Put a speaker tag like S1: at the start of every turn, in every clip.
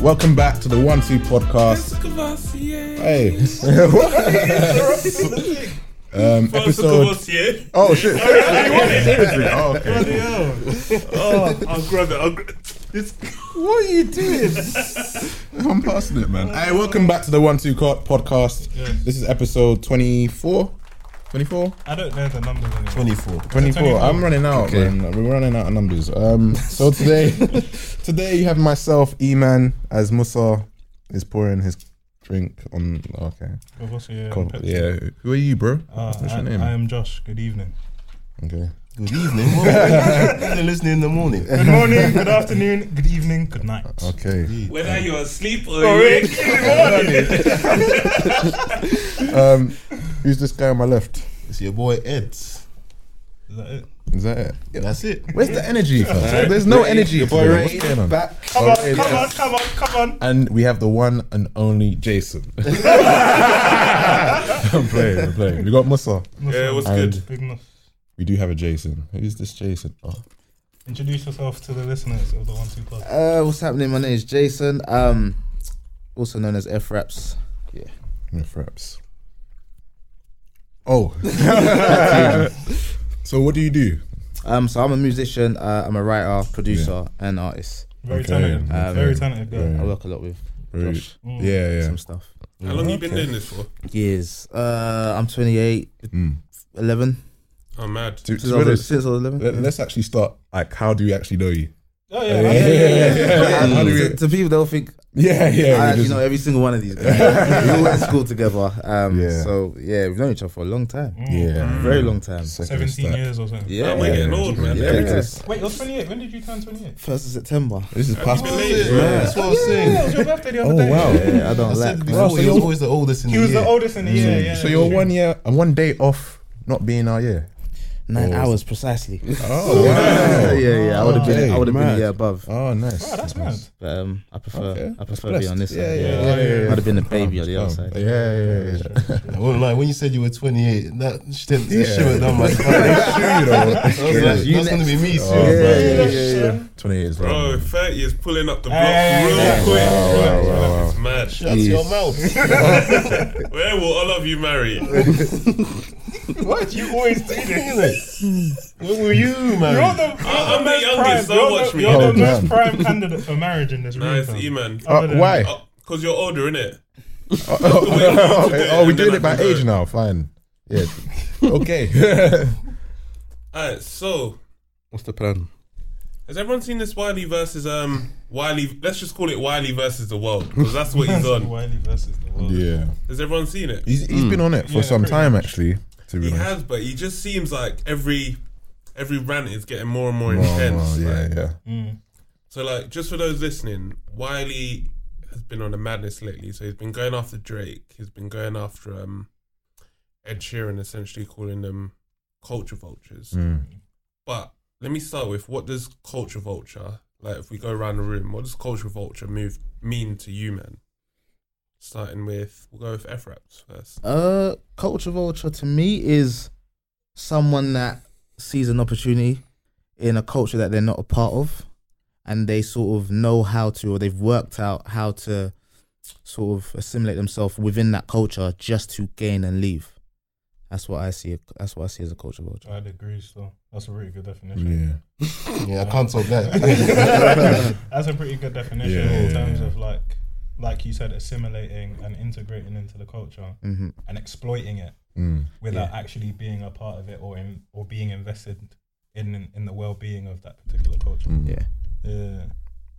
S1: Welcome back to the One Two Podcast. Hey, um, episode.
S2: Episode.
S1: Oh shit!
S2: you want it?
S1: Seriously? Oh, okay.
S2: Oh, I'll grab it. I'll gr- this
S3: What are you doing?
S1: I'm passing it, man. Hey, welcome back to the One Two Co- Podcast. This is episode 24? 24?
S2: I don't know the numbers anymore.
S3: 24.
S1: 24.
S2: 24.
S1: I'm running out,
S3: Okay.
S1: man. We're running out of numbers. Um, so today, today you have myself, Eman, as Musa is pouring his drink on. Okay.
S2: Well, what's your
S1: Cool.
S2: pet-
S1: Yeah. Who are you, bro?
S2: Uh,
S1: What's
S2: I,
S1: your name?
S2: I am Josh. Good evening.
S1: okay.
S3: Good evening. You're listening in the morning.
S2: Good morning. good afternoon. Good evening. Good night.
S1: Okay.
S4: Whether you're asleep or
S2: Alright.
S4: awake in the morning.
S1: Um, who's this guy on my left?
S3: It's your boy Ed.
S2: Is that it?
S1: Is that it?
S3: That's it.
S1: Where's the energy? fam? There's no energy. today. What's going on?
S2: Come on,
S1: Okay,
S2: come on,
S1: yes.
S2: come on, come on.
S1: And we have the one and only Jason. I'm playing. I'm playing. We got Musa.
S2: Yeah,
S4: what's
S1: good?
S2: Big enough.
S1: We do have a Jason. Who's this Jason? Oh.
S2: Introduce yourself to the listeners of the One Two Club.
S5: Uh, what's happening? My name is Jason, um, also known as F Raps.
S1: With reps. Oh. so what do you do?
S5: Um, so I'm a musician, uh, I'm a writer, producer, and artist.
S2: Very
S1: Okay,
S2: talented.
S1: okay.
S2: Very talented guy.
S1: Yeah.
S5: I work a lot with
S1: Very-
S5: Josh,
S2: Mm.
S1: yeah, yeah.
S5: some stuff.
S4: How long you been doing this for?
S5: Years. Uh, I'm 28,
S1: Mm.
S5: 11.
S4: I'm Oh, mad.
S1: To, to
S5: Since
S1: be
S5: I was,
S1: honest,
S5: since I was 11.
S1: let, us actually start. Like, how do we actually know you?
S2: Oh
S1: Yeah,
S2: yeah.
S1: yeah,
S2: that's-
S1: yeah. yeah. Uh, How do we-
S5: to, to people, they'll think
S1: Yeah, yeah.
S5: I
S1: we
S5: actually
S1: just-
S5: know every single one of these guys. we all went to school together. Um,
S1: Yeah. Mm.
S5: So, yeah, we've known each other for a long time.
S1: yeah.
S5: Very long time.
S1: Second
S2: Seventeen
S1: step.
S2: years or something.
S5: Yeah.
S4: Oh, we're getting old, man.
S5: Yeah.
S4: Every-
S2: Wait, you're 28. When did you turn 28?
S5: First of September.
S1: This is past.
S4: been late,
S3: Yeah, that's what I was saying.
S2: Yeah, it was your birthday the other
S1: Oh,
S2: day.
S1: wow.
S5: Yeah, I don't
S3: I said
S5: like.
S3: before,
S1: so
S3: so he was
S1: you're-
S3: always the oldest in
S2: He
S3: the
S2: was
S3: year.
S2: the oldest in the year. Yeah.
S1: So you're one year and one day off not being our year.
S5: Nine
S1: Oh.
S5: hours precisely.
S1: Oh,
S5: yeah, yeah. I would have been.
S1: Okay,
S5: I would have been
S1: mad.
S5: a year above.
S1: Oh, nice.
S2: Wow, that's mad.
S1: nice.
S5: But um, I prefer.
S1: Okay.
S5: I
S1: That's
S5: prefer being on this
S1: blessed.
S5: side.
S1: Yeah,
S2: yeah,
S5: yeah,
S2: yeah, yeah, yeah.
S5: I'd have been a baby on the other
S1: Oh,
S5: side.
S1: Yeah, yeah, yeah.
S3: I won't lie, when you said you were 28, that shit
S1: Yeah.
S3: yeah. shivered down my spine. I was
S1: yeah.
S3: like,
S5: You
S3: that's going to be me
S1: Oh,
S3: soon, bro.
S1: man.
S5: yeah, yeah, yeah, yeah.
S1: Twenty years. Uh,
S4: Bro, 30 is pulling up the block
S2: Hey,
S4: real
S2: yeah.
S4: quick.
S1: Wow, wow, wow, wow.
S4: It's mad.
S3: Shut your mouth.
S4: Where will all of you marry?
S2: What? You always do this.
S3: Where were you, man?
S2: You're the, you're
S4: I'm the
S2: most
S4: youngest,
S2: prime-
S4: so
S2: you're
S4: watch
S2: the,
S4: me.
S2: You're
S1: Oh,
S2: the most
S1: damn.
S2: prime candidate for marriage in this room.
S4: Nice,
S2: fam.
S4: E man. Because
S2: Other than-
S1: why?
S4: you're older, innit?
S1: Oh,
S4: do it,
S1: oh, we doing
S4: and then
S1: it
S4: I
S1: by
S4: can do
S1: age
S4: it.
S1: now. Fine. Yeah. Okay.
S4: Alright, so
S6: What's the plan?
S4: has everyone seen this Wiley versus um Wiley? Let's just call it Wiley versus the world because that's what he's on.
S2: Wiley versus the world.
S1: yeah.
S4: Has everyone seen it?
S1: He's, he's been on it for
S2: Yeah,
S1: some
S2: pretty
S1: time actually. To be
S4: He
S1: honest.
S4: has, but he just seems like every every rant is getting more and more
S1: Well,
S4: intense.
S1: well,
S4: like.
S1: yeah,
S2: Mm.
S4: So, like, just for those listening, Wiley has been on a madness lately. So he's been going after Drake. He's been going after um, Ed Sheeran, essentially calling them culture vultures.
S1: yeah. Mm.
S4: But let me start with what does culture vulture like? If we go around the room, what does culture vulture move mean to you, man? Starting with, we'll go with F raps first.
S5: Uh, culture vulture to me is someone that sees an opportunity in a culture that they're not a part of, and they sort of know how to, or they've worked out how to sort of assimilate themselves within that culture just to gain and leave. That's what I see. That's what I see as a culture vulture.
S2: I'd agree. So that's a really good definition.
S1: Yeah.
S3: Yeah, I can't talk that.
S2: that's a pretty good definition
S1: Yeah,
S2: in
S1: yeah,
S2: terms
S1: yeah.
S2: of like, like you said, assimilating and integrating into the culture
S5: hmm
S2: and exploiting it
S1: Mm.
S2: without actually being a part of it or in, or being invested in in the well being of that particular culture.
S1: Mm.
S5: Yeah.
S2: Yeah,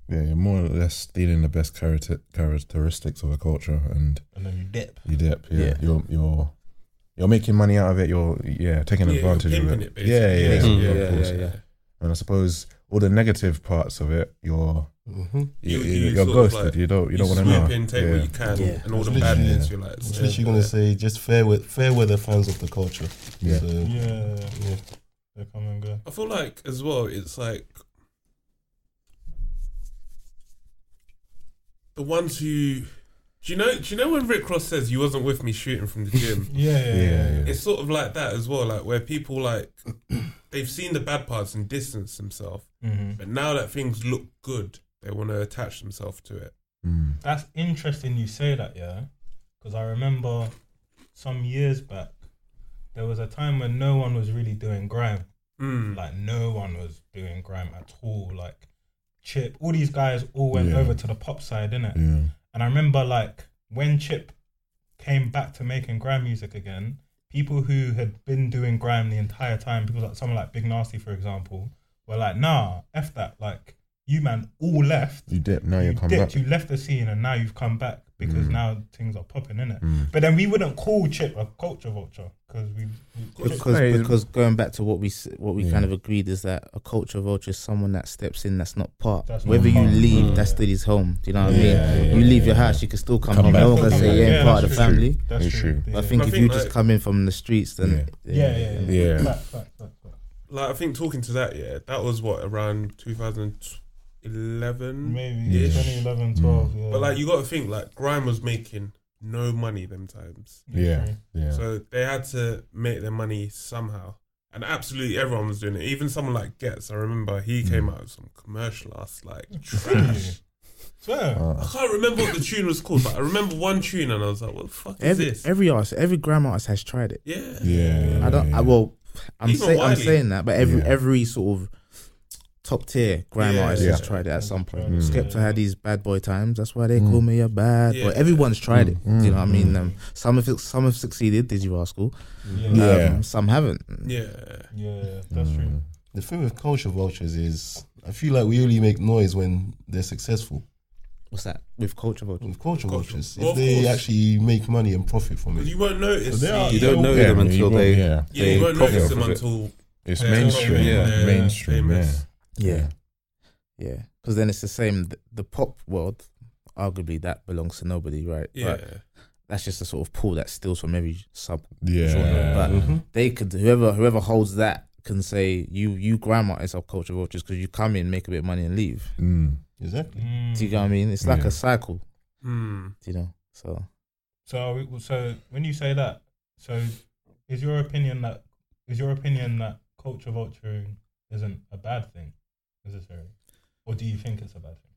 S1: Yeah, you're more or less stealing the best character characteristics of a culture, and
S2: and then you dip.
S1: you dip. Yeah,
S5: Yeah.
S1: you're you're you're making money out of it. You're yeah taking
S4: Yeah,
S1: advantage
S4: you're
S1: of
S4: pimping
S1: it.
S4: it, basically.
S1: yeah, yeah,
S4: Yeah,
S1: yeah,
S6: yeah,
S1: of
S5: yeah,
S1: course.
S5: yeah, yeah.
S1: And I suppose all the negative parts of it, you're
S3: Mhm.
S1: you,
S4: You-
S1: you,
S4: you
S1: you are
S4: sort of
S1: ghosted.
S4: like-
S1: you don't you,
S4: You,
S1: don't want to
S4: swoop
S1: know.
S4: in, take
S1: yeah.
S4: what you can,
S5: Yeah.
S4: and all the
S3: That's
S4: bad
S3: literally-
S4: news. You're like,
S3: It's
S4: yeah,
S3: literally going to
S4: yeah.
S3: say just fair, we- fair weather fans of the culture.
S1: Yeah.
S3: So,
S2: Yeah,
S3: yeah.
S2: they come and go.
S4: I feel like as well, it's like the ones who. Do you know? Do you know when Rick Ross says you wasn't with me shooting from the gym?
S2: Yeah, yeah, yeah.
S1: yeah, yeah.
S4: it's sort of like that as well, like where people like they've seen the bad parts and distanced themselves,
S2: Mm-hmm.
S4: but now that things look good, they want to attach themselves to it.
S1: Mm,
S2: That's interesting you say that, yeah. Because I remember some years back, there was a time when no one was really doing grime.
S1: Hmm.
S4: Mm.
S2: Like, no one was doing grime at all. Like, Chip, all these guys all went
S1: Yeah.
S2: over to the pop side, innit?
S1: Yeah.
S2: And I remember, like, when Chip came back to making grime music again, people who had been doing grime the entire time, people like someone like Big Nasty, for example, were like, nah, F that. Like, you man all left
S1: You dip, now you,
S2: you
S1: come
S2: dipped,
S1: back. Mm.
S2: you left the scene, and now you've come back because now things are popping in it. But then we wouldn't call Chip a culture vulture because we, we Chip-
S5: because
S1: Hey,
S5: because going back to what we s- what we
S1: Yeah.
S5: kind of agreed is that a culture vulture is someone that steps in that's not part.
S2: That's not
S5: Whether you
S2: part.
S5: leave,
S2: Mm.
S5: that's still his home. Do you know what
S1: Yeah,
S5: I mean?
S1: yeah,
S5: you
S1: yeah,
S5: leave your
S1: yeah.
S5: house, you can still come,
S1: Come
S5: home.
S1: back.
S5: No one's gonna say you ain't
S2: Yeah,
S5: part of
S2: that's
S5: the
S2: true.
S5: family.
S2: That's
S1: It's
S2: true.
S1: true.
S5: But
S2: Yeah.
S5: I think
S4: I
S5: if
S4: think
S5: you
S4: like-
S5: just come in from the streets, then
S2: yeah, yeah, yeah.
S1: Yeah.
S2: Fact, fact, fact, fact.
S4: Like I think talking to that, yeah, that was what around 2011.
S2: Maybe
S4: Yeah.
S2: 2011, 12.
S1: Mm.
S2: Yeah.
S4: But like you got to think, like Grime was making no money them times,
S1: Yeah. Yeah.
S4: so they had to make their money somehow. And absolutely everyone was doing it. Even someone like Gets, I remember he came out with some commercial ass like trash.
S2: Swear.
S4: I
S1: Uh,
S4: can't remember what the tune was called, but I remember one tune and I was like, "What the fuck
S5: every
S4: is this?"
S5: every artist, every grime artist has tried it.
S4: yeah,
S1: yeah, yeah.
S5: I don't.
S1: Yeah.
S5: I, well, I'm
S4: Even
S5: say, I'm
S4: Wiley.
S5: saying that, but every
S1: Yeah.
S5: every sort of top tier grime
S4: Yeah.
S5: artist has
S1: Yeah.
S5: tried it at some point.
S2: Mm.
S5: Skepta had these bad boy times. That's why they
S1: Mm.
S5: call me a bad
S4: Yeah.
S5: boy. Everyone's tried it.
S1: Mm.
S5: Do you know what I mean?
S1: Mm.
S5: Um, some have some have succeeded. Did you ask?
S2: Yeah.
S1: Yeah.
S2: Yeah.
S5: Um, some haven't.
S4: yeah.
S2: yeah, that's true.
S1: Mm.
S3: The thing with culture vultures is, I feel like we only make noise when they're successful.
S5: What's that with culture vulture?
S3: With culture
S4: Culture-
S3: vultures,
S4: Well,
S3: if
S4: of
S3: they
S4: course.
S3: actually make money and profit from
S4: Because
S3: it,
S4: you won't notice.
S3: So they are-
S4: the-
S7: You don't know
S1: Yeah,
S7: them
S1: man, you
S7: until
S1: won't-
S7: they.
S1: Yeah.
S4: Yeah,
S7: they
S4: you won't
S7: profit
S4: notice
S7: off
S4: them
S7: of it.
S4: until
S1: It's
S4: they're
S1: mainstream.
S4: they're-
S1: Yeah.
S4: they're
S1: Mainstream. Yeah.
S4: famous.
S5: Yeah, yeah. Because then it's the same. th- The pop world, arguably, that belongs to nobody, right?
S4: Yeah,
S5: But that's just the sort of pool that steals from every sub
S1: Yeah.
S5: genre. But
S3: Mhm.
S5: they could whoever whoever holds that can say you you grandma is of culture vultures because you come in, make a bit of money, and leave.
S1: Mm.
S3: exactly.
S2: Mm.
S5: Do you get what I mean? It's like
S1: Yeah.
S5: a cycle,
S4: Hmm.
S5: you know. So
S2: So, are we- so when you say that, so is your opinion that is your opinion that culture vulturing isn't a bad thing necessarily, or do you think it's a bad thing?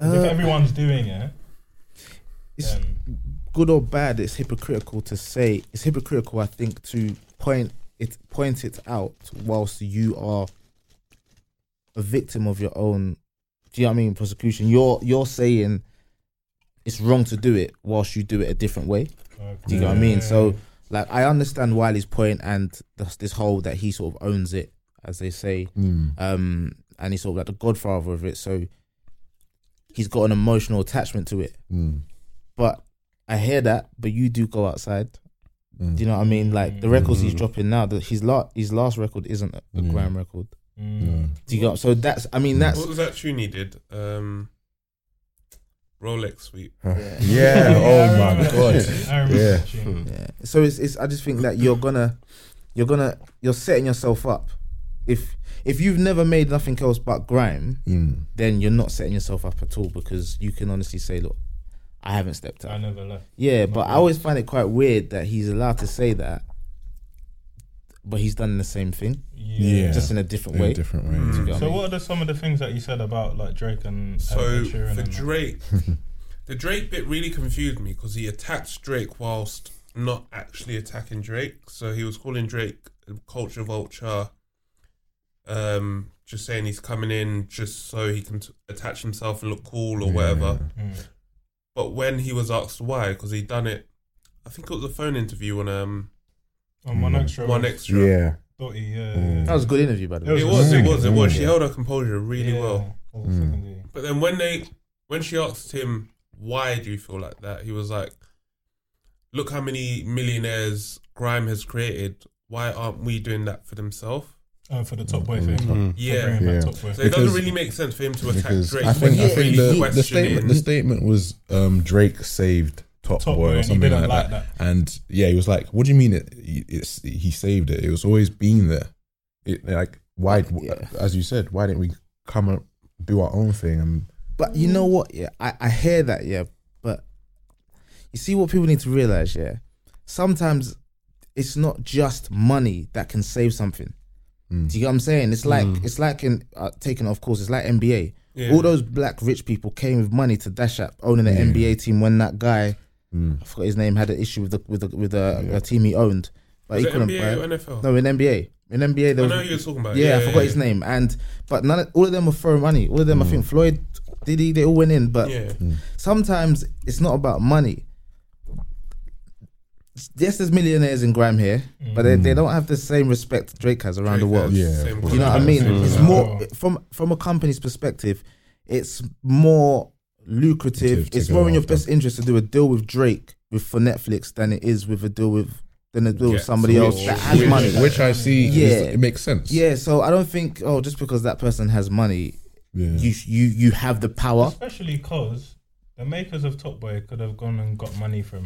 S2: 'Cause
S5: Uh,
S2: if everyone's doing it,
S5: it's
S2: then
S5: good or bad. It's hypocritical to say. It's hypocritical, I think, to point it point it out whilst you are a victim of your own. Do you know what I mean? Prosecution. You're you're saying it's wrong to do it whilst you do it a different way. Do you know what I mean? So like I understand Wiley's point and this, this whole that he sort of owns it, as they say,
S1: Mm.
S5: um, and he's sort of like the godfather of it. So he's got an emotional attachment to it.
S1: Mm.
S5: But I hear that, but you do go outside.
S1: Mm.
S5: Do you know what I mean? Like the records he's
S3: Mm.
S5: dropping now, that his last his last record isn't a, a
S1: Yeah.
S5: grime record.
S2: Mm.
S5: Do you got so that's I mean that's
S4: What was that tune he did? Um, Rolex sweep.
S1: Yeah.
S2: Yeah, I
S1: Oh
S2: remember
S1: my
S2: that
S1: god.
S2: tune. I remember
S1: Yeah.
S2: that tune.
S5: yeah. So it's it's I just think that you're gonna you're gonna you're setting yourself up. If if you've never made nothing else but grime,
S1: Mm.
S5: then you're not setting yourself up at all because you can honestly say, look, I haven't stepped
S2: I
S5: up.
S2: never left.
S5: Yeah, but I always find it quite weird that he's allowed to say that, but he's done the same thing,
S1: Yeah.
S5: just in a different
S1: In a
S5: way.
S1: different way.
S4: Mm.
S5: Do you get
S2: So
S5: what
S2: what are the, some of the things that you said about like Drake and
S4: So
S2: and Sheeran
S4: for
S2: and that?
S4: Drake, the Drake bit really confused me because he attacked Drake whilst not actually attacking Drake. So he was calling Drake a culture vulture, um, just saying he's coming in just so he can t- attach himself and look cool or whatever.
S2: Mm.
S4: But when he was asked why, because he done it, I think it was a phone interview on um
S2: And one
S1: Mm.
S2: extra,
S4: one
S2: was
S4: extra.
S1: Yeah.
S2: Dotty, yeah,
S1: Mm.
S5: That was a good interview, by the way.
S4: It was, it was, it was. She
S1: Yeah.
S4: held her composure really
S2: Yeah. Oh,
S4: well.
S2: That was
S1: Mm.
S2: secondary.
S4: But then when they when she asked him why do you feel like that, he was like, "Look how many millionaires Grime has created. Why aren't we doing that for themselves?"
S2: Oh, for the top boy thing.
S4: Yeah.
S2: yeah.
S1: Mm. Yeah.
S2: Top boy.
S4: So it doesn't
S1: Because-
S4: really make sense for him to attack
S1: Because
S4: Drake.
S1: I think,
S4: when
S1: I
S4: he's
S1: think
S4: really
S1: the, the
S4: questioning-
S1: statement the statement was um, Drake saved Top, Boy
S2: Top Boy
S1: or
S2: and he
S1: something
S2: didn't
S1: like,
S2: like
S1: that. And yeah, he was like, "What do you mean it? It's he saved it. It was always been there. It, like why?
S5: Yeah.
S1: As you said, why didn't we come up do our own thing and
S5: But you know what? Yeah, I, I hear that. Yeah, but you see what people need to realize. Yeah, sometimes it's not just money that
S1: mm.
S5: can save something. Do you get what I'm saying? It's like it's like in uh, taking off course. It's like NBA.
S4: Yeah.
S5: All those black rich people came with money to dash at owning an
S1: Yeah.
S5: NBA team when that guy,
S1: Mm.
S5: I forgot his name, had an issue with the with the, with the,
S1: Yeah.
S5: a team he owned, but
S4: Was
S5: he
S4: it
S5: couldn't.
S4: NBA
S5: buy
S4: or
S5: it.
S4: NFL?
S5: No, in NBA, in NBA there
S4: I
S5: was.
S4: know who you're talking about.
S5: yeah, I forgot his name, and but none, of, all of them were throwing money. All of them, I think Floyd, Diddy, they all went in, but
S4: Mm. Yeah.
S5: sometimes it's not about money. Yes, there's millionaires in Grime here, but they, they don't have the same respect Drake has around the
S4: Mm. Drake
S5: world.
S4: has
S1: Yeah,
S4: same
S1: of
S5: Do you know what I
S4: quality.
S5: mean?
S4: Same
S5: It's
S4: quality.
S5: more from from a company's perspective, it's more lucrative.
S1: Lucrative to
S5: It's
S1: go
S5: more in your
S1: after.
S5: best interest to do a deal with Drake with for Netflix than it is with a deal with than a deal
S4: Yeah,
S5: with somebody
S4: so
S5: else
S4: which-
S5: that has
S1: which,
S5: money.
S1: which I see. is-
S5: Yeah.
S1: it makes sense.
S5: yeah, so I don't think oh just because that person has money,
S1: yeah.
S5: you you you have the power.
S2: Especially because the makers of Top Boy could have gone and got money from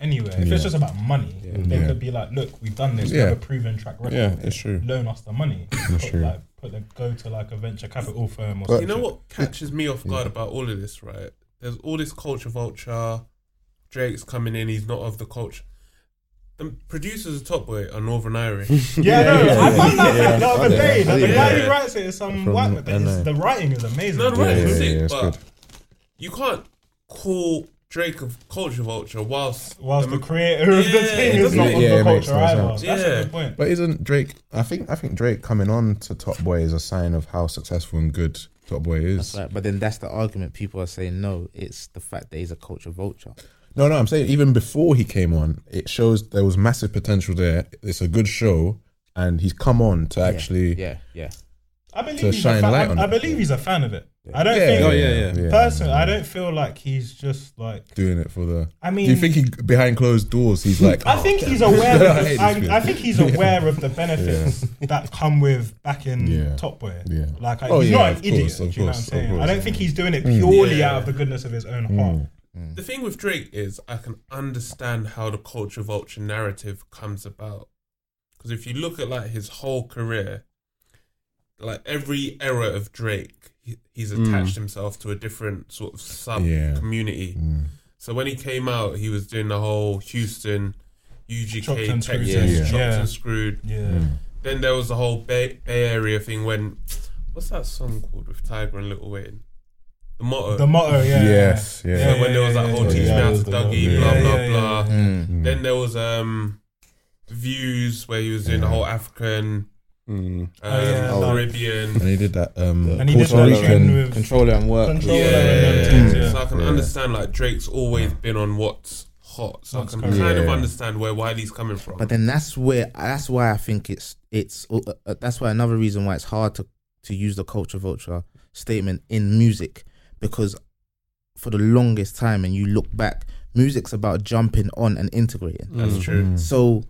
S2: anywhere. If
S1: Yeah.
S2: it's just about money, they
S1: Yeah.
S2: could be like, look, we've done this.
S1: Yeah.
S2: We have a proven track record.
S1: Yeah, it's true.
S2: Loan us the money. put,
S1: true.
S2: Like, put the, go to like a venture capital firm or
S1: But-
S4: You
S2: something.
S4: know what catches me off guard about all of this, right? There's all this culture vulture. Drake's coming in, he's not of the culture. The producers of Top Boy are Northern Irish.
S2: Yeah, no, I found out
S3: yeah,
S2: the other
S3: yeah.
S2: day that the
S4: Yeah.
S2: guy who writes it is some
S3: From
S2: white man. but
S3: LA.
S2: it's- The writing is amazing.
S4: no, the right,
S1: yeah,
S4: it's
S1: yeah,
S4: sick,
S1: it's
S4: but
S1: good.
S4: you can't call Drake of culture vulture whilst
S2: Whilst the creator of the
S4: Yeah,
S2: team
S4: it
S2: is not
S4: doesn't-
S2: of
S1: yeah,
S2: the
S1: it makes
S2: culture
S1: no
S2: either.
S1: sense.
S2: That's a
S4: Yeah.
S2: good point.
S1: But isn't Drake? I think I think Drake coming on to Top Boy is a sign of how successful and good Top Boy is.
S5: Right, but then that's the argument people are saying no, it's the fact that he's a culture vulture.
S1: No, no, I'm saying even before he came on, it shows there was massive potential there. It's a good show, and he's come on to actually.
S5: Yeah, yeah.
S2: I believe,
S1: to
S2: he's,
S1: shine
S2: a fan,
S1: light on
S2: I, I
S1: it.
S2: believe he's a fan of it. I don't
S1: Yeah,
S2: think,
S3: Oh, yeah, yeah.
S2: personally, I don't feel like he's just like.
S1: Doing it for the.
S2: I
S1: Do
S2: mean,
S1: you think he behind closed doors? He's like.
S2: I
S1: "Oh,
S2: think he's
S1: I
S2: aware. Of
S1: hate
S2: the,
S1: this bit.
S2: I, I think he's aware of the benefits that come with backing
S1: Yeah.
S2: Top Boy.
S1: Yeah.
S2: Like, I,
S1: Oh,
S2: he's
S1: yeah,
S2: not
S1: of
S2: an
S1: course,
S2: idiot.
S1: of
S2: do you know what
S1: course,
S2: I'm
S1: of
S2: saying? I
S1: course.
S2: don't think he's doing it purely
S4: Yeah.
S2: out of the goodness of his own heart.
S4: The thing with Drake is, I can understand how the culture vulture narrative comes about. Because if you look at like his whole career, like every era of Drake, he, he's
S1: Mm.
S4: attached himself to a different sort of sub
S1: Yeah.
S4: community. So when he came out, he was doing the whole Houston, UGK,
S2: Chopped and
S4: Texas,
S2: screwed.
S1: Yeah.
S4: chopped
S2: Yeah.
S4: and screwed.
S2: Yeah.
S1: Mm.
S4: Then there was the whole Bay, Bay Area thing when what's that song called with Tiger and Little Wayne? The motto.
S2: The motto, Oh, yeah.
S1: Yes, yeah.
S4: Yeah, when there was that whole
S1: yeah,
S4: teach me
S1: yeah.
S4: how to
S2: Yeah,
S4: Dougie,
S2: yeah,
S4: blah
S2: yeah,
S4: blah
S2: yeah,
S4: blah.
S2: yeah.
S1: Mm.
S4: Then there was um views where he was doing the whole African,
S3: Mm.
S4: um,
S2: Oh, yeah, no.
S4: Caribbean.
S1: And he did that. Um,
S2: And he did
S1: Puerto
S2: that
S1: Rican.
S2: again with
S3: Controller and work.
S2: Controller
S4: Yeah,
S2: and them things,
S4: so
S2: yeah.
S4: I can
S1: Yeah.
S4: understand like Drake's always been on what's hot, so
S2: What's
S4: I can
S2: current.
S4: kind of
S1: Yeah.
S4: understand where Wiley's coming from.
S5: But then that's where that's why I think it's it's uh, uh, that's why another reason why it's hard to to use the culture vulture statement in music because for the longest time and you look back, music's about jumping on and integrating.
S4: That's true.
S1: Mm.
S5: So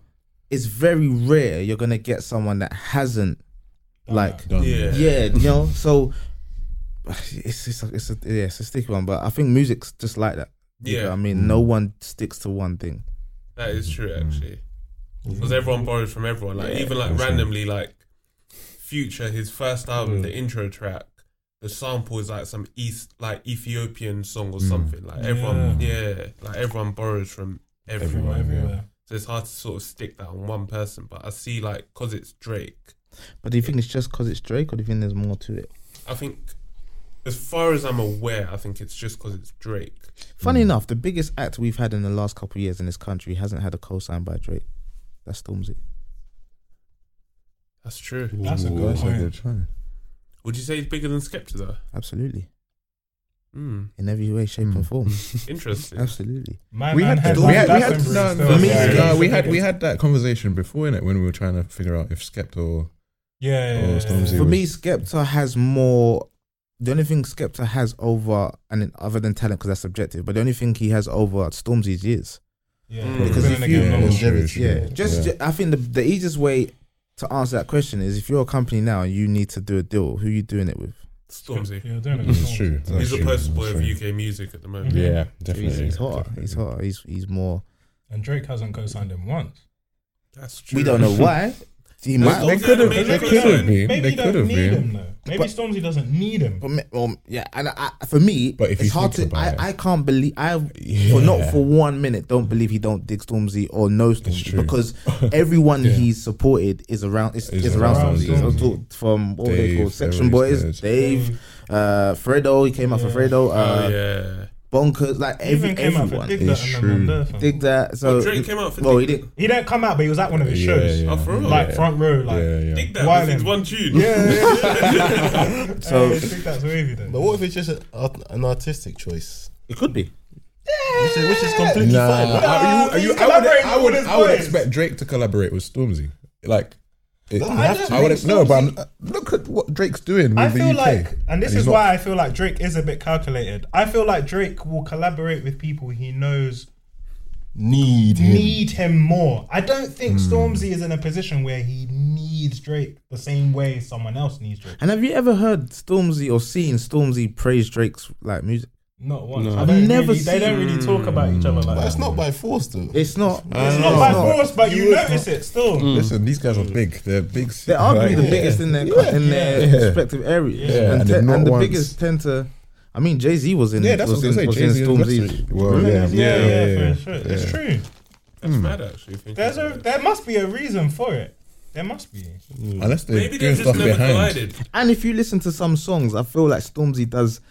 S5: it's very rare you're gonna get someone that hasn't like
S1: Done.
S4: Oh, Yeah.
S5: yeah, you know. So it's it's a, it's a yeah, it's a sticky one, but I think music's just like that. You
S4: Yeah. Mm.
S5: know what I mean, no one sticks to one thing.
S4: That is true, actually. Because everyone borrows from everyone. Like even like randomly, like Future, his first album, the intro track, the sample is like some East, like Ethiopian song or something. Like everyone, Mm. yeah, like everyone borrows from everyone.
S2: Everywhere, everywhere.
S4: So it's hard to sort of stick that on one person. But I see, like, cause it's Drake.
S5: But do you think it's just because it's Drake, or do you think there's more to it?
S4: I think, as far as I'm aware, I think it's just cause it's Drake.
S5: Funny enough, the biggest act we've had in the last couple of years in this country hasn't had a co-sign by Drake. That's Stormzy.
S4: That's true.
S2: That's a
S1: Ooh,
S2: good
S1: that's a
S2: point.
S1: good one.
S4: Would you say he's bigger than Skepta though?
S5: Absolutely,
S4: Hmm.
S5: in every way, shape, and form.
S4: Interesting.
S5: Absolutely.
S2: My
S1: We
S2: man
S1: had,
S2: has
S1: we had, we
S2: that
S1: had,
S2: Glastonbury
S1: no,
S2: still,
S1: no,
S5: me,
S2: yeah.
S5: it's-
S1: no, we had, we had that conversation before in it when we were trying to figure out if Skepta or
S2: Yeah, yeah,
S1: Oh,
S2: yeah,
S1: Stormzy
S2: yeah.
S5: For
S1: was-
S5: me, Skepta has more. The only thing Skepta has over, and in- other than talent, because that's subjective, but the only thing he has over Stormzy's years.
S2: Yeah,
S4: Because
S2: been
S5: if
S2: in the
S5: you-
S2: game long.
S1: it's true, it's true.
S5: Yeah, just ju- I think the, the easiest way to answer that question is if you're a company now and you need to do a deal, who you doing it with?
S4: Stormzy.
S2: You're doing it.
S1: It's true. That's
S4: He's a
S1: true,
S4: poster
S1: that's
S4: boy of
S1: true.
S4: UK music at the moment.
S1: Yeah,
S5: He's,
S1: definitely.
S5: he's hotter.
S1: definitely.
S5: He's hotter. He's he's more.
S2: And Drake hasn't co-signed him once.
S4: That's true.
S5: We don't know why. He might.
S4: They
S1: They
S4: Stormzy
S1: could have.
S4: made it
S1: They
S4: for
S1: could have
S4: them.
S1: been. They
S2: Maybe
S1: could
S2: he doesn't
S1: have
S2: need him
S1: been.
S2: though. Maybe Stormzy doesn't need him.
S5: But me- well, yeah, and I, for me,
S1: But if
S5: it's
S1: you
S5: hard to.
S1: think
S5: I,
S1: about it-
S5: I can't believe I for
S1: Yeah.
S5: not for one minute don't believe he don't dig Stormzy or no Stormzy
S1: true.
S5: because everyone
S1: Yeah.
S5: he's supported is around is,
S1: Is
S5: is around
S2: around
S5: Stormzy.
S2: Stormzy.
S5: I'll talk from all they
S1: Dave,
S5: called Section
S1: Dave,
S5: Boys,
S1: Dave.
S5: Dave, uh, Fredo. He came out
S2: Mm. Yeah.
S5: for Fredo. Uh,
S4: oh yeah.
S5: Bonkers, like
S2: He
S5: every,
S2: even came out for
S5: everyone.
S2: Dig
S1: is
S2: That and then
S1: true.
S2: Mondale, fam.
S5: Dig that. So
S4: Oh, Drake came out for
S5: well,
S4: Dig
S5: he didn't.
S2: He didn't come out, but he was at one of his
S1: Yeah,
S2: shows,
S1: yeah.
S4: Oh, for real?
S2: like
S1: Yeah.
S2: front row, like.
S1: Yeah, yeah.
S4: Dig that.
S2: Wildin'.
S4: This is one tune.
S5: So
S2: Hey, Dig That's wavy then.
S3: But what if it's just a, art- an artistic choice,
S5: it could be.
S3: which is, which is completely
S1: Nah,
S3: fine?
S1: I-
S3: Like,
S1: I-
S2: he's
S1: you- you- I would,
S2: collaborating
S1: I would,
S2: with his
S1: I would
S2: boys.
S1: expect Drake to collaborate with Stormzy. Like, it-
S3: Doesn't have to
S1: I
S3: be
S1: would no, but I'm, look at what Drake's doing with
S2: I
S1: the
S2: feel
S1: UK.
S2: like, and this
S1: he's
S2: is
S1: not-
S2: why I feel like Drake is a bit calculated. I feel like Drake will collaborate with people he knows
S3: need him.
S2: need him more. I don't think Stormzy is in a position where he needs Drake the same way someone else needs Drake.
S5: And have you ever heard Stormzy or seen Stormzy praise Drake's like music?
S2: Not once. I
S5: I've
S2: don't
S5: never
S2: really, they don't really talk about each other like
S3: But it's
S2: that.
S3: not by force though.
S5: It's
S1: Uh,
S5: not.
S2: It's not by
S1: but
S2: force, but you
S1: would
S2: notice it still.
S1: Listen, these guys are big. They're big.
S5: Hmm. They are arguably the
S1: like-
S5: biggest in their in their
S1: Yeah.
S5: respective areas,
S2: Yeah.
S1: Yeah,
S5: and,
S1: and
S5: te-
S1: they've
S5: and,
S1: not
S5: the
S1: once-
S5: biggest tend to. I mean, Jay Z was in.
S1: Yeah, that's
S5: was
S1: what I was
S5: in,
S1: gonna
S5: was
S1: say.
S5: in
S1: Jay-Z and
S5: Stormzy's.
S1: Webster. Well,
S5: Remember?
S1: yeah,
S2: Yeah, yeah, for sure.
S1: yeah.
S2: It's true.
S4: That's mad actually. thinking
S2: There's
S4: about
S2: a
S4: it.
S2: there must be a reason for it. There must be.
S1: Unless they're
S4: Maybe they
S1: doing
S4: just
S1: stuff
S4: never
S1: behind.
S4: collided.
S5: And if you listen to some songs, I feel like Stormzy does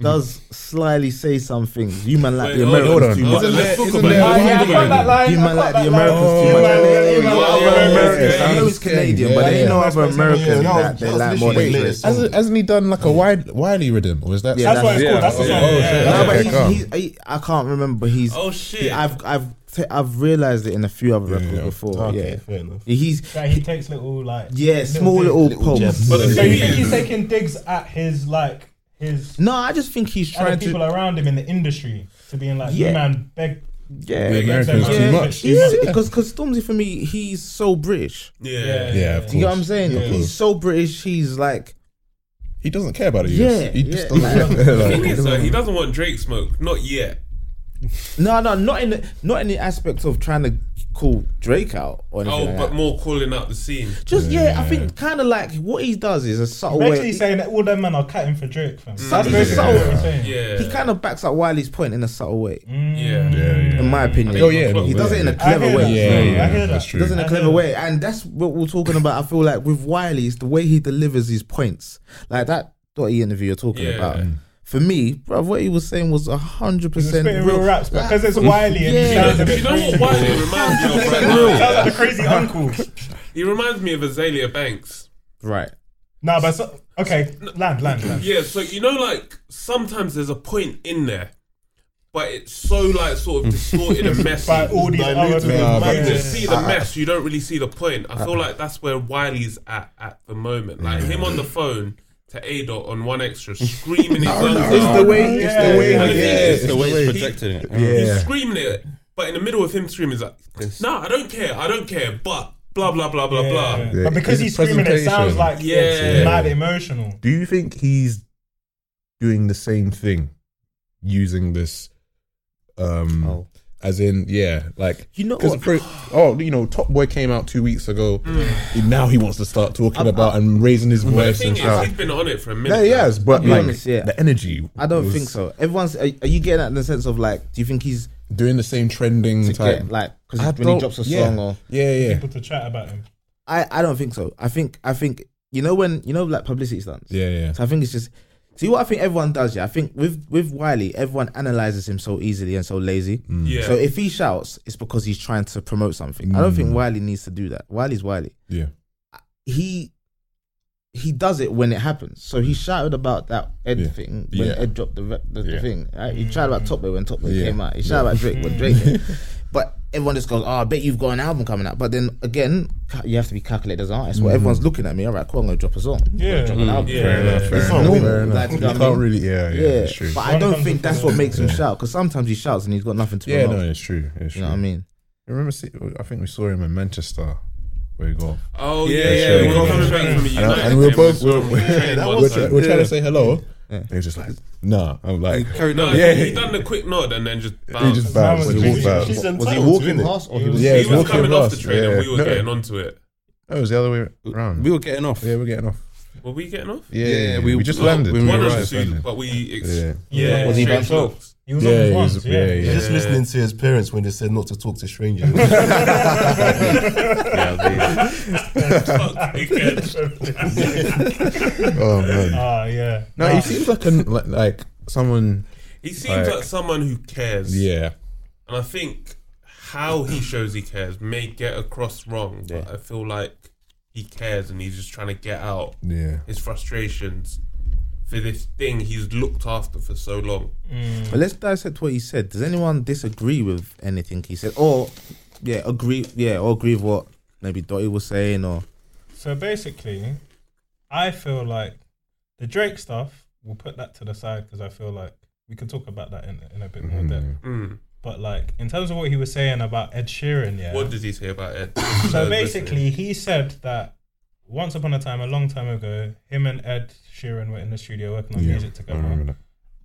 S5: does slyly say some things. You man like
S4: Wait,
S5: the
S4: hold on,
S1: Hold on,
S5: Americans too
S4: hold on.
S5: much.
S1: isn't
S4: Let's
S1: there?
S4: talk
S1: Isn't
S4: about
S1: there?
S4: it.
S1: a
S4: Oh, yeah,
S1: line
S4: I
S1: about
S4: got that
S1: it?
S5: You man like the Americans
S1: Oh,
S5: too
S1: yeah,
S5: much.
S1: yeah,
S5: I
S1: yeah,
S5: know
S1: yeah,
S5: other
S1: yeah,
S5: Americans. I
S1: yeah,
S5: know he's
S1: yeah.
S5: Canadian, but
S1: Yeah.
S5: they know other Americans
S3: Yeah,
S5: that they
S3: that was
S5: like more than
S3: literally
S5: Drake.
S3: his latest
S1: Hasn't, hasn't he done like a wide, Wiley rhythm, or is that?
S5: Yeah,
S2: That's what it's
S8: yeah,
S2: called. That's the
S8: yeah,
S2: song.
S1: oh,
S2: Yeah,
S1: shit.
S2: yeah.
S5: No, but
S1: Okay,
S5: he's,
S1: calm.
S5: he's, he, I can't remember, but he's.
S4: Oh shit.
S5: I've I've t- I've realized it in a few other records
S1: Yeah.
S5: before.
S3: okay,
S5: Yeah,
S3: fair enough.
S5: he's
S2: That he takes little like
S5: yeah small
S2: digs.
S5: little,
S3: Little
S5: pumps.
S3: jabs.
S4: But the
S2: So
S4: thing
S2: you think
S4: is-
S2: he's taking digs at his like his
S5: No, I just think he's
S2: other
S5: trying
S2: people
S5: to.
S2: around him in the industry to being like,
S5: Yeah.
S2: you man, beg
S1: The
S5: Yeah,
S4: Big
S1: Americans
S2: Yeah.
S1: too much.
S5: he's because because Stormzy for me, he's so British.
S4: Yeah.
S1: Yeah, of
S5: You
S1: course.
S5: know what I'm saying?
S1: Yeah.
S5: He's so British. He's like,
S1: He doesn't care about the US.
S5: Yeah,
S1: he just
S5: yeah.
S1: doesn't.
S4: The
S1: like,
S4: thing is, though, he doesn't want Drake smoke. Not yet.
S5: no, no, not in the, not in the aspect of trying to call Drake out or anything.
S4: Oh,
S5: like
S4: but
S5: that.
S4: more calling out the scene.
S5: just yeah, I think kind of like what he does is a subtle
S2: Basically
S5: way.
S2: saying that all them men are catting for Drake, fam. That's
S5: Subtle-
S2: basically
S5: subtle-
S2: what he's saying.
S4: Yeah.
S5: He kind of backs up Wiley's point in a subtle way,
S4: Yeah.
S5: in my opinion.
S1: Oh, yeah,
S5: he does it in a
S1: yeah.
S5: clever
S2: I hear
S5: way.
S2: that.
S1: Yeah,
S2: Yeah, I
S1: yeah,
S2: hear
S1: that's
S2: that.
S1: true.
S5: does in a
S2: I
S5: clever
S2: know.
S5: way, and that's what we're talking about. I feel like with Wiley, it's the way he delivers his points, like that Dottie interview you're talking
S4: Yeah.
S5: about.
S1: Mm.
S5: For me, bro, what he was saying was hundred
S2: He's
S5: percent
S2: spitting real raps
S5: Like,
S2: because it's Wiley and he
S5: Yeah.
S2: sounds
S4: Do
S2: a bit
S4: you know what
S2: crazy.
S4: Wiley reminds me of right
S2: He
S4: now?
S2: sounds like the crazy uncle.
S4: He reminds me of Azalea Banks.
S5: right.
S2: Nah, but so, okay, land, land, land.
S4: Yeah, so you know, like sometimes there's a point in there, but it's so like sort of distorted and messy.
S2: By all these
S3: Diluted.
S2: other
S1: Nah,
S4: you
S1: but-
S4: just see
S2: people.
S4: the mess, you don't really see the point. I feel like that's where Wiley's at at the moment. Like him on the phone to Adot on one extra, screaming his lungs out.
S1: It's the way. It's
S2: Yeah,
S1: the way.
S2: yeah,
S1: he-
S4: yeah.
S1: yeah,
S4: It's
S8: the way he's projecting it.
S4: He's
S1: Yeah.
S4: screaming it, but in the middle of him screaming, he's like, "No, I don't care. I don't care." But blah blah blah blah blah.
S2: Yeah. But
S1: His
S2: because he's screaming, it sounds
S1: presentation.
S2: like it's
S4: Yeah.
S2: mad emotional.
S1: Do you think he's doing the same thing using this? Um,
S5: Oh.
S1: as in, yeah, like
S5: You know
S1: because
S5: what?
S1: oh, you know, Top Boy came out two weeks ago. Now he wants to start talking
S5: I'm-
S1: about and raising his
S4: But the
S1: voice
S4: thing
S1: and
S4: is,
S1: stuff.
S4: he's been on it for a minute.
S1: Yeah, he has, but
S5: be
S1: like
S5: honest, yeah.
S1: the energy.
S5: I don't
S1: was
S5: think so. Everyone's are, are you getting that in the sense of like, do you think he's
S1: Doing the same trending
S5: to
S1: type.
S5: get like because
S1: I
S5: when he
S1: don't-
S5: drops a
S1: yeah.
S5: song or
S1: yeah, yeah,
S2: People to chat about him.
S5: I I don't think so. I think I think you know when you know like publicity stunts.
S1: yeah, yeah.
S5: So I think it's just see what I think everyone does. Yeah, I think with with Wiley, everyone analyzes him so easily and so lazy.
S1: Mm.
S4: Yeah.
S5: So if he shouts, it's because he's trying to promote something. I don't think Wiley needs to do that. Wiley's Wiley.
S1: Mm. Yeah.
S5: He he does it when it happens. So he shouted about that Ed
S1: Mm. Yeah.
S5: thing when
S1: Yeah.
S5: Ed dropped the, re- the, the
S1: Yeah. Mm.
S5: thing. right? He shouted about Top Boy when Top Boy
S1: Yeah.
S5: came out. He shouted about Drake when Drake. Came. But everyone just goes, "Oh, I bet you've got an album coming out." But then again, ca- you have to be calculated as an artist.
S1: Mm.
S5: Well, everyone's looking at me. All right, cool. I'm gonna drop a song. I'm gonna
S2: Yeah.
S5: drop an album.
S4: Yeah.
S1: Fair enough. Fair
S5: It's
S1: enough.
S5: normal,
S1: Fair enough.
S5: like,
S1: you
S5: you know what I
S1: can't
S5: mean?
S1: really. Yeah, yeah,
S5: Yeah,
S1: it's true.
S5: but I don't
S2: Sometimes
S5: think
S2: it
S5: that's
S2: does.
S5: what makes him shout because sometimes he shouts and he's got nothing to
S1: Yeah,
S5: promote.
S1: no, it's true. It's true.
S5: you know what I mean?
S1: I remember, see, I think we saw him in Manchester. Where he got.
S4: Oh yeah,
S8: Yeah,
S4: yeah.
S1: sure.
S4: we were coming back from a
S1: And, I-
S4: United.
S1: and we were
S4: game,
S1: both
S4: we saw
S1: we're,
S4: him
S1: we're,
S4: on the train
S1: we're,
S4: once,
S1: try-
S4: like,
S1: we're trying to say hello. And he was just like, nah. I'm like,
S4: No,
S1: Yeah.
S4: he done the quick nod and then just
S1: he
S4: bounced.
S1: just bounced.
S2: was
S1: He walked
S2: busy.
S1: out.
S2: She's
S3: Was he
S4: entitled
S3: walking
S5: past or
S4: He
S1: Yeah,
S4: was,
S1: he's walking
S4: coming off the
S1: past,
S4: train and
S1: yeah.
S4: we were
S1: No.
S4: getting onto it.
S1: Oh, it was the other way around.
S5: We were getting off.
S1: yeah, we're getting off.
S4: Were we getting off?
S1: Yeah,
S5: Yeah,
S1: yeah,
S5: we-
S1: we, just
S5: well,
S1: landed.
S5: we
S1: We
S4: One
S5: were
S4: of
S5: right,
S4: the
S1: just
S4: two,
S1: landed.
S4: but we. Ex-
S1: Yeah.
S2: Yeah,
S5: Was he
S4: exchanged
S5: by himself?
S4: looks.
S2: He was
S1: Yeah,
S2: on his
S1: he was-
S2: ones,
S1: yeah,
S2: yeah.
S1: yeah.
S3: He's just
S4: Yeah.
S3: listening to his parents when they said not to talk to strangers.
S5: Yeah,
S4: Fuck, dickhead.
S1: Oh man.
S2: Ah, yeah.
S1: No, he seems like an like, like someone.
S4: He seems
S1: Like-
S4: like someone who cares.
S1: Yeah,
S4: And I think how he shows he cares may get across wrong, but
S5: Yeah.
S4: I feel like he cares and he's just trying to get out
S1: yeah.
S4: his frustrations for this thing he's looked after for so long.
S9: But let's dissect what he said. Does anyone disagree with anything he said, or yeah, agree? Yeah, or agree with what maybe Dottie was saying, or
S2: So basically, I feel like the Drake stuff, we'll put that to the side because I feel like we could talk about that in, in a bit more depth.
S4: Mm.
S2: But like in terms of what he was saying about Ed Sheeran, yeah.
S4: What did he say about Ed?
S2: so basically, he said that once upon a time, a long time ago, him and Ed Sheeran were in the studio working on
S1: Yeah,
S2: music
S1: I
S2: together,
S1: remember that.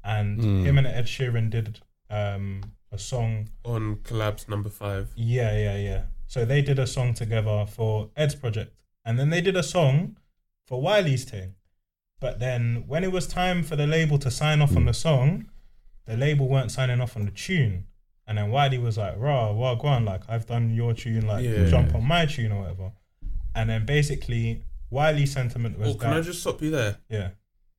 S2: and
S5: Mm.
S2: him and Ed Sheeran did um, a song
S4: on collabs number five.
S2: Yeah, yeah, yeah. So they did a song together for Ed's project, and then they did a song for Wiley's thing. But then when it was time for the label to sign
S5: Hmm.
S2: off on the song, the label weren't signing off on the tune. And then Wiley was like, "Raw, well, go on, like I've done your tune, like
S4: Yeah.
S2: jump on my tune or whatever." And then basically Wiley's sentiment was
S4: Well, Oh, can
S2: that,
S4: I just stop you there
S2: yeah,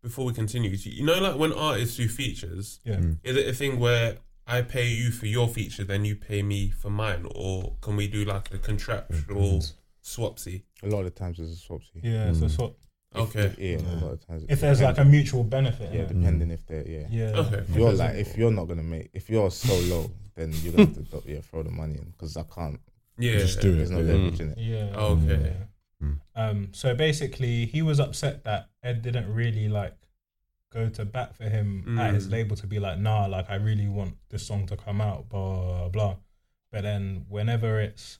S4: before we continue? You know, like when artists do features,
S2: yeah.
S5: Hmm.
S4: is it a thing where I pay you for your feature, then you pay me for mine, or can we do like a contractual
S2: Mm-hmm.
S4: swapsy?
S5: a lot of times it's a swapsy.
S2: Yeah, so, so
S4: Okay.
S5: Yeah, a lot of times. it
S2: if there's like a
S5: depends.
S2: mutual benefit,
S5: yeah,
S2: yeah,
S5: depending if they're yeah.
S2: yeah,
S4: Okay.
S5: If you're like if you're not gonna make if you're so low, then you're gonna have to do- yeah throw the money in because I can't.
S4: Yeah.
S1: Just do
S5: There's
S1: it.
S5: no
S1: yeah.
S5: leverage in it.
S2: Yeah.
S4: Oh, Okay.
S2: Yeah. Um, so basically, he was upset that Ed didn't really like go to bat for him at his
S4: Mm.
S2: label to be like, nah, like I really want this song to come out, blah blah. But then whenever it's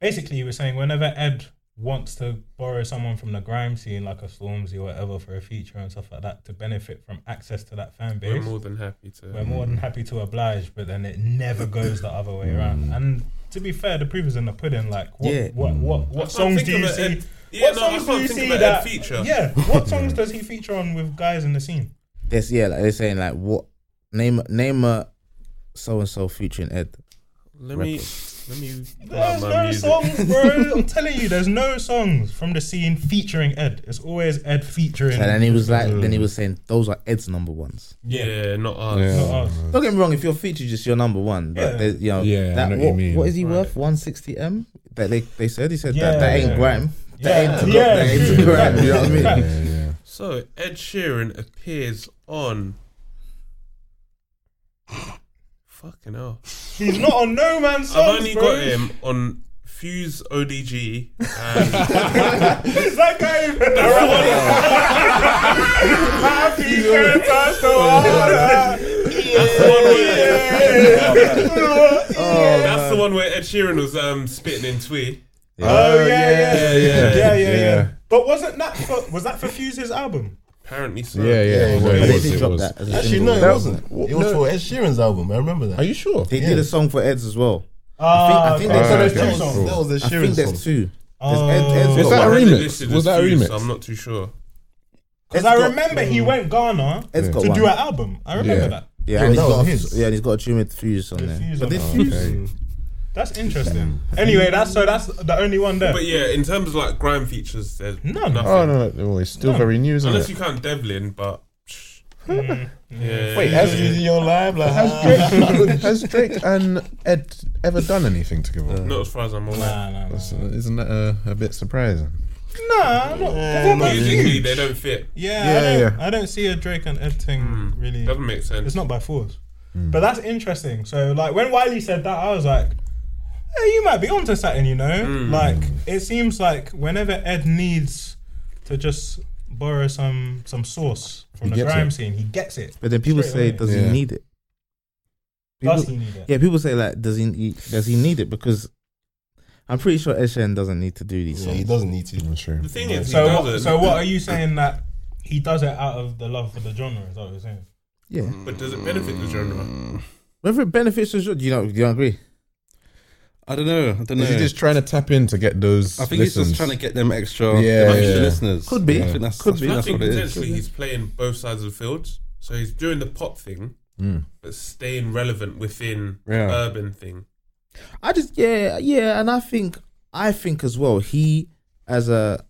S2: basically, he was saying whenever Ed wants to borrow someone from the grime scene, like a Stormzy or whatever, for a feature and stuff like that, to benefit from access to that fan
S4: We're
S2: base,
S4: more than happy to.
S2: we're more than happy to oblige, but then it never goes the other way around. And to be fair, the proof is in the pudding. Like, what,
S9: Yeah.
S2: what, what,
S4: I
S2: what
S4: can't
S2: songs
S4: think
S2: do you
S4: of an
S2: see?
S4: Ed- yeah,
S2: what
S4: no, I
S2: songs
S4: can't
S2: do you
S4: think
S2: see
S4: of an Ed
S2: that?
S4: feature.
S2: Yeah, what songs does he feature on with guys in the scene?
S9: there's yeah, like they're saying like what name name a so and so featuring Ed.
S4: Let me. Let me. pull out
S2: There's
S4: my
S2: no
S4: music.
S2: songs, bro. I'm telling you, there's no songs from the scene featuring Ed. It's always Ed featuring.
S9: And then he was like, then he was saying those are Ed's number ones.
S4: Yeah, not us.
S2: Not us.
S9: Don't get me wrong, if your featured, just your number one, but
S2: Yeah.
S9: they- you know,
S1: Yeah, I
S9: that,
S1: know what
S9: what,
S1: you mean.
S9: what is he
S4: Right.
S9: worth? One sixty m? That they, they said he said
S2: Yeah,
S9: that that ain't
S2: yeah.
S9: grime. That
S2: Yeah,
S9: ain't
S2: yeah,
S9: that
S2: true.
S9: ain't grime. You know what I mean?
S1: Yeah, yeah.
S4: So Ed Sheeran appears on. Fucking hell!
S2: He's not on no man's songs,
S4: I've only
S2: bro.
S4: got him on Fuse ODG. And
S2: Is that guy even around? Happy Christmas to
S4: that's the one where
S9: Oh,
S4: that's the one where Ed Sheeran was um spitting in twee.
S2: Oh yeah, yeah, yeah, yeah, yeah, yeah.
S1: yeah.
S2: But wasn't that for, was that for Fuse's album?
S4: Apparently so.
S1: Yeah, yeah, it was,
S9: they
S1: it was,
S9: did
S1: it
S9: drop
S1: was.
S9: that as a
S3: Actually,
S9: single.
S3: no, it
S9: That-
S3: wasn't.
S1: what-
S3: It was
S1: no.
S3: for Ed Sheeran's album. I remember that.
S1: Are you sure?
S9: They did a song for Ed's as well.
S2: Ah,
S9: I think
S2: okay.
S9: they- so
S2: there's
S1: okay.
S2: two
S3: that,
S2: songs.
S3: was, that was Ed
S9: I think
S3: Sheeran's
S9: there's
S3: Oh, song.
S9: two. There's
S2: Oh.
S9: Ed, Ed's got
S1: Is that a
S9: one.
S4: I had it
S1: remix?
S4: listed
S1: Was
S4: as
S1: that a
S4: Fuse,
S1: remix?
S4: so I'm not too sure.
S2: Because I remember he
S9: Mm.
S2: went Ghana
S9: Ed's got
S2: to
S9: one.
S2: do an album. I remember
S1: Yeah.
S2: that.
S9: Yeah, and
S3: Yeah,
S9: he's
S3: that
S9: got a,
S3: was his.
S9: yeah, and he's got a tune with Fuse on there.
S2: Fuse
S9: But
S2: on
S9: did
S2: that.
S9: Fuse?
S2: That's interesting. Anyway, that's so that's the only one there.
S4: But yeah, in terms of like grime features, there's
S2: No, no.
S4: nothing.
S1: Oh no, no, no, it's still very new, isn't
S4: Unless
S1: it?
S4: you count Devlin, but psh,
S2: Mm.
S4: yeah.
S1: Wait,
S3: That's
S1: has,
S3: using your live, like
S1: has Drake, has Drake and Ed ever done anything together?
S4: not as far as I'm aware.
S2: Nah, nah, nah.
S1: That's- isn't that uh, a bit surprising?
S2: Nah, I'm not. they're both
S4: Musically,
S2: huge.
S4: they don't fit.
S2: Yeah,
S1: Yeah,
S2: I don't,
S1: yeah.
S2: I don't see a Drake and Ed thing
S4: Mm,
S2: really.
S4: Doesn't make sense.
S2: It's not by force.
S1: Hmm.
S2: But that's interesting. So like when Wiley said that, I was like, hey, you might be onto something, you know?
S4: Hmm.
S2: Like it seems like whenever Ed needs to just borrow some some source from
S1: He
S2: the
S1: gets
S2: grime
S1: it.
S2: scene, he gets it.
S9: But then people
S2: Straight
S9: say,
S2: away.
S9: does he
S1: Yeah.
S9: need it?
S2: Does
S9: People-
S2: he need it?
S9: Yeah, people say like, does he, he does he need it? Because I'm pretty sure Ed Sheeran doesn't need to do these
S3: Yeah, he
S9: songs.
S3: doesn't need to.
S1: That's true.
S4: The thing is,
S2: So
S4: he
S2: what,
S4: doesn't.
S2: so what are you saying that he does it out of the love for the genre, is that what you're saying?
S9: Yeah,
S10: Mm.
S4: but does it benefit the genre?
S9: whether it benefits or you know, you don't agree.
S10: I don't know. I don't know.
S1: Is he just trying to tap in to get those?
S10: I think he's just trying to get them extra,
S1: Yeah,
S10: them extra
S1: yeah.
S10: listeners.
S5: Could be.
S10: I think that's,
S5: Could
S10: I
S5: be.
S10: think
S4: I
S10: that's
S4: think
S10: what it is.
S4: potentially he's playing both sides of the field. So he's doing the pop thing,
S5: Hmm.
S4: but staying relevant within
S10: Yeah.
S4: the urban thing.
S5: I just yeah yeah, and I think I think as well he as a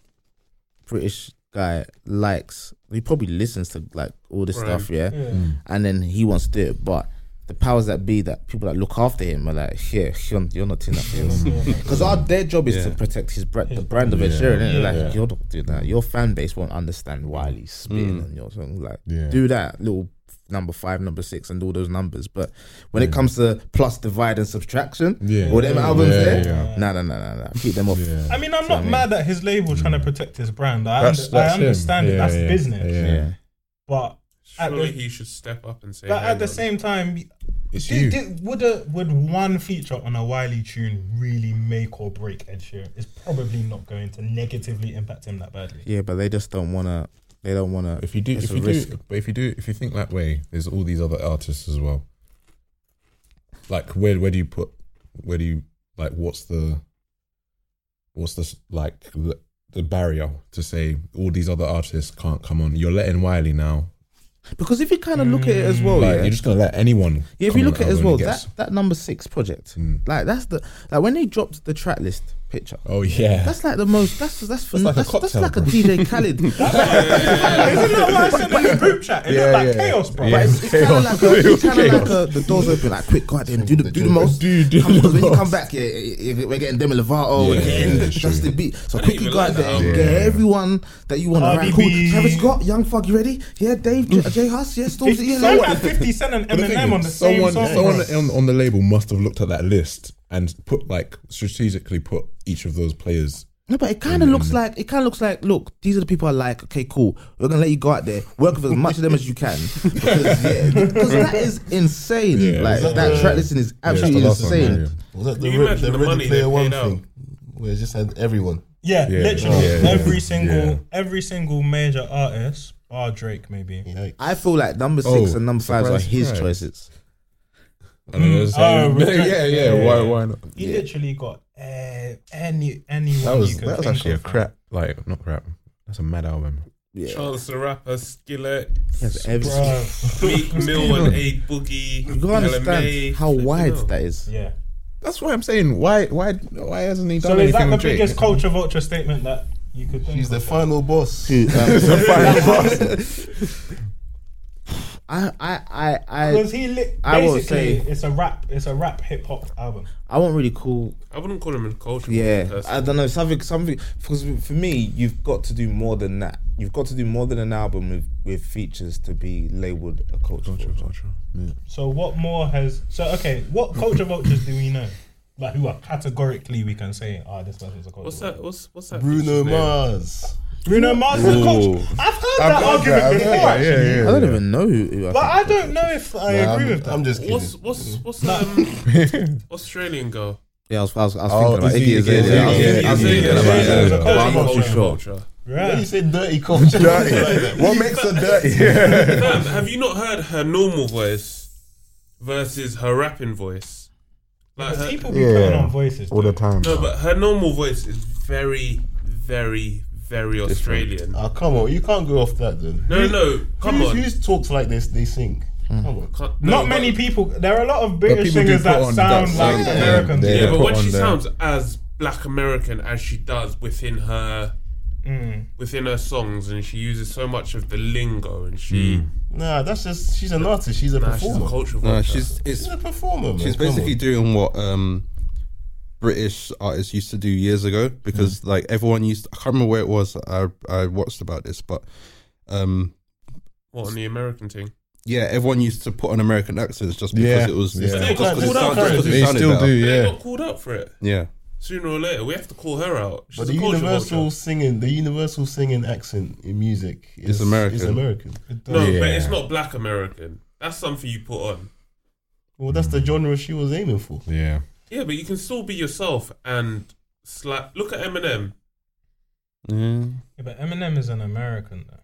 S5: British guy likes he probably listens to like all this
S4: Right.
S5: stuff yeah,
S2: Yeah.
S5: and then he wants to do it, but the powers that be that people that look after him are like yeah you're, you're not doing that for us because our their job is to
S10: Yeah.
S5: protect his brand the brand of Ed Sheeran innit? like you're not doing that your fan base won't understand why he's spitting
S1: Mm.
S5: and your song like
S1: Yeah.
S5: do that little number five number six and all those numbers but when it comes to plus divide and subtraction
S1: Yeah.
S5: or them albums
S1: Yeah,
S5: there
S1: yeah.
S5: no no no no no keep them off
S1: Yeah.
S2: I mean, I'm not mad at his label trying to protect his brand. I,
S1: That's-
S2: under- I
S1: that's him.
S2: understand it.
S1: Yeah,
S2: That's
S1: yeah,
S2: business.
S1: yeah.
S5: yeah
S2: But At
S4: Surely
S2: the-
S4: he should step up and say.
S2: but
S4: "Hang
S2: at the
S4: on."
S2: same time,
S1: It's
S2: do-
S1: you.
S2: do- would a, would one feature on a Wiley tune really make or break Ed Sheeran? It's probably not going to negatively impact him that badly.
S5: yeah but they just don't want to they don't want to
S1: If you do,
S5: It's
S1: if
S5: a
S1: you
S5: risk.
S1: do, but if you do, if you think that way, there's all these other artists as well. Like where where do you put where do you like what's the what's the s- like the, the barrier to say all these other artists can't come on? You're letting Wiley now.
S5: because if you kind of look at it as well
S1: like
S5: Oh, yeah,
S1: you're just gonna let anyone.
S5: Yeah, if
S1: come
S5: you
S1: on
S5: look at it as
S1: album
S5: well
S1: and
S5: that
S1: gets-
S5: that number six project
S1: Mm.
S5: like that's the like when they dropped the track list picture
S1: oh yeah,
S5: That's like the most. That's that's for,
S1: That's like a
S5: that's, that's,
S1: cocktail,
S5: like a
S1: bro.
S5: DJ Khaled.
S2: Isn't that what I said in the group chat? It
S1: Yeah,
S2: looked like
S1: yeah.
S2: chaos, bro.
S1: Yeah.
S5: But it's, it's kind of like, a, it's kind of
S1: Chaos.
S5: like a, the doors open. Like quick, go out there, and do the do the most.
S1: Dude, do
S5: Come-
S1: the
S5: 'cause when you
S1: most.
S5: come back, yeah, yeah, yeah, we're getting Demi Lovato, we're
S1: Yeah,
S5: getting
S1: that's true.
S5: Justin Bieber. So
S4: I didn't
S5: quickly
S4: even
S5: go out
S4: like
S5: there
S4: that
S5: and
S1: album.
S5: get
S1: Yeah.
S5: everyone that you want.
S2: Cardi
S5: Right, cool.
S2: B.
S5: Travis Scott, Young Thug, you ready? Yeah, Dave, J- Jay Huss, yeah,
S2: It's
S5: Stormzy, yeah.
S2: so
S5: like-
S2: like 50 Cent and
S1: But the thing
S2: Eminem
S1: is,
S2: on the
S1: someone,
S2: same song.
S1: someone
S2: bro.
S1: on, on the label must have looked at that list and put like strategically put each of those players.
S5: No, but it kind of
S1: Mm.
S5: looks like it kind of looks like. Look, these are the people I like. Okay, cool. We're gonna let you go out there, work with as much of them as you can, because yeah, 'cause that is insane.
S1: Yeah,
S5: like
S1: exactly.
S5: that track listing is
S1: Yeah, it's the
S5: absolutely
S1: last one, yeah.
S5: insane.
S3: Was that
S4: Can
S3: the,
S4: you
S3: re-
S4: imagine
S3: the,
S4: the money
S3: Ready
S4: they
S3: Player One
S4: paid out?
S3: thing? Where it just had everyone.
S2: Yeah,
S1: Yeah.
S2: literally.
S1: Yeah, yeah,
S2: every
S1: yeah.
S2: single
S1: Yeah.
S2: every single major artist, bar Drake maybe.
S3: Yikes.
S5: I feel like number six
S1: Oh,
S5: and number five are
S1: surprise,
S5: his
S1: surprise.
S5: choices.
S1: I don't know, so-
S2: Oh, really?
S1: yeah, yeah, Why, why not?
S2: He
S5: Yeah.
S2: literally got uh, any anyone
S1: That was
S2: you could
S1: that was
S2: think
S1: actually a
S2: of, man.
S1: crap. Like not crap. That's a mad album.
S5: Yeah,
S4: Chance the Rapper, Skillet,
S5: Yes, every-
S2: Bruv.
S4: Meek Mill and A Boogie,
S5: you gotta understand
S4: LMA.
S5: how wide
S4: Fucking hell.
S5: that is.
S2: Yeah.
S1: That's why I'm saying why why why hasn't he done
S2: So
S1: anything
S2: is that the
S1: with Drake?
S2: biggest culture vulture statement that you could think
S3: He's the
S2: of?
S3: final boss.
S5: Who, um, I, I, I, I,
S2: Because he lit
S5: I
S2: basically
S5: will say-
S2: it's a rap it's a rap hip hop album.
S5: I won't really call
S4: I wouldn't call him a culture.
S5: Yeah,
S4: person.
S5: I don't know something. Something because for me, you've got to do more than that. You've got to do more than an album with, with features to be labeled a cultural.
S2: So what more has so okay, what culture vultures do we know? Like who are categorically we can say, ah, this person's a culture.
S4: What's
S2: vulture.
S4: that? What's what's that?
S3: Bruno
S4: bitch's name?
S3: Mars.
S2: Bruno Mars is a culture. I've heard that argument before. actually.
S5: I don't even know who. who I
S2: But I
S5: think-
S2: don't know if I
S3: Nah,
S2: agree
S3: I'm,
S2: with that.
S3: I'm just kidding.
S4: What's what's what's that um, Australian girl?
S5: Yeah, I was, I was, I was
S1: Oh,
S5: thinking about
S1: Iggy
S5: Iggy
S1: Azalea.
S5: Azalea. I was-
S1: Iggy
S5: I was
S1: Azalea.
S5: thinking about
S1: Iggy
S5: it,
S1: Azalea.
S5: but I'm not too sure.
S3: When
S2: Right.
S3: you say dirty culture,
S1: Dirty. what makes her dirty?
S4: Fam, have you not heard her normal voice versus her rapping voice? Like her,
S2: People be putting
S1: Yeah.
S2: on voices.
S1: All the time.
S4: no, but her normal voice is very, very, very Australian.
S3: Ah, come on, you can't go off that then.
S4: No, no, come
S3: who's,
S4: on.
S3: Who's talks like this? They sing. Come on.
S4: Can't- no,
S2: Not
S4: but-
S2: many people. There are a lot of British
S1: people do
S2: singers
S1: put
S2: that
S1: on- that
S2: sound like
S1: sound- yeah,
S2: Americans.
S1: they-
S4: Yeah,
S1: they
S4: but
S1: put
S4: when
S1: on
S4: she
S1: there.
S4: sounds as Black American as she does within her
S2: Mm.
S4: within her songs, and she uses so much of the lingo, and she
S3: Nah, that's just she's an artist. She's a
S4: nah, she's a
S3: performer.
S4: culture.
S10: No,
S4: vulture.
S10: she's it's
S3: She's a performer. Man.
S10: she's
S3: Come on.
S10: basically doing what um British artists used to do years ago because
S1: Mm.
S10: like everyone used I can't remember where it was I I watched about this but um
S4: what on the American thing.
S10: yeah everyone used to put on American accents just because
S1: Yeah,
S10: it was
S1: yeah.
S10: just
S4: They
S10: because
S4: got
S10: it
S4: called out
S10: sound-
S4: for it.
S10: just because it
S1: They
S10: sounded
S1: still
S10: better.
S1: do,
S4: They
S1: yeah.
S4: got called out for it.
S10: yeah
S4: Sooner or later, we have to call her out. She's
S3: But
S4: a
S3: the
S4: culture
S3: universal
S4: vulture.
S3: singing, the universal singing accent in music is
S10: American.
S3: Is American.
S4: No, but
S1: Yeah.
S4: it's not black American. That's something you put on.
S3: Well, that's the genre she was aiming for.
S1: Yeah.
S4: Yeah, but you can still be yourself and slap. Look at Eminem,
S10: yeah
S2: Yeah, but Eminem is an American though.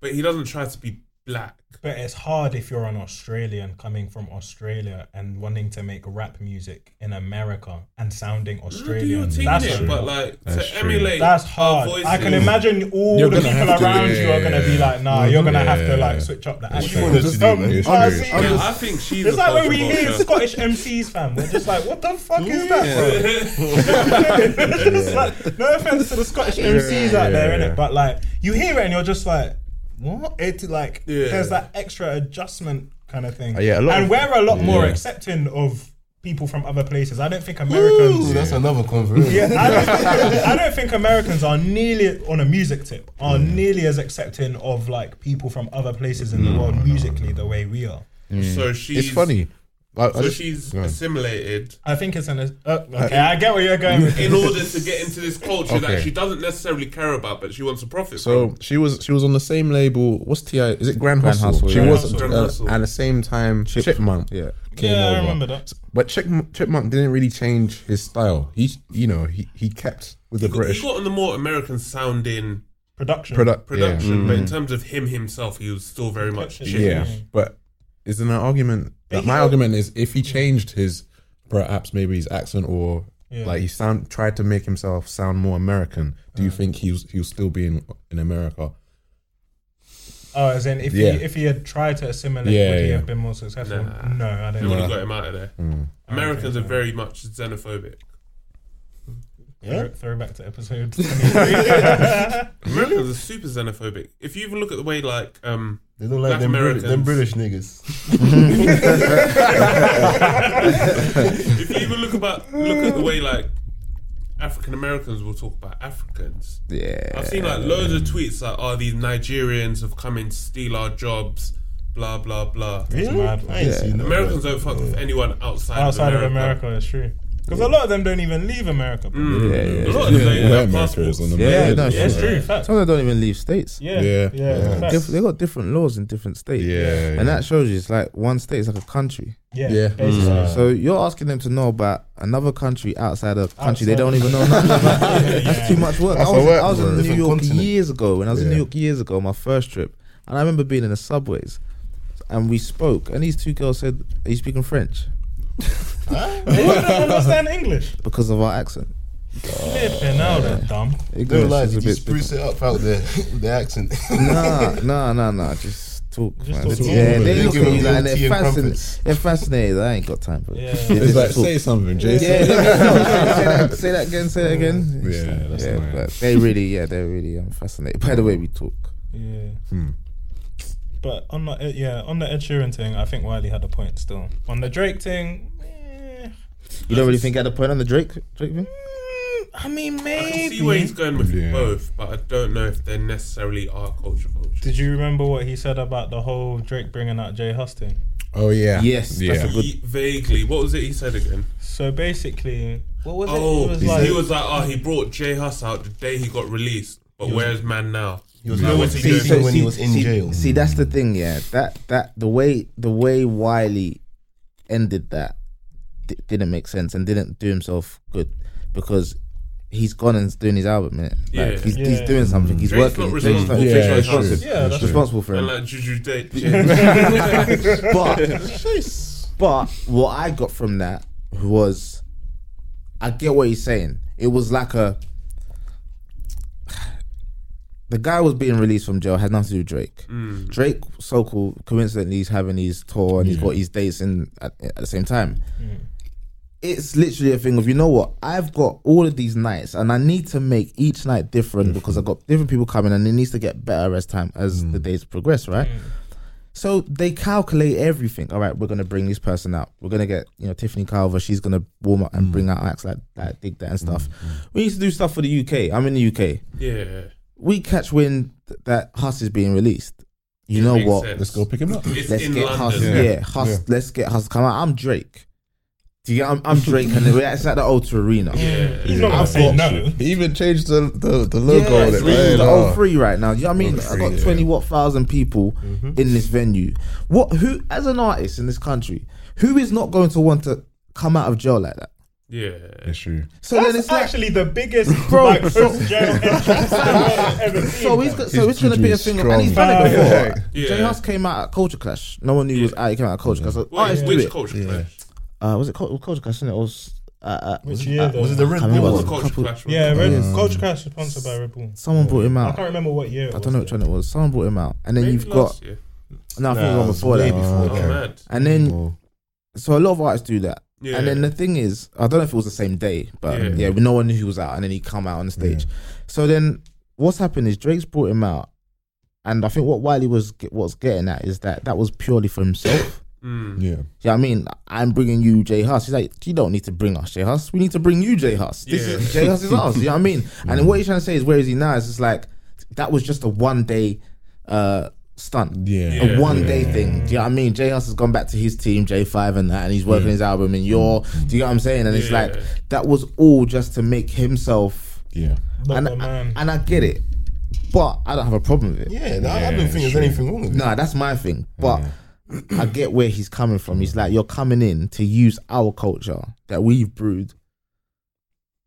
S4: but he doesn't try to be black.
S2: But it's hard if you're an Australian coming from Australia and wanting to make rap music in America and sounding Australian.
S4: Do your
S2: That's
S4: thing,
S2: hard.
S4: but like
S1: That's
S4: to
S1: true.
S4: emulate
S2: That's
S4: our
S2: hard.
S4: voices.
S2: I can imagine all
S1: You're
S2: the
S1: gonna
S2: people
S1: have to-
S2: around you are
S1: yeah,
S2: gonna
S1: yeah,
S2: be like, nah,
S1: yeah.
S2: you're gonna have
S1: Yeah.
S2: to like switch up the
S1: What
S3: you
S2: accent.
S3: want us to do,
S2: Um,
S3: man?
S1: It's
S2: I
S1: true.
S2: see-
S4: Yeah,
S1: I'm
S4: I think she's.
S2: It's
S4: a
S2: like when we
S4: culture
S2: hear
S4: vulture.
S2: Scottish MCs, fam. We're just like, what the fuck is that, bro? It's like, no offense to the Scottish MCs out there,
S1: yeah, yeah.
S2: innit? But like, you hear it and you're just like, what? It's like,
S4: Yeah.
S2: there's that extra adjustment kind of thing.
S5: Uh, yeah, a lot
S2: and
S5: of-
S2: we're a lot more
S1: Yeah.
S2: accepting of people from other places. I don't think Americans.
S3: Ooh, that's another conversation.
S2: Yeah, I don't, think, I don't think Americans are nearly on a music tip are nearly as accepting of like people from other places in the world musically the way we are.
S4: So she's.
S5: It's funny. I, I
S4: So
S5: just-
S4: she's
S5: go on.
S4: assimilated
S2: I think it's an uh, okay. I get where you're going. With
S4: in
S2: this.
S4: order to get into this culture that
S1: Okay.
S4: she doesn't necessarily care about, but she wants to profit. from.
S1: So she was she was on the same label. What's Ti? Is it Grand
S5: Grand
S1: Hustle?
S5: Hustle,
S1: she
S5: yeah.
S1: was
S4: Grand
S1: uh,
S4: Hustle.
S1: at the same time.
S5: Chip-
S1: Chipmunk,
S5: yeah.
S1: came
S2: Yeah, I
S1: over.
S2: remember that.
S1: But Chipmunk, Chipmunk didn't really change his style. He, you know, he, he kept with the
S4: He got-
S1: British
S4: He got on the more American sounding
S2: Production.
S1: product.
S4: production, but in terms of him himself, he was still very much
S1: Yeah.
S4: shit.
S1: yeah, but isn't an argument?
S2: But
S1: Like
S2: he
S1: my
S2: got-
S1: argument is if he changed his, perhaps maybe his accent or
S2: Yeah.
S1: like he sound tried to make himself sound more American. Do
S2: Uh.
S1: you think he was he was still being in America?
S2: Oh, as in if
S1: Yeah.
S2: he if he had tried to assimilate,
S1: Yeah,
S2: would he
S1: yeah.
S2: have been more successful?
S4: Nah.
S2: No, I don't.
S4: They would
S2: know.
S4: have got him out of there. Americans are very much xenophobic.
S2: Throw, throw back to episode. 23.
S4: Americans are super xenophobic. If you even look at the way like um
S3: They don't like
S4: Black
S3: them, Brit-
S4: Americans.
S3: them British niggas.
S4: if you even look about look at the way like African Americans will talk about Africans.
S5: yeah.
S4: I've seen like loads of tweets like, "Oh, these Nigerians have come in to steal our jobs," blah blah blah.
S2: It's mad.
S3: I ain't seen no
S4: Americans
S3: Brit.
S4: don't fuck with anyone outside,
S2: Outside of America, it's true. Because a lot of them don't even leave America. bro.
S4: Mm.
S5: Yeah,
S4: A
S5: yeah,
S4: lot of them don't even
S1: Yeah,
S4: have
S1: America is
S4: passports.
S1: on the
S5: Yeah,
S1: map.
S5: no,
S2: Yeah, it's true. Fact.
S5: Some of them don't even leave states.
S2: Yeah,
S1: Yeah.
S2: yeah.
S1: Yeah.
S2: facts.
S5: Diff- they got different laws in different states.
S1: yeah,
S5: And that shows you it's like one state is like a country.
S2: yeah,
S1: Yeah. Mm.
S2: basically.
S5: So you're asking them to know about another country outside a country they
S2: Outside.
S5: don't even know. nothing about. That's
S2: Yeah.
S5: too much work.
S3: That's
S5: I was,
S3: a work
S5: I was in
S3: world.
S5: New
S3: Different
S5: York
S3: continent.
S5: years ago. When I was in
S1: Yeah.
S5: New York years ago, my first trip, and I remember being in the subways, and we spoke, and these two girls said, "Are you speaking French?"
S2: They don't understand English.
S5: Because of our accent.
S2: Flipping out, they're dumb.
S3: Don't lie,
S5: is
S3: they
S5: a bit
S3: just spruce it up out there with the accent.
S5: nah, nah, nah, nah. Just talk.
S2: Just
S5: man.
S2: talk.
S5: Just-
S2: Talk.
S5: Yeah,
S3: They
S5: they look
S3: give
S5: at
S3: them
S5: you like
S3: little tea
S5: they're
S3: and
S5: fascinated.
S3: crumpets.
S5: They're fascinated. I ain't got time for
S2: Yeah.
S5: it.
S2: It's
S1: It's
S5: Just
S1: like
S5: talk.
S1: say something, Jason.
S5: Yeah, no, say, that, again. Say that again.
S1: Yeah, that's
S5: yeah,
S1: annoying.
S5: but they really, yeah, they're really um, fascinated by the way we talk.
S2: Yeah.
S1: Hmm.
S2: But on the yeah on the Ed Sheeran thing, I think Wiley had a point still. On the Drake thing, eh,
S5: You don't really think at the point on the Drake Drake thing?
S2: mm, I mean
S4: I
S2: maybe.
S4: can see where he's going with
S1: Yeah.
S4: both, but I don't know if they necessarily are culture vultures.
S2: Did you remember what he said about the whole Drake bringing out Jay Huston?
S1: Oh yeah.
S5: Yes, that's
S1: Yeah.
S5: a good-
S4: He- vaguely, what was it he said again?
S2: So basically, what was
S4: Oh,
S2: it? It was
S4: he
S2: like,
S4: was like, oh, he brought Jay Huss out the day he got released, but where's man now?
S3: He was
S4: No,
S3: like,
S4: what's he
S3: see,
S4: doing?
S3: see, when he was in
S5: see,
S3: jail.
S5: See, that's the thing. Yeah, that that the way the way Wiley ended that d- didn't make sense and didn't do himself good because he's gone and doing his album. Innit? Like,
S4: Yeah.
S5: he's, he's
S2: Yeah.
S5: doing something. He's
S4: Drake's
S5: working.
S4: not
S5: Drake's not,
S4: responsible.
S5: Drake's
S1: Yeah,
S5: not
S1: that's true.
S5: responsible.
S2: Yeah, that's
S5: responsible for
S4: And
S5: him.
S4: like Juju Date.
S5: but but what I got from that was I get what he's saying. It was like a the guy was being released from jail had nothing to do with Drake. Drake, so cool, coincidentally, he's having his tour and he's got his dates in at, at the same time. It's literally a thing of you know what I've got all of these nights and I need to make each night different because I've got different people coming and it needs to get better as time as the days progress, right? So they calculate everything. All right, we're gonna bring this person out. We're gonna get you know Tiffany Calver. She's gonna warm up and bring out acts like that, dig that and stuff. We used to do stuff for the UK. I'm in the UK.
S4: Yeah.
S5: We catch wind th- that Huss is being released. You know
S4: Makes
S5: what?
S4: sense.
S1: Let's go pick him up.
S4: It's
S5: Let's
S4: in
S5: get Huss.
S4: London.
S5: Yeah,
S1: Yeah.
S5: Huss.
S1: Yeah.
S5: Let's get Huss. Come on, I'm Drake. Do you get? I'm, I'm Drake, and we're at- it's at the Ultra Arena.
S4: Yeah.
S2: he's not gonna say no.
S1: He even changed the the, the
S5: Yeah,
S1: logo on
S5: it's
S1: it.
S5: really
S1: Right?
S5: the
S1: Oh.
S5: 03 right now. Do you know what I mean? I've
S1: 03,
S5: got
S1: yeah. Mm-hmm.
S5: 20 what thousand people in this venue. What who as an artist in this country, who is not going to want to come out of jail like that?
S4: Yeah.
S1: issue.
S5: So
S2: That's
S5: then it's like,
S2: actually the biggest
S5: Bro.
S2: like post jail entrance I've ever seen.
S5: so he's
S2: man.
S5: got,
S1: His
S5: so it's gonna be a
S1: juju's
S5: thing of, and he's
S2: strong.
S5: done it before.
S1: Yeah. Mm-hmm.
S4: Yeah.
S5: Jay Huss came out at Culture Clash. No one knew he was out. He came out at Culture Clash. So,
S4: What
S5: alright,
S4: is
S5: let's do
S4: which
S5: it.
S4: culture
S1: Yeah.
S4: clash?
S5: Uh, was it Cul- Culture Clash? Isn't it? Or was, uh, uh,
S2: Which
S5: was,
S2: year
S5: uh,
S2: though?
S3: Was it the
S5: I
S3: Red
S5: can't
S3: Bull
S5: remember.
S4: What was
S3: one?
S4: the culture
S5: couple-
S4: clash?
S2: Yeah,
S4: one?
S2: Red
S1: Um,
S2: Culture Clash is sponsored by Red Bull.
S5: Someone brought him
S2: I
S5: out.
S2: can't remember what year. It
S5: I
S2: was,
S5: don't know
S2: though.
S5: which one it was. Someone brought him out, and then
S4: Maybe
S5: you've got
S4: last year.
S5: no, I think it
S3: Nah,
S5: was
S3: it
S5: one
S3: was
S5: before
S3: way
S5: that.
S3: before
S4: Oh,
S3: Okay.
S4: mad.
S5: And then,
S3: Oh.
S5: so a lot of artists do that.
S4: Yeah.
S5: And then the thing is, I don't know if it was the same day, but um,
S4: Yeah.
S5: yeah, no one knew he was out, and then he come out on the stage. So then, what's happened is Drake's brought him out, and I think what Wiley was ge- was getting at is that that was purely for himself.
S4: Mm.
S1: Yeah.
S5: Yeah, I mean, I'm bringing you Jay Huss. He's like, you don't need to bring us Jay Huss. We need to bring you Jay Huss. This
S4: Yeah. Mm.
S5: is Jay Huss is us. You know what I mean? And then what he's trying to say is, where is he now? It's just like that was just a one day uh, stunt,
S1: Yeah.
S4: Yeah.
S5: a one day thing. Do you know what I mean? Jay Huss has gone back to his team, J Five, and that, and he's working his album. And you're, do you get what I'm saying? And it's
S4: Yeah.
S5: like that was all just to make himself.
S1: Yeah.
S2: Not
S5: and
S2: the
S5: I,
S2: man.
S5: and I get it, but I don't have a problem with it.
S3: Yeah, nah, I don't
S1: Yeah,
S3: think there's
S1: sure.
S3: anything wrong with it.
S5: Nah, that's my thing. But I get where he's coming from. He's like, you're coming in to use our culture that we've brewed.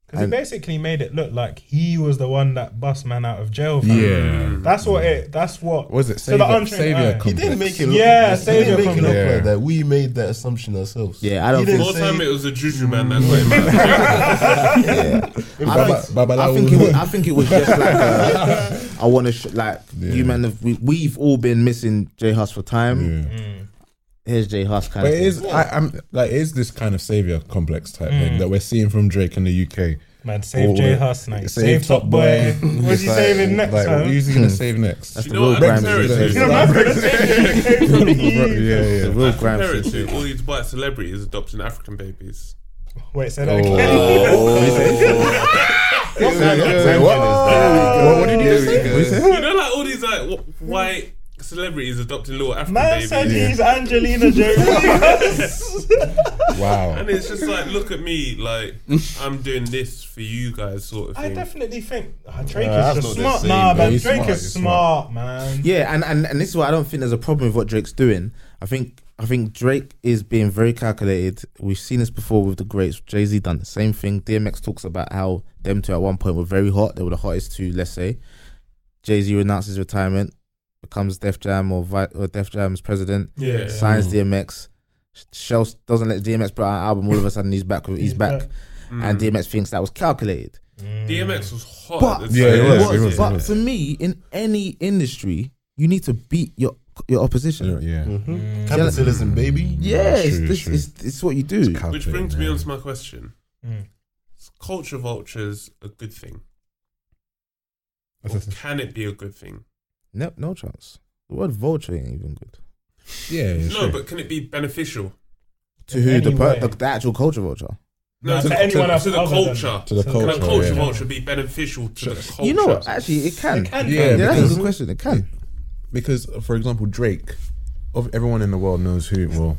S2: Because he
S5: And-
S2: basically made it look like he was the one that bust man out of jail. fam.
S1: Yeah.
S2: That's what it. That's what.
S1: What Was it
S2: So the
S1: savior?
S2: untrained eye.
S1: savior
S2: He
S3: He didn't make it look
S2: Yeah,
S3: like that.
S2: save
S3: He didn't
S2: it
S3: make
S2: from
S3: it look
S1: that.
S3: like that. We made that assumption ourselves.
S5: Yeah, I don't
S3: He
S5: think-
S3: didn't
S4: More
S3: say-
S4: time it was a juju man that got him out.
S5: Yeah. I,
S1: Baba-
S5: think, I
S1: Babalawo.
S5: think it was, I think it was just like uh, I want to sh- like
S1: Yeah.
S5: you man. Have, we, we've all been missing J Huss for time. Mm.
S1: Yeah.
S5: Here's J Huss kind
S1: But
S5: of.
S1: it is
S5: thing.
S1: I, I'm like it is this kind of savior complex type
S2: Mm.
S1: thing that we're seeing from Drake in the UK.
S2: Man, save
S1: Or
S2: Jay
S1: when-
S2: Huss, mate.
S1: save
S2: Save
S1: Top
S2: Top Boy.
S1: Boy.
S2: What's he
S1: Like-
S2: saving next,
S1: Like what
S2: man?
S1: who's he gonna save next?
S5: That's
S4: You
S5: the
S4: know
S5: real
S4: what? I
S5: grime.
S4: compare it
S1: Grimes.
S4: to.
S2: You remember the change that came from the EU?
S1: yeah,
S5: The
S1: yeah.
S5: real
S4: I compare
S5: grime.
S4: it to all these white celebrities adopting African babies.
S2: Wait, say that again.
S1: What, what did you say? What did you say?
S4: You know, like all these like wh- white celebrities adopting little African
S2: Man
S4: babies.
S2: said he's Angelina Jolie.
S1: Wow.
S4: And it's just like, look at me, like I'm doing this for you guys, sort of
S2: I
S4: thing.
S2: definitely think ah, Drake
S3: Nah,
S2: is
S3: that's
S2: just smart.
S3: not the same,
S2: Nah,
S1: man.
S2: man,
S1: He's
S2: Drake
S1: smart,
S2: is
S1: he's
S2: smart, man.
S5: Yeah, and, and and this is why I don't think there's a problem with what Drake's doing. I think I think Drake is being very calculated. We've seen this before with the greats. Jay Z done the same thing. DMX talks about how them two at one point were very hot. They were the hottest two, let's say. Jay Z renounces retirement, becomes Def Jam or, Vi- or Def Jam's president,
S4: Yeah.
S1: Mm.
S5: signs DMX. Shells doesn't let DMX put out an album. All of a sudden, he's back. He's,
S2: He's
S5: back,
S2: back.
S5: and DMX thinks that was calculated.
S4: DMX was hot.
S5: But
S4: at the
S1: Yeah,
S4: time.
S1: it was,
S5: What-
S1: it was,
S5: but
S1: it was.
S5: for me, in any industry, you need to beat your your opposition.
S1: Yeah.
S4: Mm-hmm.
S3: Mhm. Capitalism, baby.
S5: Yeah,
S1: That's
S5: it's,
S1: true,
S5: this,
S1: true.
S5: it's, it's what you do.
S4: Which brings me on to my question:
S2: Mm.
S4: Is Culture vultures a good thing? Or
S1: That's a-
S4: can it be a good thing?
S5: No, no chance. The word vulture ain't even good.
S1: Yeah, yeah,
S4: no,
S1: sure.
S4: but can it be beneficial?
S5: To
S2: In
S5: who the,
S2: any
S5: per-
S2: way.
S5: the the actual culture vulture?
S4: No,
S2: No,
S4: to,
S2: to
S4: to,
S2: anyone else
S4: to the
S2: other than-
S4: culture.
S1: to the
S2: So-
S4: Can
S1: culture.
S4: a culture
S1: yeah.
S4: vulture be beneficial to the culture?
S5: You know what? Actually, it can.
S2: It can.
S1: Yeah,
S5: Yeah, that's a
S1: because-
S5: good question. It can.
S1: because for example drake of everyone in the world knows who well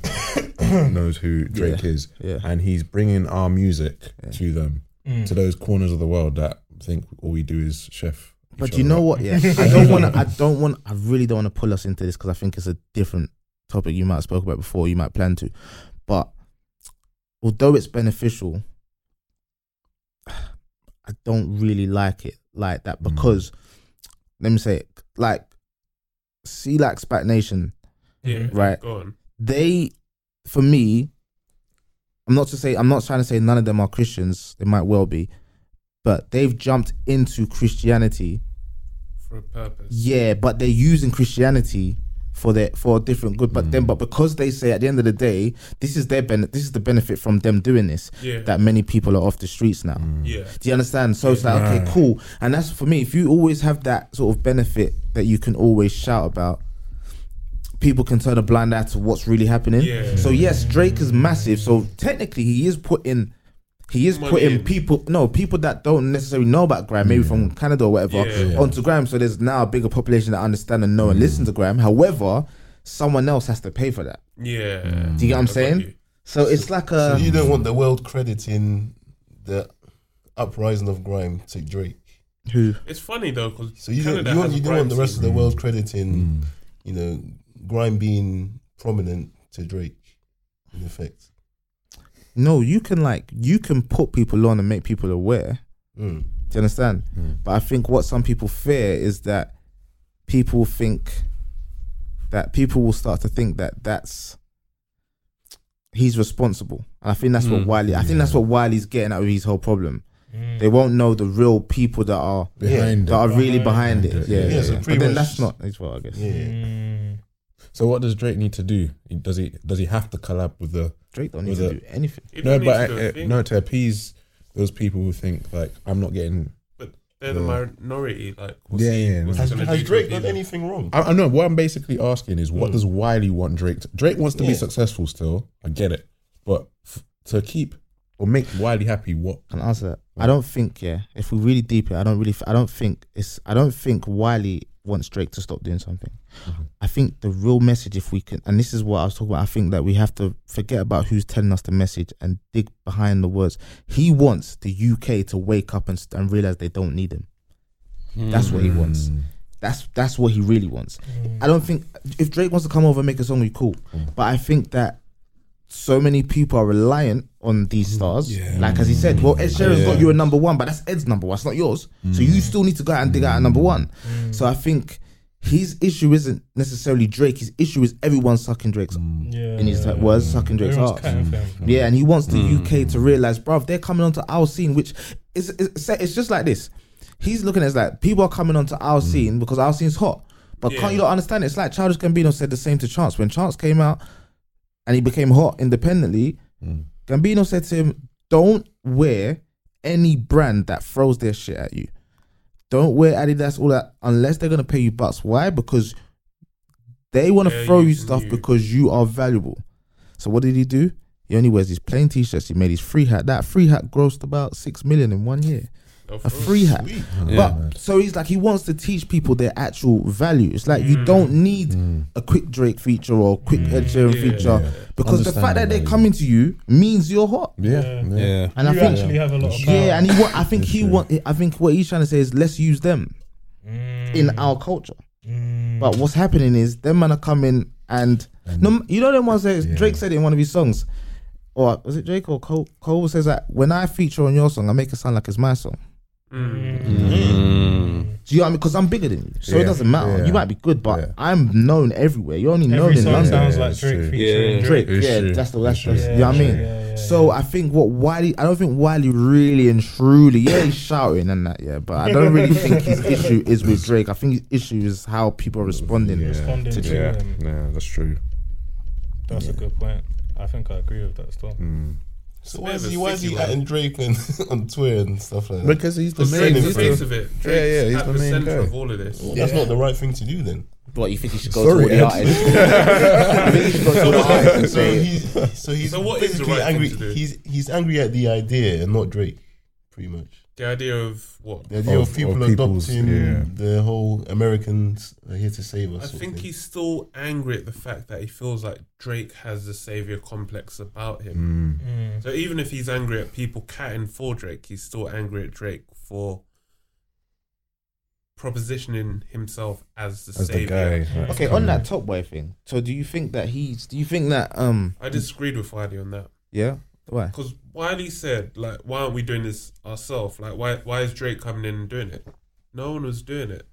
S1: knows who drake is
S5: yeah.
S1: and he's bringing our music to them to those corners of the world that think all we do is chef each
S5: But
S1: other
S5: you know
S1: up.
S5: what? Yeah, I don't want to. I don't want. I really don't want to pull us into this because I think it's a different topic you might have spoke about before. You might plan to, but although it's beneficial, I don't really like it like that because let me say it like see like Spat Nation
S4: Yeah.
S5: right
S4: Go on.
S5: they for me i'm not to say i'm not trying to say none of them are christians they might well be but they've jumped into christianity
S4: For a
S1: Mm.
S4: purpose.
S5: yeah but they're using christianity for their for a different good but
S4: Mm.
S5: then but because they say at the end of the day this is their benefit this is the benefit from them doing this
S4: Yeah.
S5: that many people are off the streets now
S4: Yeah.
S5: do you understand? So it's like, okay, cool. And that's for me, if you always have that sort of benefit that you can always shout about, people can turn a blind eye to what's really happening.
S4: Yeah.
S5: So yes, Drake is massive. So technically he is putting he is
S4: Money
S5: putting
S4: in.
S5: people no, people that don't necessarily know about Grime, maybe from Canada or whatever,
S4: Yeah.
S5: onto Grime. So there's now a bigger population that understand and know and listen to Grime. However, someone else has to pay for that.
S4: Yeah.
S5: Do you get
S4: I got
S5: what I'm
S4: you.
S5: saying? So it's like
S3: So
S5: a
S3: you don't want the world crediting the uprising of grime to Drake.
S5: who
S4: It's funny though, because
S3: So you
S4: Canada
S3: don't,
S4: has
S3: you, want,
S4: a
S3: you don't want the
S4: grime Mm.
S3: rest of the world
S1: Mm.
S3: crediting, you know, grime being prominent to Drake, in effect.
S5: No, you can like you can put people on and make people aware.
S3: Mm.
S5: Do you understand?
S1: Mm.
S5: But I think what some people fear is that people think that people will start to think that that's he's responsible. And I think that's what
S10: Mm.
S5: Wiley. I think that's what Wiley's getting at with his whole problem.
S2: Mm.
S5: They won't know the real people that are
S1: behind
S5: that are
S1: it.
S5: really behind it.
S1: Behind it,
S5: Yeah,
S1: yeah.
S5: yeah,
S1: Yeah,
S3: so
S5: yeah.
S3: pretty
S5: But then
S3: much-
S5: that's not his fault, I guess.
S3: Yeah.
S2: Mm.
S1: So what does Drake need to do? Does he does he have to collab with the
S5: Drake don't need
S1: Was
S5: to
S1: it-
S5: do anything.
S4: You
S1: no?
S4: don't need
S1: But
S4: to do
S1: uh,
S4: a
S1: uh,
S4: thing.
S1: no, to appease those people who think like I'm not getting.
S4: they're the
S1: Yeah.
S4: minority. Like, what's
S1: Yeah,
S4: he,
S1: yeah,
S4: what's
S1: no.
S4: he
S3: Has,
S4: gonna
S3: has
S4: do to
S3: Drake
S4: appeal?
S3: done anything wrong?
S1: I, I know what I'm basically asking is what
S3: Mm.
S1: does Wiley want Drake? To, Drake wants to be
S3: Yeah.
S1: successful still. I get it, but f- to keep or make Wiley happy, what?
S5: Can I answer that? I don't think. Yeah, if we really deep it, I don't really. I don't think it's. I don't think Wiley wants Drake to stop doing something. I think the real message, if we can, and this is what I was talking about. I think that we have to forget about who's telling us the message and dig behind the words. He wants the UK to wake up and, st- and realize they don't need him. That's what he wants. That's that's what he really wants. I don't think if Drake wants to come over and make a song, we cool. But I think that so many people are reliant on these stars. Like as he said, well, Ed Sheeran's got you a number one, but that's Ed's number one. It's not yours. So you still need to go out and dig out a number one. So I think his issue isn't necessarily Drake. His issue is everyone sucking Drake's
S2: Yeah.
S5: in his like, words, sucking Drake's
S2: Everyone's
S5: ass.
S2: cutting for him.
S5: Yeah, and he wants the UK to realize, bruv, they're coming onto our scene, which is, is it's just like this. He's looking at it like people are coming onto our scene because our scene's hot. But
S4: Yeah.
S5: can't you not understand? It's like Childish Gambino said the same to Chance when Chance came out and he became hot independently. Gambino said to him, "Don't wear any brand that throws their shit at you. Don't wear Adidas, all that, unless they're gonna pay you bucks. Why? Because they want to
S4: Yeah,
S5: throw
S4: you
S5: you
S4: can
S5: stuff
S4: use-
S5: because you are valuable. So what did he do? He only wears his plain t-shirts. He made his free hat. That free hat grossed about six million in one year.
S4: Of
S5: A
S4: course.
S5: free hat.
S10: Yeah.
S5: But so he's like he wants to teach people their actual value. It's like
S4: Mm.
S5: you don't need a quick Drake feature or a quick Ed Sheeran
S4: Mm. Yeah.
S5: feature
S1: Yeah.
S5: because the
S1: Understand
S5: fact
S1: their
S5: that they're
S1: value.
S5: coming to you means you're hot.
S1: Yeah, yeah.
S10: yeah.
S5: And
S2: you
S5: I think
S2: actually have a lot of power.
S5: yeah, and he want, I think he want I think what he's trying to say is let's use them
S1: Mm.
S5: in our culture. But what's happening is them man are coming and, no, you know them ones that Drake said it in one of his songs, or was it Drake or Cole? Cole says that when I feature on your song, I make it sound like it's my song. Do you know what I mean? Because I'm bigger than you, so it
S1: Mm. Yeah,
S5: doesn't matter.
S1: yeah.
S5: You might be good, but
S1: Yeah.
S5: I'm known everywhere. You're only known
S2: Every
S5: in
S2: song
S5: London.
S2: sounds
S1: Yeah,
S2: like
S1: it's
S2: Drake
S1: true.
S2: featuring
S10: Yeah.
S2: Drake.
S1: It's
S5: yeah,
S1: true.
S5: that's the that's,
S1: It's
S5: that's
S1: true.
S5: you know what I
S2: Yeah,
S5: mean.
S2: yeah, yeah,
S5: so I think what Wiley, I don't think Wiley really and truly, yeah, he's shouting and that, yeah, but I don't really think his issue is with Drake. I think his issue is how people are responding.
S2: Responding to
S1: yeah.
S2: him.
S1: Nah, that's true.
S2: That's a good point. I think I agree with that still.
S3: So why is
S4: bit
S3: he
S4: of a
S3: why is he
S4: sticky one.
S3: atting Drake and on Twitter and stuff like that?
S1: Because he's the
S4: Drake's
S1: main.
S4: the
S1: He's
S4: face
S1: the,
S4: of it.
S1: Yeah, yeah,
S4: Drake's
S1: he's
S4: at
S1: the
S4: the
S1: main
S4: centre
S1: guy.
S4: of all of this.
S3: That's not the right thing to do then.
S5: What you think he should go
S1: Sorry,
S5: to all the
S1: Ed.
S5: artists? You think he should go to all the artists and
S3: so
S5: say,
S3: he's so he's
S4: So what is the
S3: basically
S4: right thing
S3: angry.
S4: to do?
S3: He's he's angry at the idea and not Drake, pretty much.
S4: The idea of what?
S3: The idea
S1: Of-
S3: of,
S1: of
S3: people
S1: people's-
S3: adopting
S1: yeah.
S3: the whole Americans are here to save us.
S4: I
S3: sort of
S4: think
S3: thing.
S4: he's still angry at the fact that he feels like Drake has the savior complex about him.
S1: Mm.
S2: Mm.
S4: So even if he's angry at people catting for Drake, he's still angry at Drake for propositioning himself as the
S1: as the
S4: savior.
S1: guy. that's
S5: okay, on
S1: coming.
S5: that Top Boy thing. So do you think that he's? Do you think that um?
S4: I disagreed with Wiley on that
S5: Yeah. Why?
S4: because Wiley said, like, why aren't we doing this ourselves? Like, why why is Drake coming in and doing it? No one was doing it.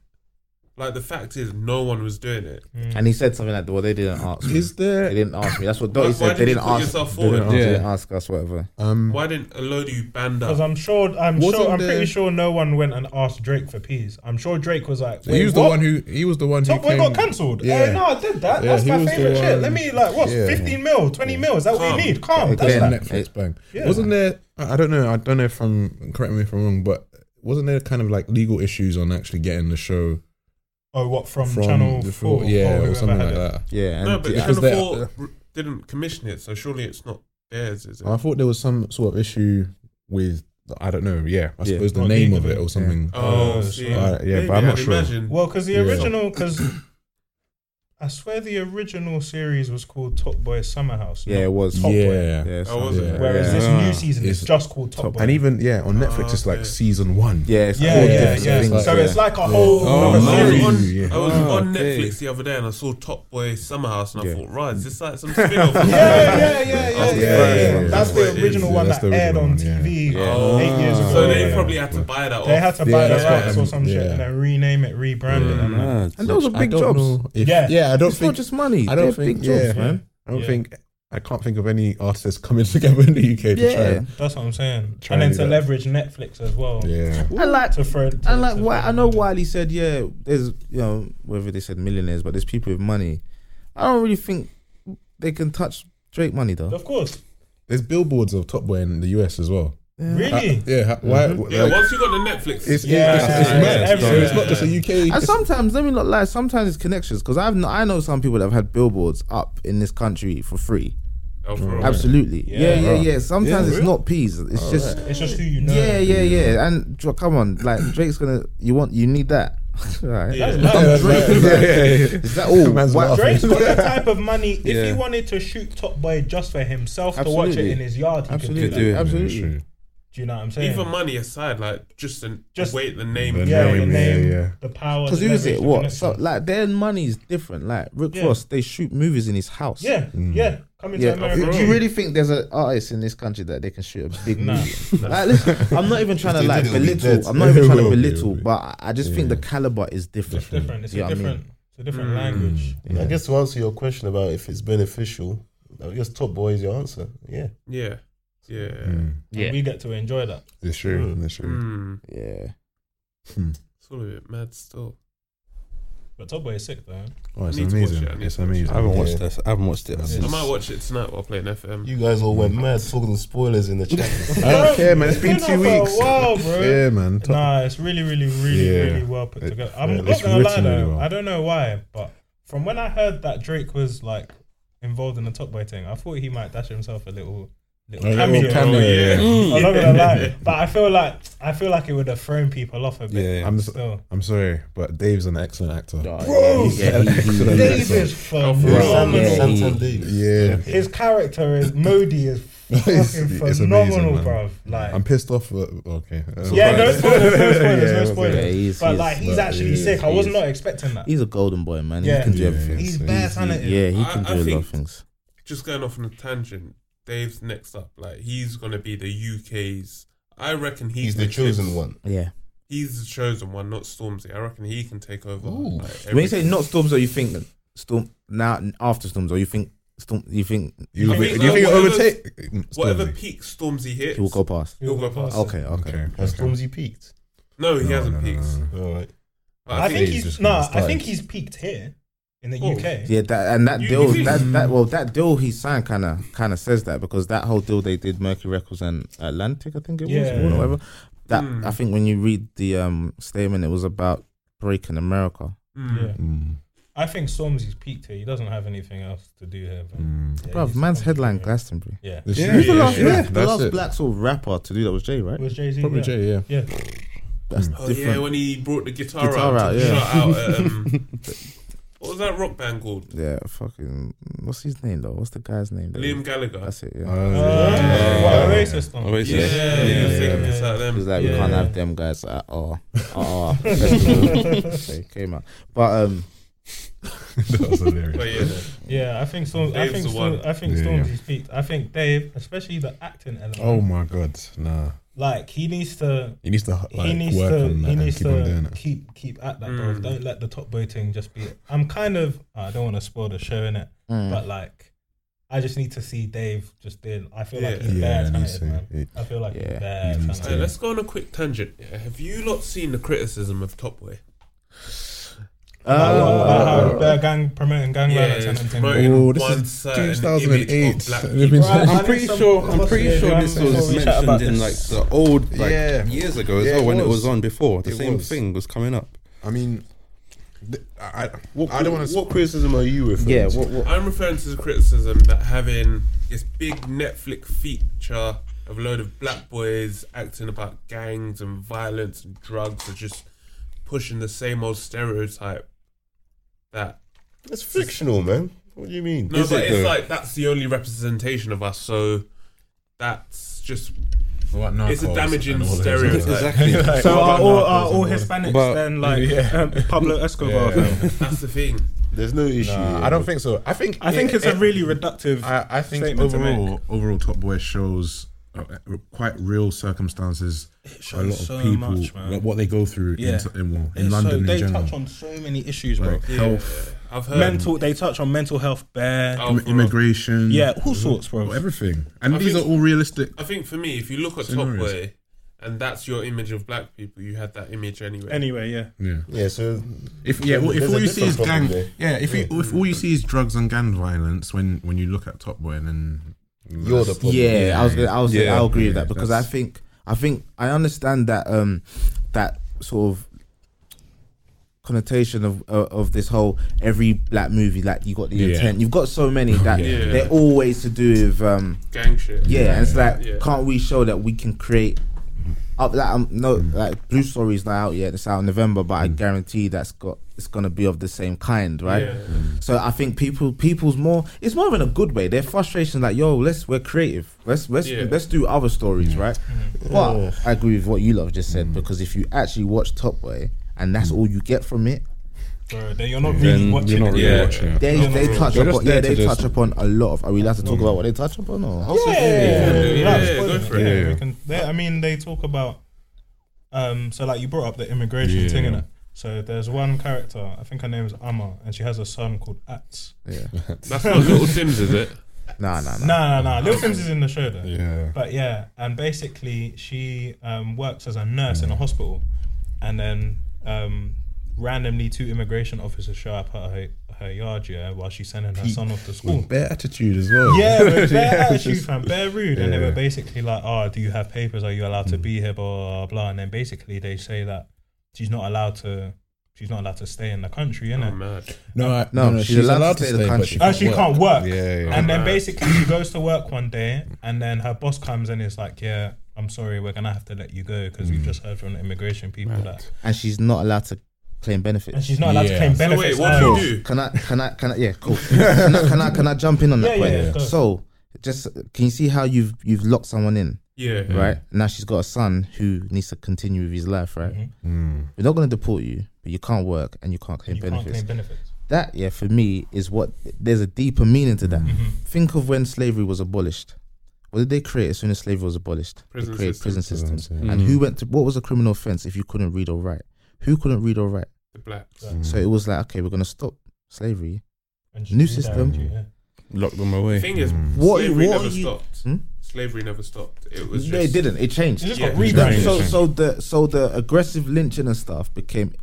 S4: Like the fact is, no one was doing it.
S5: And he said something like, "Well, they didn't ask me.
S1: Is there-
S5: They didn't ask me. That's what
S4: Why-
S5: Dottie
S4: why
S5: said.
S4: did
S5: They
S4: you
S5: didn't
S4: put
S5: ask.
S4: yourself
S5: They didn't
S4: forward?
S5: ask, they
S10: Yeah.
S5: didn't ask us. Whatever.
S1: Um,
S4: Why didn't a load of you band
S2: Because
S4: up?
S2: I'm sure, I'm sure,
S1: Wasn't
S2: I'm
S1: there-
S2: pretty sure no one went and asked Drake for peas. I'm sure Drake was like, Wait,
S1: he was
S2: what?
S1: the one who. He was the one who.
S2: Top Boy
S1: came-
S2: Oh, got cancelled. Yeah.
S1: Yeah.
S2: no, I did that.
S1: Yeah,
S2: That's
S1: he
S2: my
S1: was the
S2: favorite shit.
S1: one-
S2: Let me like what,
S1: Yeah.
S2: 15 mil, 20 mil. Is that what
S4: Calm.
S2: you need? Calm.
S5: Again,
S2: That's
S1: That's
S5: Yeah.
S1: a
S2: like,
S1: Netflix bang.
S2: Yeah.
S1: Wasn't there? I I don't know. I don't know if I'm correct me if I'm wrong, but wasn't there kind of like legal issues on actually getting the show
S2: oh, what from,
S1: from
S2: Channel
S1: the
S2: 4?
S1: yeah, or
S2: whoever
S1: something
S2: had
S1: like
S2: it.
S1: that?
S5: Yeah. And
S4: No, but
S1: Yeah,
S4: Channel
S1: because they-
S4: Four r- didn't commission it, so surely it's not theirs, is it?
S1: I thought there was some sort of issue with I don't know. Yeah, I
S5: Yeah.
S1: suppose the
S2: Or
S1: name
S2: legal
S1: of it
S2: thing.
S1: or something.
S4: oh,
S2: Oh,
S4: see.
S2: so-
S1: Alright, Uh, yeah,
S4: Maybe,
S1: but I'm
S4: I'd
S1: not sure.
S4: imagine.
S2: Well, because the
S1: Yeah.
S2: original, because I swear the original series was called Top Boy Summer House.
S5: yeah, it was.
S2: Top Boy.
S1: yeah.
S5: Yeah.
S4: Oh, was it?
S1: Yeah.
S2: Whereas this
S10: Yeah.
S2: new season is
S1: It's-
S2: just called Top, Oh, Boy.
S1: And even yeah, on Netflix it's like
S4: okay.
S1: season one.
S5: Yeah, it's
S2: yeah,
S5: all
S2: yeah,
S5: different
S2: yeah.
S5: things,
S2: So it's like a whole
S10: Oh,
S2: other
S10: no.
S4: I was
S2: series.
S4: on,
S1: Yeah.
S4: I was
S10: Oh,
S4: on
S10: okay.
S4: Netflix the other day and I saw Top Boy Summer House and I
S5: Yeah.
S4: thought, right, is this like some spin off?
S2: Yeah, yeah, yeah, yeah,
S1: the
S4: That's
S2: yeah, yeah,
S1: first
S2: yeah.
S1: one.
S2: That's the
S4: Yeah,
S2: original one
S1: that's
S2: that
S1: the
S2: aired
S1: original
S2: on
S1: one, yeah.
S2: TV
S4: Oh.
S2: eight years ago.
S4: So they
S2: Yeah.
S4: probably had to buy that off.
S2: They had to
S1: Yeah,
S2: buy
S1: that's
S2: that
S1: what
S2: box or some shit
S1: happened.
S2: and then rename it, rebrand it. And like,
S10: Mad.
S5: And those are
S1: I
S5: big
S1: don't
S5: jobs.
S1: know if-
S2: Yeah.
S1: yeah. I don't
S5: It's
S1: think
S5: not just money.
S1: I don't
S5: They're
S1: think-
S5: big jobs,
S1: yeah.
S5: man.
S1: I don't
S4: Yeah.
S1: think I can't think of any artists coming together in the UK to try.
S5: Yeah.
S1: and-
S2: that's what I'm saying.
S1: Try
S2: And then
S1: and
S2: to
S1: do that.
S2: leverage Netflix as well.
S1: Yeah,
S5: I like
S2: To throw, to,
S5: And like,
S2: to
S5: why,
S2: throw
S5: I know
S2: them.
S5: Wiley said, yeah, there's, you know, whether they said millionaires, but there's people with money. I don't really think they can touch Drake money, though.
S2: Of course.
S1: there's billboards of Top Boy in the US as well. Mm-hmm.
S2: Really?
S5: Uh,
S1: Yeah, ha- why? Like,
S4: Yeah, once you got the Netflix,
S1: it's,
S2: Yeah,
S1: it's, it's,
S2: it's
S1: mad. So it's
S4: everywhere.
S1: not just a UK.
S5: And
S1: it's-
S5: sometimes, let me not lie, sometimes it's connections, because I've kn- I know some people that have had billboards up in this country for free.
S4: Oh, for real.
S5: Absolutely. Yeah, yeah, yeah. Sometimes
S10: Yeah.
S5: it's not peas. It's just,
S2: It's just who you know.
S5: yeah, yeah, yeah. And dr- come on, like, Drake's gonna, you want, you need that.
S2: That's
S5: Right.
S1: Yeah,
S2: mad.
S1: that's mad. Yeah, yeah, yeah.
S5: Is that all?
S1: Man's
S5: Why-
S1: laughing.
S2: Drake's got the type of money. If
S10: Yeah.
S2: he wanted to shoot Top Boy just for himself to watch it
S5: Absolutely.
S2: in his yard, he
S5: Absolutely.
S2: could do
S10: do
S2: that.
S10: it, man.
S5: Absolutely.
S1: True.
S2: Do you know what I'm saying?
S4: Even money aside, like just the
S2: Just-
S4: wait the name.
S1: The
S4: of it.
S2: yeah, the
S1: name, yeah,
S2: name,
S1: yeah.
S2: the power.
S5: Because
S2: the
S5: who is
S2: leverage,
S5: it?
S2: the
S5: What?
S2: connection.
S5: So, like their money is different. Like Rick
S2: Yeah.
S5: Ross, they shoot movies in his house.
S2: yeah,
S1: Mm.
S2: yeah. Coming
S5: Yeah.
S2: to America.
S5: Do you really think there's an artist in this country that they can shoot a big
S2: Nah.
S5: movie? Like, listen, I'm not even trying to
S3: they
S5: like
S3: did it, it'll be dead.
S5: belittle. I'm not even trying
S1: It will
S5: to
S1: be,
S5: belittle,
S1: it will be.
S5: but I- I just think the caliber is different.
S2: different? It's
S5: You know
S2: a
S5: what I mean?
S2: different. It's a different language.
S3: I guess to answer your question about if it's beneficial, I guess Top Boy is your answer. Yeah.
S4: Yeah, yeah.
S2: Yeah. We get to enjoy that.
S1: It's true. It's Mm, true.
S4: Mm.
S5: Yeah.
S4: It's all a bit mad still.
S2: But Top Boy is sick though.
S1: Oh, it's
S4: I need to watch
S1: amazing.
S4: it, I need
S1: It's
S4: to watch it.
S1: amazing.
S10: I haven't
S3: Yeah.
S10: watched this. I haven't watched it.
S4: I
S10: since-
S4: might watch it tonight while playing FM.
S3: You guys all went mad talking spoilers in the chat.
S1: I don't care, man. It's been
S2: It's
S1: two
S2: been up
S1: weeks.
S2: for a while, bro.
S1: Yeah, man. Top-
S2: Nah, it's really, really, really,
S1: Yeah.
S2: really well put
S1: It-
S2: together. I'm
S1: yeah,
S2: not
S1: it's
S2: gonna lie
S1: written
S2: though.
S1: really well.
S2: I don't know why, but from when I heard that Drake was like involved in the Top Boy thing, I thought he might dash himself a little,
S1: A
S2: little
S1: little
S2: cameo.
S4: Oh,
S1: cameo, yeah.
S2: I'm not gonna lie, but I feel like I feel like it would have thrown people off a bit.
S10: Yeah.
S1: I'm so-
S2: Still,
S1: I'm sorry, but Dave's an excellent actor.
S5: Bro, yeah, he- he-
S1: Excellent
S5: he-
S2: Dave is
S3: Sam,
S2: phenomenal.
S5: Yeah.
S3: Santan Davis.
S1: Yeah.
S2: His character is Modi is fucking
S1: It's- it's
S2: phenomenal,
S1: amazing, man.
S2: bruv. Like,
S1: I'm pissed off. uh, Okay.
S2: yeah, no spoilers, no spoilers,
S1: Yeah,
S2: no
S1: okay.
S2: spoilers.
S5: Yeah, he is-
S2: but
S5: he is-
S2: like, he's
S1: but
S2: actually
S1: he is-
S2: sick. I
S5: he
S2: was
S5: is.
S2: not expecting that.
S5: he's a golden boy, man.
S2: Yeah.
S5: He can do
S1: Yeah,
S5: everything.
S1: he's
S5: so
S2: bare
S5: he's-
S2: talented.
S5: Yeah, he
S4: I-
S5: can
S4: I
S5: do a lot
S4: think-
S5: of things.
S4: Just going off on a tangent. Dave's next up. Like he's gonna be the UK's. I reckon he's,
S3: He's the chosen
S4: shit's-
S3: one.
S5: Yeah.
S4: He's the chosen one, not Stormzy. I reckon he can take over. like,
S5: When you say
S4: everything.
S5: not storms, or you think storm now after storms, or you think storm, you think
S1: You,
S4: I
S1: do you mm,
S4: think
S1: think it
S4: whatever-
S1: overtake?
S4: whatever
S1: Stormzy.
S4: peak Stormzy hits,
S5: he will go past?
S4: he'll go past.
S5: Okay, okay.
S1: Okay.
S3: Has
S1: okay.
S3: Stormzy peaked?
S4: No, he
S1: No,
S4: hasn't
S1: no, no,
S4: peaked.
S1: no, no.
S3: All right.
S2: I think
S1: he's
S2: he's
S1: just
S2: no.
S1: gonna
S2: I
S1: start.
S2: think he's peaked here in the
S4: Oh.
S2: UK.
S5: Yeah, that and that
S4: You-
S5: deal,
S4: you-
S5: that, that well, that deal he signed kind of kind of says that because that whole deal they did Mercury Records and Atlantic, I think it was,
S2: Yeah.
S5: or whatever. That
S4: Mm.
S5: I think when you read the um statement, it was about breaking America.
S4: Mm.
S2: Yeah.
S1: Mm,
S2: I think Stormzy's peaked here. He doesn't have anything else to do here. But
S1: mm.
S2: yeah,
S5: Bruv,
S2: he's
S5: man's
S2: Stormzy,
S5: headline
S2: bro.
S5: Glastonbury.
S2: Yeah, Oh,
S1: It's
S10: Yeah,
S1: true,
S10: he's the
S1: it's
S10: last-
S1: true.
S10: yeah,
S5: the
S1: That's
S5: last
S1: it.
S5: black soul rapper to do that was Jay, right?
S2: it was Jay Z.
S1: Probably
S2: yeah.
S1: Jay, yeah.
S2: Yeah,
S5: That's
S4: Oh yeah,
S5: different.
S4: when he brought the guitar,
S5: Guitar
S4: out,
S5: out,
S4: to
S5: yeah.
S4: shout out at, um, what was that rock band called?
S5: Yeah. fucking. What's his name though? What's the guy's name? that-
S4: Liam Gallagher.
S5: That's it. Yeah.
S1: Oh,
S2: Uh,
S1: yeah.
S2: what, Oasis song?
S10: Oasis.
S4: Yeah, yeah, yeah,
S10: Yeah,
S4: yeah,
S10: yeah,
S2: yeah.
S5: It was like we
S4: yeah.
S5: can't
S2: Yeah.
S5: have them guys at all. At all. they came out, but um,
S1: that was hilarious.
S4: But yeah,
S2: Yeah, I think Storm. I
S4: Dave's
S2: think
S4: the
S2: Storm,
S4: one.
S2: I think
S1: Yeah,
S2: Stormzy's peaked. I think Dave, especially the acting element.
S1: Oh my god, nah.
S2: like he needs to.
S1: He needs to like,
S2: he needs
S1: work
S2: to.
S1: on that
S2: He
S1: and
S2: needs
S1: keep on doing
S2: to
S1: it.
S2: keep keep at that,
S4: Mm.
S2: bro. Don't let the top boy thing just be. I'm kind of. I don't want to spoil the show in it,
S5: mm.
S2: but like, I just need to see Dave just doing. I feel like
S4: Yeah.
S2: he's
S1: Yeah,
S2: bare
S1: I need
S2: talented,
S1: to.
S2: man.
S1: It-
S2: I feel like
S5: Yeah.
S2: he's bare
S1: He needs
S4: Hey,
S1: to.
S2: talented.
S4: let's go on a quick tangent. Yeah. Have you lot seen the criticism of Top Boy?
S2: About what- about how
S5: Uh,
S2: they're gang promoting gang
S4: Yeah,
S2: violence and
S4: it's
S2: everything.
S4: promoting
S1: Oh, this
S4: one
S1: is
S4: certain image of
S1: 2008.
S4: black
S1: They've been-
S2: people. Right,
S10: I'm pretty
S2: Alex,
S10: sure.
S2: um,
S10: I'm pretty
S2: yeah,
S10: sure
S2: yeah,
S10: this
S2: yeah,
S10: was
S2: we chat about
S10: mentioned in like
S2: this.
S10: the old, like
S1: Yeah.
S10: years ago as
S1: Yeah,
S10: well
S1: it
S10: when it
S1: was.
S10: was on before. The
S1: It
S10: same
S1: was.
S10: thing was coming up.
S1: I mean, th- I, I-
S3: What,
S1: I don't want to.
S3: What criticism are you referring
S5: yeah.
S3: to?
S5: What, what,
S4: I'm referring to the criticism that having this big Netflix feature of a load of black boys acting about gangs and violence and drugs are just pushing the same old stereotype that
S3: It's fictional, man. What do you mean?
S4: No,
S10: Is
S4: but
S10: it
S4: it's
S10: though?
S4: like that's the only representation of us, so that's just It's a damaging stereotype.
S10: Exactly.
S2: So
S4: What
S2: are
S4: about
S2: all,
S4: narcos
S2: are all
S1: and
S2: Hispanics
S10: But-
S2: then like um, Pablo Escobar?
S1: Yeah.
S4: that's the thing.
S3: There's no issue.
S1: Nah, I don't think so. I think
S2: I think
S1: it-
S2: it's a
S1: it-
S2: really reductive.
S1: I, I think
S2: statement to
S1: overall, overall, Top Boy shows uh, quite real circumstances.
S2: It
S1: A lot
S2: shows
S1: of
S2: so
S1: people,
S2: much, man.
S1: like, what they go through
S2: Yeah.
S1: in, in, well, in
S2: It's so,
S1: London
S2: they
S1: in general,
S2: touch on so many issues, bro.
S1: like health,
S4: I've heard.
S2: Mental, they touch on mental health, bare,
S4: Oh, for-
S1: immigration,
S2: yeah, all sorts, bro.
S1: everything. And
S4: I
S1: these are
S4: think-
S1: all realistic.
S4: I think for me, if you look at Top
S1: Scenarios.
S4: Boy, and that's your image of black people, you had that image anyway.
S2: Anyway, yeah,
S1: Yeah.
S3: Yeah, so
S1: If yeah, well, if
S3: There's a
S1: all you see is
S3: difference
S1: gang,
S3: probably.
S1: yeah. If you if all you see is drugs and gang violence, when when you look at Top Boy, and then
S3: you're the problem.
S5: Yeah, I was gonna, I was gonna-
S10: Yeah.
S5: I'll agree with
S1: Yeah,
S5: that because I
S1: that's-
S5: think I think I understand that um that sort of connotation of uh, of this whole every black movie like you got the
S1: Yeah.
S5: intent you've got so many that
S4: Yeah.
S5: they're always to do with um
S4: Gang shit.
S5: yeah, and it's like
S4: Yeah.
S5: can't we show that we can create up that um, no like blue story's not out yet it's out in November but
S10: Mm.
S5: I guarantee that's got it's gonna be of the same kind right
S4: Yeah.
S10: Mm.
S5: so I think people people's more it's more in a good way. Their frustration like, yo, let's we're creative. Let's let's
S4: Yeah. Mm-hmm.
S5: let's do other stories, right? But
S10: Oh.
S5: I agree with what you love just
S10: Mm.
S5: said because if you actually watch Top Boy and that's all you get from it,
S2: bro. They, you're not really
S10: Then
S2: watching.
S10: you're not
S2: it.
S10: really
S4: Yeah.
S10: watching it.
S5: they
S2: Yeah,
S5: they
S2: no, no,
S5: touch
S10: no. They're
S5: upon
S10: just
S5: yeah
S10: there to
S5: they touch
S10: just- Mm.
S5: upon a lot of. Are we allowed to talk about what they touch upon or?
S3: Also,
S2: Yeah,
S4: Yeah,
S2: without
S4: yeah,
S2: spoiling
S4: go
S2: it,
S4: for it.
S2: yeah,
S1: Yeah.
S2: we can- they- I mean, they talk about. Um, so like you brought up the immigration
S1: Yeah.
S2: thing in it. So there's one character, I think her name is Amma, and she has a son called Ats.
S5: Yeah.
S4: That's not Little Sims, is it?
S5: Nah, nah, nah.
S2: Nah, nah, nah. Little Sims is in the show though.
S1: yeah.
S2: But yeah, and basically she um, works as a nurse in a hospital, and then um, randomly two immigration officers show up at her, her yard yeah while she's sending her son off to school.
S1: Bare attitude as well.
S2: Yeah, but
S1: Yeah,
S2: bare
S1: it's
S2: attitude,
S1: just-
S2: fam, bare rude. And they were
S1: Yeah. Mm.
S2: basically like, "Oh, do you have papers? Are you allowed to be here?" Blah blah blah. And then basically they say that she's not allowed to, she's not allowed to stay in the country,
S4: Oh,
S2: innit?
S4: mad.
S1: no, I,
S5: No, she's allowed to stay in the
S1: but
S5: country.
S1: she
S2: Oh, she can't work.
S1: Yeah, yeah.
S2: And then
S4: Right.
S2: basically she goes to work one day, and then her boss comes and is like, "Yeah, I'm sorry, we're gonna have to let you go because we've just heard from the immigration people that."
S5: And she's not allowed to claim
S2: And
S5: benefits.
S2: she's not allowed to
S1: Yeah.
S2: claim
S4: So
S2: benefits.
S4: wait, what
S2: either.
S4: do you do?
S5: Can I? Can I? Can I? Yeah, cool. can, I, can I? Can I jump in on
S2: Yeah,
S5: that point?
S2: yeah, yeah, go.
S5: So, just can you see how you've you've locked someone in?
S4: Yeah.
S5: right? Now she's got a son who needs to continue with his life, right?
S2: Mhm.
S4: Mm.
S5: We're not going to deport you, but you can't work and you can't claim
S2: You can't
S5: benefits.
S2: claim benefits.
S5: That, yeah, for me, is what there's a deeper meaning to that.
S4: Mm.
S2: Mm-hmm.
S5: Think of when slavery was abolished. What did they create as soon as slavery was abolished?
S4: Prison Mm.
S5: they created prison
S1: system.
S5: systems. And who went to what was a criminal offense if you couldn't read or write? Who couldn't read or write?
S4: The blacks.
S5: So it was like, okay, we're going to stop slavery.
S2: And
S5: New
S2: she's
S5: system.
S2: down, yeah.
S1: Mm.
S10: Lock them
S4: The
S10: away.
S4: thing is,
S5: What-
S4: slavery
S5: what
S4: never
S5: are you-
S4: stopped.
S5: Hmm?
S4: Slavery never stopped. It was just.
S5: They didn't. It changed.
S2: She just
S4: Yeah.
S2: got
S5: No,
S2: rebranded.
S5: so so the so the aggressive lynching and stuff became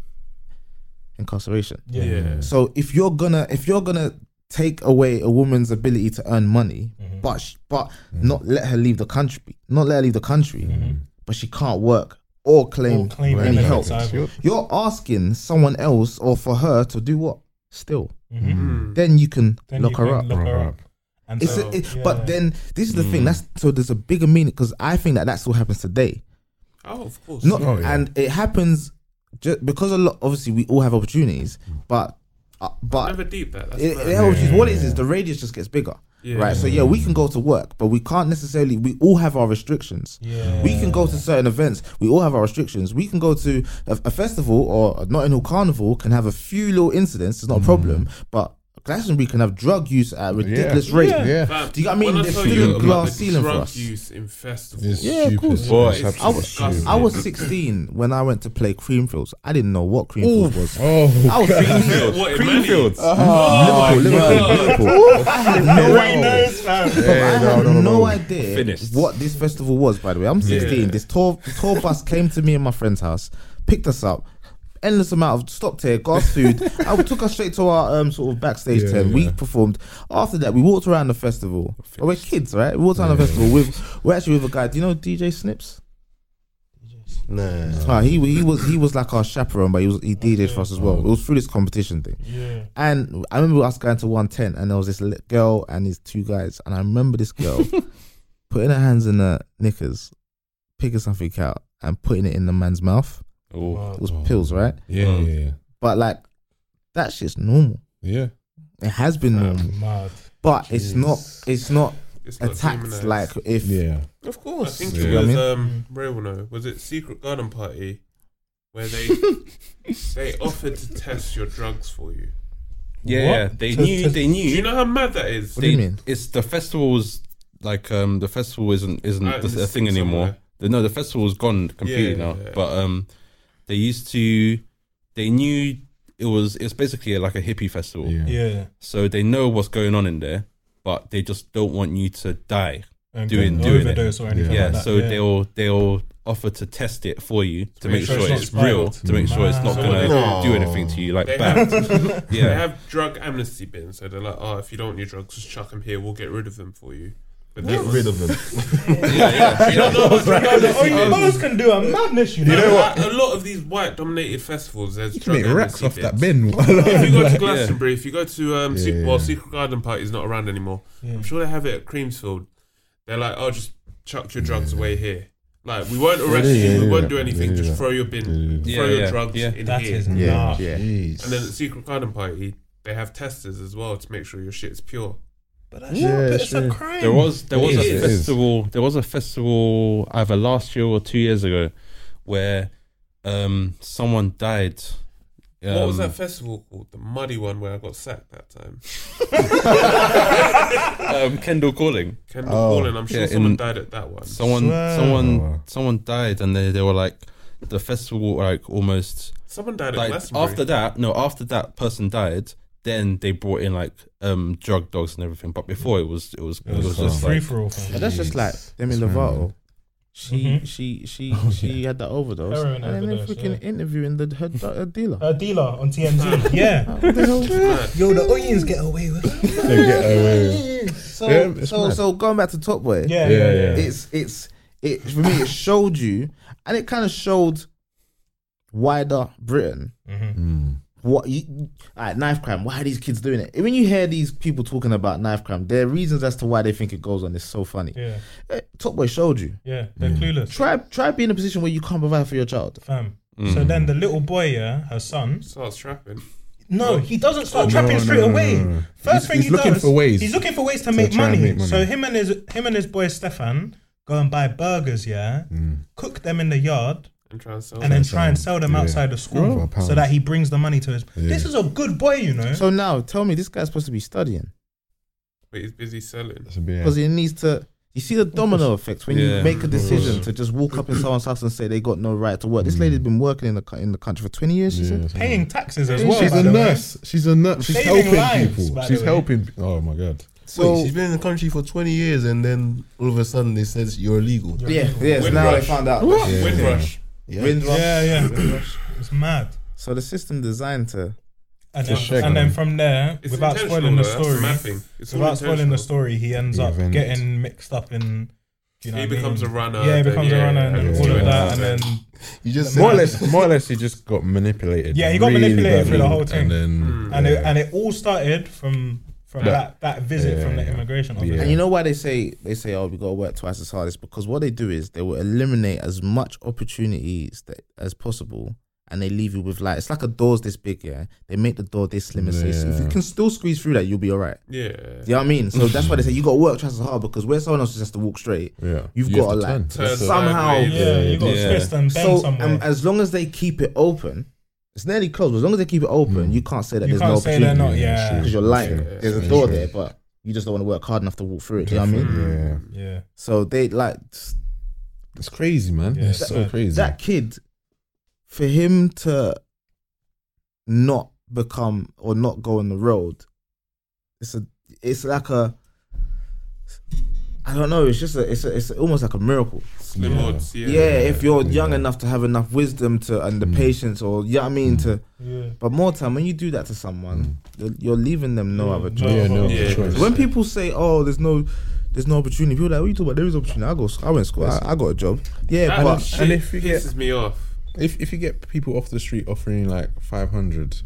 S5: incarceration.
S2: Yeah.
S5: So if you're gonna if you're gonna take away a woman's ability to earn money, but sh- but not let her leave the country, not let her leave the country, but she can't work or claim,
S2: Or claim
S5: any help.
S2: benefits either.
S5: You're asking someone else or for her to do what? Still,
S4: Mm.
S5: then you can
S2: Then
S5: lock
S2: you
S5: her
S2: can
S5: up.
S2: Lock her
S1: Lock her
S2: up. And
S5: It's
S2: so,
S5: a, it,
S2: yeah. Mm.
S5: but then this is the thing. That's so there's a bigger meaning because I think that that still happens today.
S4: Oh, of course.
S5: Not,
S1: Oh, yeah.
S5: and it happens just because a lot. Obviously, we all have opportunities,
S2: Mm.
S5: but uh, but
S4: Never deep that. That's
S5: it,
S4: mad.
S5: it helps you. What it is is the radius just gets bigger,
S4: Yeah.
S5: right? So yeah, we can go to work, but we can't necessarily. We all have our restrictions.
S2: Yeah.
S5: We can go to certain events. We all have our restrictions. We can go to a, a festival or a Notting Hill Carnival can have a few little incidents. It's not
S2: Mm.
S5: a problem, but Glastonbury can have drug use at a ridiculous rate.
S1: yeah.
S4: Fam,
S5: Do you know what I mean?
S4: when
S5: There's
S4: tell
S5: still
S4: you
S5: a
S4: about
S5: glass
S4: the
S5: ceiling for
S4: drug
S5: us.
S4: Use in festivals.
S1: It's
S5: Yeah, of
S1: stupid.
S5: course.
S1: Boy, it's
S4: It's
S1: absolutely
S4: disgusting.
S1: stupid.
S5: I was 16 when I went to play Creamfields. I didn't know what Creamfields was.
S1: Oh,
S5: I was 16.
S4: What, in Manny?
S2: Oh,
S5: Liverpool, Liverpool, Liverpool. I had no
S2: Everybody
S5: idea.
S2: knows, fam.
S5: Bro, I had no,
S10: no, no.
S5: idea
S10: Finished.
S5: what this festival was. By the way, I'm 16.
S4: Yeah.
S5: This tour tour bus came to me and my friend's house, picked us up. Endless amount of stopped here, got us food. I took us straight to our um, sort of backstage
S1: Yeah,
S5: tent. We
S1: yeah.
S5: performed. After that, we walked around the festival. Oh, we're kids, right? We walked around the festival with we're actually with a guy. Do you know DJ Snips?
S3: nah.
S5: Ah, he he was he was like our chaperone, but he was he DJed for us as well. It was through this competition thing.
S2: Yeah.
S5: And I remember us going to one tent, and there was this li- girl and these two guys, and I remember this girl putting her hands in her knickers, picking something out, and putting it in the man's mouth.
S2: Wow.
S5: It was pills, right?
S1: yeah, yeah, yeah.
S5: But like, that shit's normal.
S1: yeah.
S5: It has been normal,
S2: Mad.
S5: but it's not. It's not
S4: It's not
S5: attacked
S4: demonised.
S5: like if.
S1: yeah.
S5: Of
S4: I
S5: course.
S4: think
S1: Yeah.
S4: it
S1: You know
S5: what I
S4: was
S5: mean?
S4: um Ray will know. Was it Secret Garden Party where they they offered to test your drugs for you?
S10: Yeah, they knew. They
S4: Do you
S10: knew.
S4: know how mad that is?
S5: What do you mean?
S10: It's the festival was like um the festival isn't isn't
S4: Uh,
S10: the-
S4: it's-
S10: a thing
S4: it's
S10: anymore.
S4: somewhere.
S10: The, no, the festival is gone completely
S4: Yeah,
S10: now.
S4: yeah.
S10: But um, they used to, they knew it was it's basically like a hippie festival.
S2: Yeah.
S10: So they know what's going on in there, but they just don't want you to die.
S2: And
S10: Doing-
S2: get
S10: doing it.
S2: overdose or anything
S10: Yeah.
S2: like that.
S10: so
S2: yeah.
S10: they'll they'll offer to test it for you to
S4: make
S10: make
S4: sure
S10: sure,
S4: it's
S10: it's,
S2: not
S10: real,
S2: spiraled.
S10: to make sure it's not
S4: So
S10: gonna
S3: what they-
S10: do anything to you like
S4: They
S10: bad.
S4: have, they
S10: Yeah.
S4: have drug amnesty bins, so they're like, oh, if you don't want your drugs, just chuck them here. We'll get rid of them for you. But
S3: Get rid of them.
S4: You don't know what's drug
S2: Oh,
S4: amnesty
S2: you
S4: bins.
S2: boys can do a madness, you know.
S4: Like, A lot of these white-dominated festivals, there's
S1: You can
S4: drug
S1: make racks
S4: amnesty
S1: off that
S4: bins.
S1: bin.
S4: If you go to
S10: Yeah.
S4: Glastonbury, if you go to um,
S3: Yeah,
S4: Secret, well,
S3: yeah.
S4: Secret Garden Party is not around anymore.
S2: Yeah.
S4: I'm sure they have it at Creamsfield. They're like, oh, just chuck your drugs away here. Like, we won't arrest
S3: do,
S4: you,
S3: yeah,
S4: we
S3: yeah,
S4: won't
S3: yeah.
S4: do anything.
S3: They do
S4: just
S3: that.
S4: throw your
S3: They do
S4: bin,
S3: that.
S4: throw
S10: Yeah,
S4: your
S10: yeah,
S4: drugs
S10: yeah.
S4: in
S2: That
S4: here.
S2: is
S3: Yeah.
S2: nuts.
S5: Yeah.
S3: Jeez.
S4: And then at Secret Garden Party, they have testers as well to make sure your shit's pure.
S2: But
S3: Yeah,
S2: that's
S3: sure.
S2: crime.
S10: There was there
S4: It
S10: was
S4: is.
S10: a festival there was a festival either last year or two years ago where um someone died.
S4: what was
S10: Um,
S4: that festival called? The muddy one where I got sacked that time.
S10: um, Kendall Calling.
S4: Kendall
S3: Oh.
S4: Corlin, I'm sure
S10: Yeah,
S4: someone
S10: in-
S4: died at that one.
S10: Someone
S2: Swear.
S10: someone
S1: Oh, wow.
S10: someone died and they, they were like the festival like almost
S4: Someone died at
S10: like
S4: Glastonbury.
S10: after that no after that person died then they brought in like um drug dogs and everything but before it was it was it was,
S3: was
S10: just
S2: Free
S10: like
S2: for all.
S5: But that's just like Demi
S3: That's
S5: Lovato.
S3: mad.
S5: She,
S2: Mhm.
S5: she she she had that overdose,
S2: Heroin
S5: and
S2: overdose,
S5: then freaking
S2: yeah.
S5: interviewing the her, her dealer.
S2: A dealer on TMZ. yeah.
S5: What the hell?
S2: Yo, the onions get away with it.
S1: They get away
S5: So
S1: Yeah, it's
S5: so
S1: mad.
S5: so going back to Top Boy,
S2: Yeah, yeah,
S1: Yeah,
S2: yeah.
S1: yeah.
S5: it's it's it for me it showed you, and it kind of showed wider Britain
S2: Mm-hmm.
S1: Mm.
S5: what you like knife crime why are these kids doing it when you hear these people talking about knife crime their reasons as to why they think it goes on is so funny
S2: Yeah,
S5: Eh, top boy showed you
S2: yeah. They're
S1: Mm.
S2: clueless.
S5: try try being in a position where you can't provide for your child
S2: Fam.
S1: Mm.
S2: So then the little boy, yeah, her son.
S4: Starts trapping.
S2: No, he doesn't start trapping straight away.
S1: He's-
S2: First thing
S1: he's
S2: he
S1: looking
S2: does,
S1: for ways
S2: he's looking for ways to, make,
S1: try
S2: money.
S1: and make money.
S2: So him and his him and his boy Stefan go and buy burgers, yeah,
S1: Mm.
S2: cook them in the yard,
S4: And try and sell
S2: and then
S4: it.
S2: try and sell them
S1: Yeah.
S2: outside of school
S1: Well, pounds.
S2: so that he brings the money to his.
S1: Yeah.
S2: This is a good boy, you know.
S5: so now tell me this guy's supposed to be studying
S4: But he's busy selling.
S1: That's a bit-
S5: because he needs to you see the domino effect when
S10: Yeah.
S5: you make a
S4: Of
S5: decision
S4: course.
S5: to just walk up in someone's house and say they got no right to work this lady's been working in the cou- in the country for 20 years she
S1: Yeah,
S5: said
S1: that's
S2: Paying taxes as
S1: mad.
S2: well.
S1: She's
S2: by
S1: a
S2: the way.
S1: nurse. She's a nurse. She's
S2: Saving
S1: helping
S2: lives, by
S1: people.
S2: the
S1: She's
S2: way.
S1: helping. Oh my god.
S5: so
S3: Wait, she's been in the country for 20 years and then all of a sudden they said you're illegal.
S5: yeah yeah so
S4: Windrush.
S5: now they found out
S1: Yeah.
S4: Windrush.
S3: Yeah.
S5: Windrush.
S2: Yeah, yeah. it's mad.
S5: so the system designed to
S1: It's
S2: And
S1: a
S2: then,
S1: shag,
S2: and then
S1: man.
S2: from there,
S4: It's
S2: without
S4: intentional,
S2: spoiling the
S4: though, that's
S2: story,
S4: mad thing. It's all
S2: without spoiling the
S4: intentional.
S2: story, he ends
S1: The
S2: up
S1: event.
S2: getting mixed up in. do You know
S4: He
S2: what I
S4: becomes a
S2: mean?
S4: runner.
S2: Yeah, he
S4: then uh,
S2: becomes a
S4: yeah,
S2: runner and then
S1: yeah,
S2: all of
S1: yeah.
S2: that, and then
S3: You just
S1: More or
S3: said-
S1: less, more or less, he just got manipulated.
S2: Yeah, he got manipulated through the whole thing.
S1: And then,
S2: and it,
S1: yeah.
S2: and it all started from from
S1: Yeah.
S2: that that visit
S1: Yeah,
S2: from the
S1: yeah.
S2: immigration officer.
S1: Yeah.
S5: And you know why they say they say, "Oh, we got to work twice as hard." It's because what they do is they will eliminate as much opportunities that, as possible, and they leave you with like it's like a door's this big. Yeah, they make the door this slim and say, "So if you
S1: Yeah.
S5: can still squeeze through that, you'll be all right."
S4: Yeah.
S5: Do you know what I mean? So that's why they say you got to work twice as hard because where someone else just has to walk straight,
S1: yeah,
S5: you've
S1: You have
S5: got to
S1: to
S5: like
S1: turn.
S4: Turn
S5: somehow.
S4: that way,
S2: Yeah, you got
S10: Yeah.
S2: twist and bend
S5: So
S2: somewhere.
S5: um, as long as they keep it open, it's nearly closed. But as long as they keep it open, you can't say that
S2: you
S5: there's no
S2: can't say they're
S5: opportunity
S2: not.
S1: yeah,
S2: Yeah,
S1: sure.
S5: because you're lying.
S4: Yeah.
S5: There's a
S1: Yeah,
S5: door
S1: sure.
S5: there, but you just don't want to work hard enough to walk through it. Do you know what I mean?
S1: Yeah,
S2: yeah.
S5: So they like
S1: it's crazy, man.
S2: Yeah,
S1: it's
S2: that-
S1: so crazy.
S5: that kid for him to not become or not go on the road it's a it's like a i don't know it's just a it's a, it's almost like a miracle
S4: Slim
S1: Yeah.
S4: odds, yeah.
S5: yeah, if you're young
S1: yeah.
S5: enough to have enough wisdom to and the
S1: Mm.
S5: patience or yeah you know what i mean to
S2: Yeah.
S5: but more time when you do that to someone you're- you're leaving them no
S2: Yeah,
S5: other
S2: no.
S5: choice
S1: Mm. yeah, Mm. no
S4: Yeah.
S1: choice.
S5: when people say oh there's no there's no opportunity people are like what are you talking about there is opportunity i go i went to school I, I got a job yeah
S4: That
S5: but
S4: shit
S1: and if you get-
S4: pisses me off.
S1: if if you get people off the street offering like five hundred,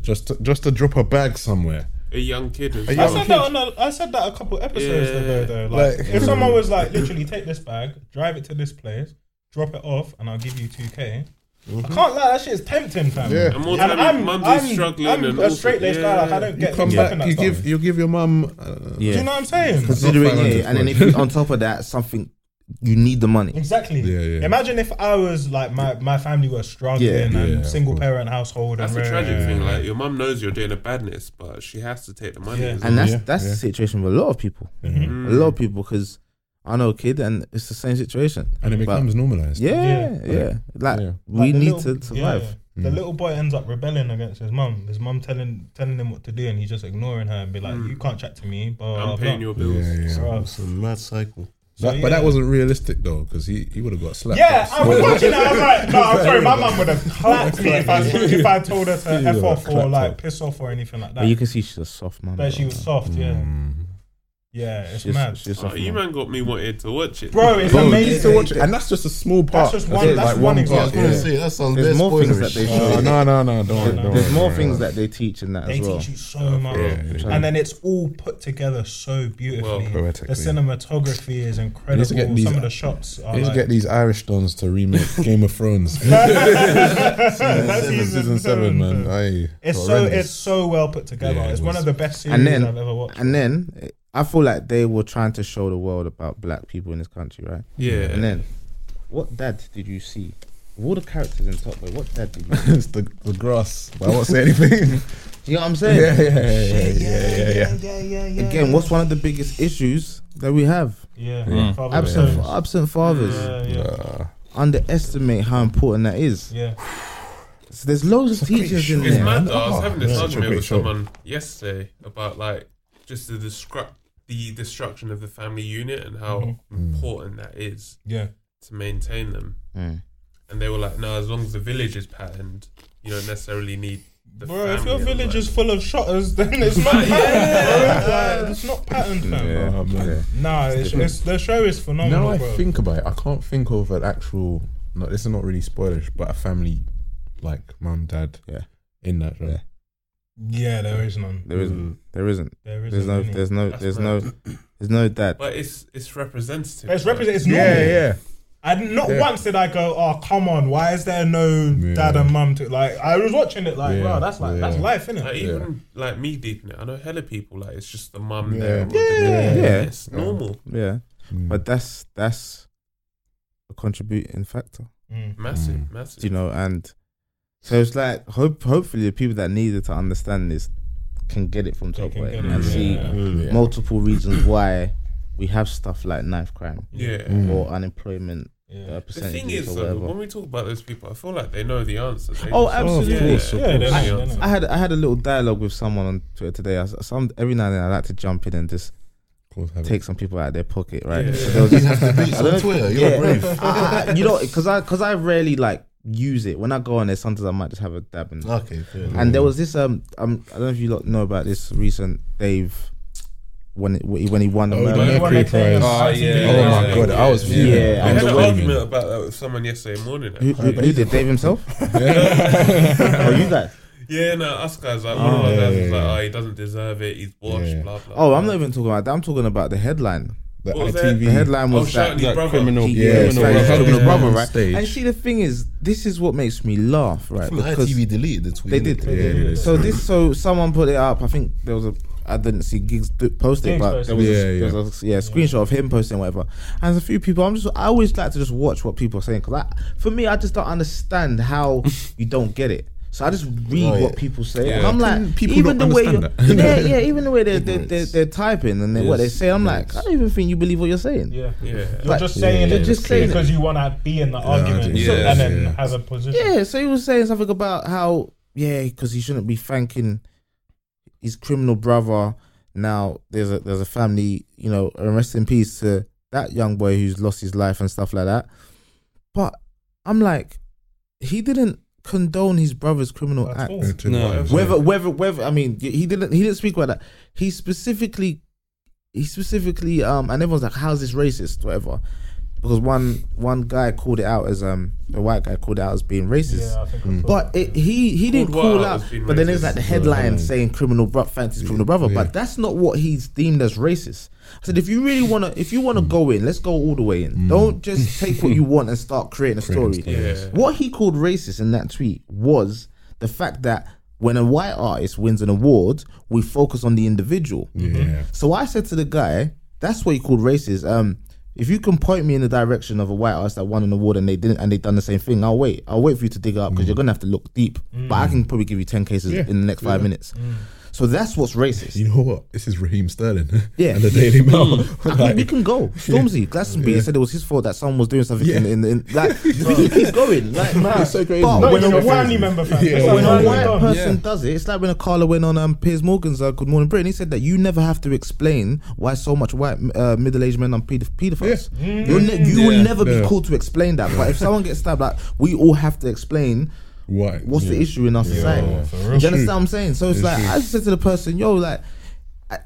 S1: just to, just to drop a bag somewhere.
S4: A young kid.
S1: A
S2: I
S1: young
S2: said that on a, I said that a couple episodes
S4: Yeah.
S2: ago though. Like,
S1: Like- mm.
S2: if someone was like, literally take this bag, drive it to this place, drop it off, and I'll give you two k. I can't lie, that shit is tempting, fam.
S1: Mm-hmm. Yeah.
S4: And more
S2: And
S4: time,
S2: I'm,
S4: mum's
S2: I'm,
S4: struggling
S2: I'm
S4: and
S2: a straight laced
S4: yeah.
S2: guy. Like I don't
S1: You
S2: get
S1: come
S2: caught up
S1: back,
S2: in that
S1: you
S2: stuff.
S1: give you give your mum. Uh,
S2: Do you
S5: yeah
S2: know what I'm saying?
S1: Cause-
S5: considering
S1: Not
S5: yeah,
S1: 500
S5: and then if
S1: quid.
S5: you, on top of that something you need the money.
S2: Exactly.
S1: Yeah, yeah.
S2: Imagine if I was like my, my family was struggling
S5: Yeah.
S2: and
S1: Yeah, of
S2: single
S1: course.
S2: parent household.
S4: That's
S2: and
S4: the
S2: rare-
S4: tragic thing. Like your mum knows you're doing a badness, but she has to take the money.
S2: Yeah.
S4: as
S5: And
S4: well.
S5: that's
S1: Yeah,
S5: that's
S1: yeah.
S5: the situation with a lot of people.
S1: Mhm.
S4: Mm.
S5: A lot of people because I know a kid and it's the same situation.
S1: and it
S5: But-
S1: becomes normalized.
S5: yeah, yeah,
S1: Yeah.
S5: Like
S1: Yeah.
S5: we
S2: Like, the
S5: need
S2: little-
S5: to survive.
S2: yeah, yeah. The
S1: Mm.
S2: little boy ends up rebelling against his mum. His mum telling telling him what to do, and he's just ignoring her and be like,
S4: Mm.
S2: "You can't chat to me." Blah, blah,
S4: I'm
S2: blah.
S4: paying your
S1: yeah,
S4: bills.
S1: yeah.
S2: Bruh.
S3: It's a mad cycle.
S2: So,
S1: That- But that
S2: yeah.
S1: wasn't realistic though, because he, he would have got slapped.
S2: Yeah, I was watching that. I was like, no, I'm sorry, my mum would have clapped me if I if I told her to f off or like piss off or anything like
S5: But you
S2: that.
S5: can see she's a soft mum.
S2: But she
S5: bro.
S2: was soft, yeah,
S1: Mm.
S2: yeah. It's
S5: She's,
S2: mad,
S5: she's a
S4: Oh,
S5: soft.
S4: you
S5: mum.
S4: man got me wanting to watch it.
S2: bro. It's
S1: You
S5: Bro,
S1: need to
S2: amazing.
S1: watch it, and that's just a small part.
S2: just one- that's one
S3: Yeah, I was
S2: example.
S3: gonna
S1: Yeah.
S3: say that sounds
S5: There's
S3: bad
S5: more things that
S3: spoilerish.
S5: they show.
S1: Oh, no, no, no, don't worry. Don't
S5: There's
S1: worry,
S5: more
S1: don't worry.
S5: things that they teach in that
S2: They
S5: as well.
S2: teach you so much,
S1: Yeah,
S2: and then it's all put together so beautifully. the
S1: poetically.
S2: cinematography is incredible.
S1: get these-
S2: Some of the shots are
S1: They just
S2: like,
S1: get these Irish dons to remake Game of Thrones.
S2: That's
S1: season, season seven, man. Aye,
S2: It's so
S1: horrendous.
S2: it's so well put together.
S1: Yeah, it
S2: it's one
S1: was.
S2: of the best series
S5: And then-
S2: I've ever watched.
S5: And then eh, I feel like they were trying to show the world about black people in this country, right?
S4: Yeah.
S5: And then, what dad did you see? Of all the characters in Top Boy, what dad did you see?
S1: it's the, the grass. But I won't say anything.
S5: Do you know what I'm
S1: yeah,
S5: saying?
S1: yeah, yeah, yeah, yeah, yeah.
S2: yeah, yeah, yeah.
S5: Again, what's one of the biggest issues that we have?
S2: yeah,
S1: Mm.
S2: Father
S5: Absent,
S2: Williams.
S5: absent fathers.
S2: Yeah, yeah,
S1: Uh,
S5: Underestimate how important that is.
S2: yeah.
S5: So there's loads of
S1: It's a great
S5: teachers in
S1: show.
S4: It's
S5: there.
S4: mad though. I was
S1: Oh,
S4: having this
S1: yeah. Such a
S4: argument
S1: great
S4: with
S1: show.
S4: someone yesterday about like just the destruct the destruction of the family unit and how
S2: Mhm.
S4: important that is
S2: yeah.
S4: to maintain them.
S5: Mm.
S4: And they were like, no, as long as the village is patterned, you don't necessarily need the
S2: Bro, if
S4: family
S2: your
S4: and,
S2: village
S4: like-
S2: is full of shotters, then it's not patterned. bro. Like, it's not patterned, fam.
S1: oh, man.
S2: Nah, it's, it's, the show is
S1: Now
S2: phenomenal,
S1: I
S2: bro.
S1: think about it, I can't think of an actual. No, this is not really spoilers, but a family, like mum, dad,
S5: Yeah.
S1: in that room.
S5: Yeah.
S2: yeah, there is none.
S5: There
S4: Mm.
S5: isn't. There isn't.
S2: There is
S5: There's no.
S2: none.
S5: There's no.
S4: That's
S5: There's no.
S4: mad.
S5: There's no dad.
S4: But it's it's representative.
S2: It's represent- it's
S4: like-
S2: normal.
S1: Yeah, yeah.
S2: I didn't- not
S1: Yeah.
S2: once did I go, oh come on, why is there no
S1: Yeah.
S2: dad and mum to like? I was watching it like,
S1: Yeah,
S2: wow, that's like that's
S1: yeah.
S2: life, innit?
S4: Like
S1: Yeah.
S4: even like me deep in it, I know hella people like it's just the mum
S1: Yeah.
S4: there.
S1: Yeah.
S5: Yeah.
S4: It's normal,
S5: Yeah.
S1: Mm.
S5: But that's that's a contributing factor,
S2: Mm.
S4: massive,
S1: Mm.
S4: massive.
S5: you know. And so it's like hope. Hopefully, the people that needed to understand this can get it from
S2: They
S5: Top
S2: can
S5: Boy
S2: get it,
S5: and see
S2: yeah.
S1: Mm, yeah.
S5: multiple reasons why we have stuff like knife crime
S4: Yeah.
S1: Mm.
S5: or unemployment
S2: Yeah.
S5: uh,
S4: The
S5: percentages
S4: thing is,
S5: or
S4: though,
S5: whatever.
S4: when we talk about those people, I feel like they know the answers. They
S5: Oh,
S4: just-
S5: absolutely.
S4: Yeah,
S5: Of course,
S4: yeah.
S5: of
S2: Yeah, they
S4: I-
S2: know, they know.
S5: I had I had a little dialogue with someone on Twitter today. I, s- some every now and then I like to jump in and just
S1: Cool, have it.
S5: take some people out of their pocket, right?
S4: Yeah.
S5: So there was
S3: You
S5: this-
S3: have to beat
S5: I don't know
S3: on
S5: if-
S3: Twitter. You're
S5: yeah.
S3: brave.
S5: I- I- you know, because I because I rarely like use it. When I go on there, sometimes I might just have a dab and.
S3: Okay, fair enough.
S5: And there was this um um I don't know if you lot know about this recent Dave when it, when he won the
S1: Oh,
S5: Merlin.
S2: When they
S1: Mercury
S2: wanna take
S1: Prize.
S2: us
S4: Oh,
S2: out to
S4: yeah,
S2: do
S1: Oh
S4: yeah,
S1: my
S4: yeah,
S1: god, I was
S5: yeah.
S1: fuming.
S5: Yeah.
S1: I
S4: I
S1: was
S4: had an
S1: fuming.
S4: argument about that with someone yesterday morning.
S5: Who, who, who did Dave himself? oh, you guys.
S4: Yeah, no, us guys, like, one of my
S1: yeah,
S4: guys
S1: yeah,
S4: was like,
S1: yeah.
S4: oh, he doesn't deserve it, he's washed,
S1: Yeah.
S4: blah, blah.
S5: Oh, I'm not
S4: blah.
S5: even talking about that. I'm talking about the headline.
S1: The
S4: What was that?
S1: ITV
S5: The headline
S4: Oh,
S5: was
S4: shouting
S5: that.
S4: his
S10: That
S4: brother.
S10: criminal,
S5: he-
S1: Yeah,
S5: he was
S1: criminal
S5: like,
S1: record
S5: "Fucking
S1: was
S5: brother,
S1: on
S5: right?
S1: stage.
S5: And see, the thing is, this is what makes me laugh, right? Because
S3: ITV deleted the tweet.
S5: they did.
S1: Yeah, it is.
S5: So this, so someone put it up. I think there was a. I didn't see gigs d- post it,
S2: Gigs
S5: but
S2: posted
S5: there was,
S1: it.
S5: a,
S1: Yeah,
S5: there was a yeah, screenshot of him posting whatever. And there's a few people. I'm just. I always like to just watch what people are saying because for me, I just don't understand how you don't get it. So I just read
S3: Right.
S5: what people say, and
S4: Yeah.
S5: I'm like,
S1: Can- people
S5: even the
S1: don't
S5: way you're,
S1: understand
S5: yeah,
S1: that.
S5: yeah, even the way they're they're, they're,
S3: Ignorance.
S5: they're typing and then what they
S1: Yes,
S5: say, I'm like, I
S1: ignorance.
S5: don't even think you believe what you're saying.
S2: Yeah.
S4: Yeah.
S2: You're
S5: Like,
S2: just saying
S1: yeah,
S2: it
S1: yeah,
S2: just
S5: just saying
S2: because you want to be in the argument
S1: yeah,
S2: and then
S1: yeah.
S2: have a position.
S5: Yeah, so he was saying something about how yeah, because he shouldn't be thanking his criminal brother. Now there's a there's a family, you know, and rest in peace to that young boy who's lost his life and stuff like that. But I'm like, he didn't condone his brother's criminal
S2: At
S5: act.
S2: all.
S1: No.
S5: Whether whether whether I mean he didn't he didn't speak about that. He specifically he specifically um and everyone's like, How's this racist? Whatever. Because one one guy called it out as um a white guy called it out as being racist.
S2: Yeah, I think I
S1: Mm.
S2: saw
S5: But
S2: that,
S5: it, he he didn't
S4: Called
S5: call
S4: what
S5: out,
S4: out as being
S5: but then there's like the
S4: racist?
S5: headline
S1: Yeah.
S5: saying criminal brother, fancy's criminal brother,
S1: Yeah.
S5: but that's not what he's deemed as racist. I said if you really wanna if you wanna go in, let's go all the way in. Don't just take what you want and start creating a story.
S4: Yeah.
S5: What he called racist in that tweet was the fact that when a white artist wins an award, we focus on the individual.
S1: Yeah.
S5: So I said to the guy, that's what he called racist. Um, If you can point me in the direction of a white artist that won an award and they didn't and they done the same thing, I'll wait. I'll wait for you to dig it up because you're gonna have to look deep. But I can probably give you ten cases
S1: Mm. Yeah, Mm.
S5: in the next five minutes. So that's what's racist.
S1: You know what? This is Raheem Sterling
S5: Yeah.
S1: and the Daily Mail.
S5: I mean, you can go. Stormzy, Glastonbury
S1: Yeah.
S5: said it was his fault that someone was doing something
S1: Yeah.
S5: in, in, in like we can keep going. Like man,
S1: It's so crazy.
S5: But
S1: Not
S2: Not
S5: when
S2: even
S5: a
S2: a
S5: white,
S2: family member, fam.
S1: Yeah,
S2: It's
S1: when
S2: like, "Oh,
S1: a
S2: no,
S1: white
S2: no.
S5: person does it, it's like when a Carla went on um, Piers Morgan's uh, Good Morning Britain. He said that you never have to explain why so much white uh, middle-aged men are pedoph- pedophiles. You'll ne- you will
S1: Yeah.
S5: never
S1: Yeah.
S5: be called to explain that. But if someone gets stabbed, like we all have to explain
S1: What?
S5: what's the issue in our society?
S2: for
S5: Do you
S2: real.
S5: understand what I'm saying? So it's, like I just said to the person, yo, like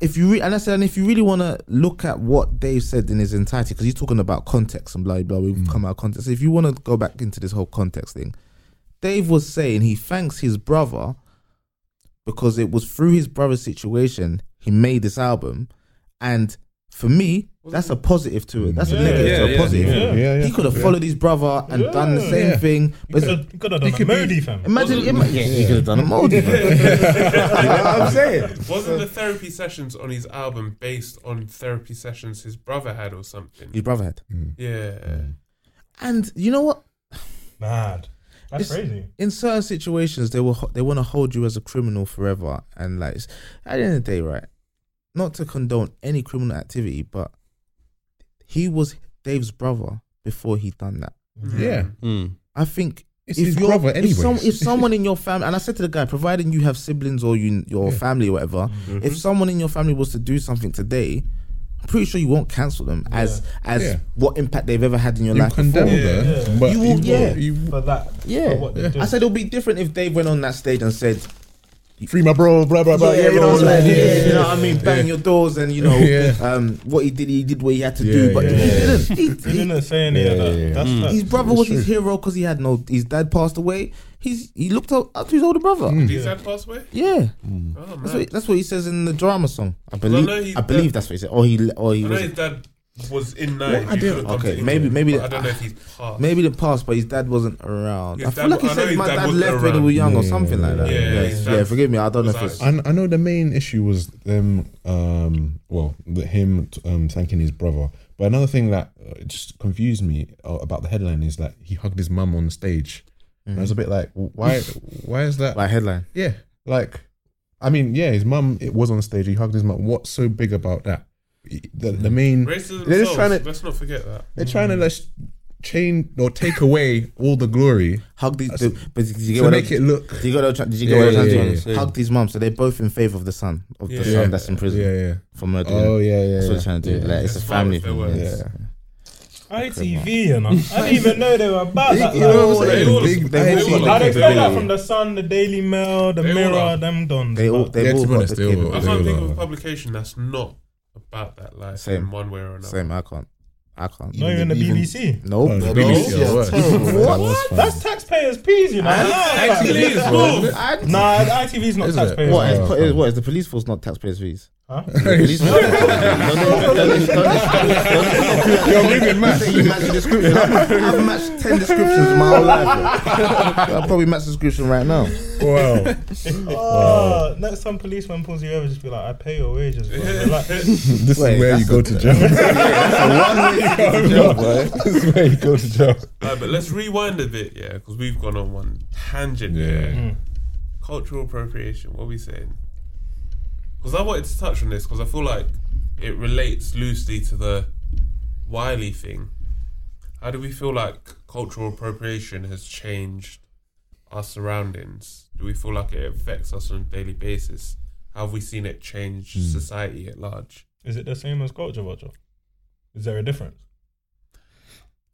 S5: if you re- and I said, and if you really want to look at what Dave said in his entirety, because he's talking about context and blah blah, we've
S1: Mm.
S5: come out of context. So if you want to go back into this whole context thing, Dave was saying he thanks his brother because it was through his brother's situation he made this album, and for me, that's a positive to it. That's a negative to a positive.
S1: Yeah, yeah, yeah.
S5: He could have followed his brother and done the same
S1: Yeah.
S5: thing, but it's-
S2: You could have done a Modi, fam.
S5: Imagine, ima- yeah, he could have done a moldy. bro. you know what I'm saying?
S4: Wasn't the therapy sessions on his album based on therapy sessions his brother had or something?
S5: His brother had.
S1: Mm.
S4: Yeah.
S5: And you know what?
S2: Mad. That's
S5: It's-
S2: crazy.
S5: In certain situations, they will ho- they want to hold you as a criminal forever. And like, it's- at the end of the day, right? Not to condone any criminal activity, but he was Dave's brother before he done that.
S4: Hmm.
S1: Yeah.
S10: Mm.
S5: I think
S1: It's
S5: if
S1: his
S5: you're-
S1: brother
S5: If, some,
S1: anyways.
S5: if someone in your family, and I said to the guy, providing you have siblings or you your family or whatever, if someone in your family was to do something today, I'm pretty sure you won't cancel them as as
S1: Yeah.
S5: what impact they've ever had in your
S1: You
S5: life.
S1: condemn
S5: Before.
S1: them,
S2: Yeah.
S1: but
S5: You will- yeah.
S1: you-
S2: For that.
S5: Yeah.
S2: For what they did.
S5: I said it'll be different if Dave went on that stage and said,
S1: free my bro, blah blah blah.
S5: yeah, you, know
S1: blah,
S5: what I'm
S1: blah,
S5: saying?
S1: blah,
S5: Yeah,
S1: blah,
S5: you know
S1: yeah.
S5: what I mean, bang your doors and you know
S1: Yeah.
S5: um, what he did, he did what he had to
S1: Yeah,
S5: do, but
S1: yeah,
S5: he
S1: yeah.
S5: didn't. He-
S2: He
S5: he-
S2: didn't say any
S1: Yeah,
S2: of that.
S1: yeah, yeah.
S2: That's facts.
S5: his brother was his hero because he had no. His dad passed away. He's he looked up, up to his older brother.
S4: Did his dad pass away?
S5: Yeah,
S4: Oh,
S5: that's
S4: man.
S5: what, that's what he says in the drama song. I believe.
S4: no, he-
S5: I believe that's what he said. Or he. Or he
S4: I know
S5: was.
S4: his dad was in nine.
S1: I didn't-
S5: okay, maybe- maybe
S4: I
S5: the-
S4: don't know if he's passed.
S5: Maybe the past, but his dad wasn't around.
S4: His
S5: I feel
S4: dad-
S5: like he
S4: I know
S5: said
S4: his
S5: my
S4: dad
S5: dad,
S4: wasn't
S5: left when he was young or something like that.
S4: Yeah,
S5: Yeah,
S4: his
S5: yeah,
S4: dad
S5: forgive me. I don't know if
S4: was
S5: it's.
S4: out.
S1: I, I know the main issue was them, um, well, the, him t- um, thanking his brother. But another thing that uh, just confused me uh, about the headline is that he hugged his mum on stage. And I was a bit like, w- why? Why is that?
S5: By headline.
S1: Yeah, like, I mean, yeah, his mum. It was on stage. He hugged his mum. What's so big about that? The, the main
S4: Racism
S1: they're just
S4: solves.
S1: trying to
S4: Let's not forget that.
S1: they're trying to like chain or take away all the glory
S5: Hugged his. the- But did you get
S1: to
S5: what
S1: make
S5: I,
S1: it look.
S5: Did you get what I was trying- did you get
S1: Yeah,
S5: what I was
S1: yeah,
S5: trying to
S1: yeah,
S5: do?
S1: yeah,
S10: yeah.
S5: Hugged his mum, so they're both in favour of the son of
S4: Yeah.
S5: the son that's in prison
S1: Yeah, yeah.
S5: for murder.
S1: Oh yeah, yeah.
S5: that's what
S1: yeah.
S5: they're trying to do.
S1: Yeah.
S5: Like, it's a
S4: It's
S5: family
S4: fine
S5: thing.
S4: if they
S5: yeah.
S2: ITV, and I didn't even know they were about that.
S1: You know what
S2: like-
S1: I'm
S4: They
S1: saying?
S4: all-
S1: Big-
S4: they
S1: big-
S4: all-
S2: I'd
S4: they
S2: expect
S4: all-
S2: that from the Sun, the Daily Mail, the
S4: They all
S2: Mirror,
S4: are.
S2: them dons.
S5: They all
S2: but
S5: they
S1: Yeah, to
S5: all
S1: be
S5: got
S1: honest,
S5: the
S1: they all-
S4: I
S1: they
S5: capability.
S1: all-
S4: can't think
S1: are.
S4: of a publication that's not about that life
S5: Same.
S4: in one way or another.
S5: Same, I can't. I can't.
S2: Not even the BBC.
S5: Nope.
S1: Oh, the
S3: No,
S1: BBC
S3: yeah,
S1: are worse.
S3: terrible.
S1: That
S5: What?
S1: was fun.
S2: That's taxpayers' peas, you know.
S4: Actually,
S2: Nah,
S4: it's both.
S5: I-
S2: Nah, ITV's not
S1: Is it?
S2: taxpayers.
S5: What is,
S1: Oh,
S5: what, is, what is the police force not taxpayers' fees?
S2: Huh?
S5: The police force- Don't- don't- don't- don't-
S1: You're moving
S5: You
S1: mad.
S5: say you match the description. I've, I've matched ten descriptions in my whole life. bro. I'll probably match the description right now.
S1: Wow.
S2: Oh, next time policeman pulls you over, just be like, "I pay your wages." Bro. Relax.
S1: This
S5: Wait,
S1: is where you
S5: that's
S1: go
S5: a-
S1: to jail. This is where you go to jail.
S4: Uh, but let's rewind a bit, yeah, because we've gone on one tangent.
S1: Yeah.
S4: Cultural appropriation. What are we saying? Because I wanted to touch on this because I feel like it relates loosely to the Wiley thing. How do we feel like cultural appropriation has changed our surroundings? Do we feel like it affects us on a daily basis? How have we seen it change society at large?
S2: Is it the same as culture vulture? Is there a difference?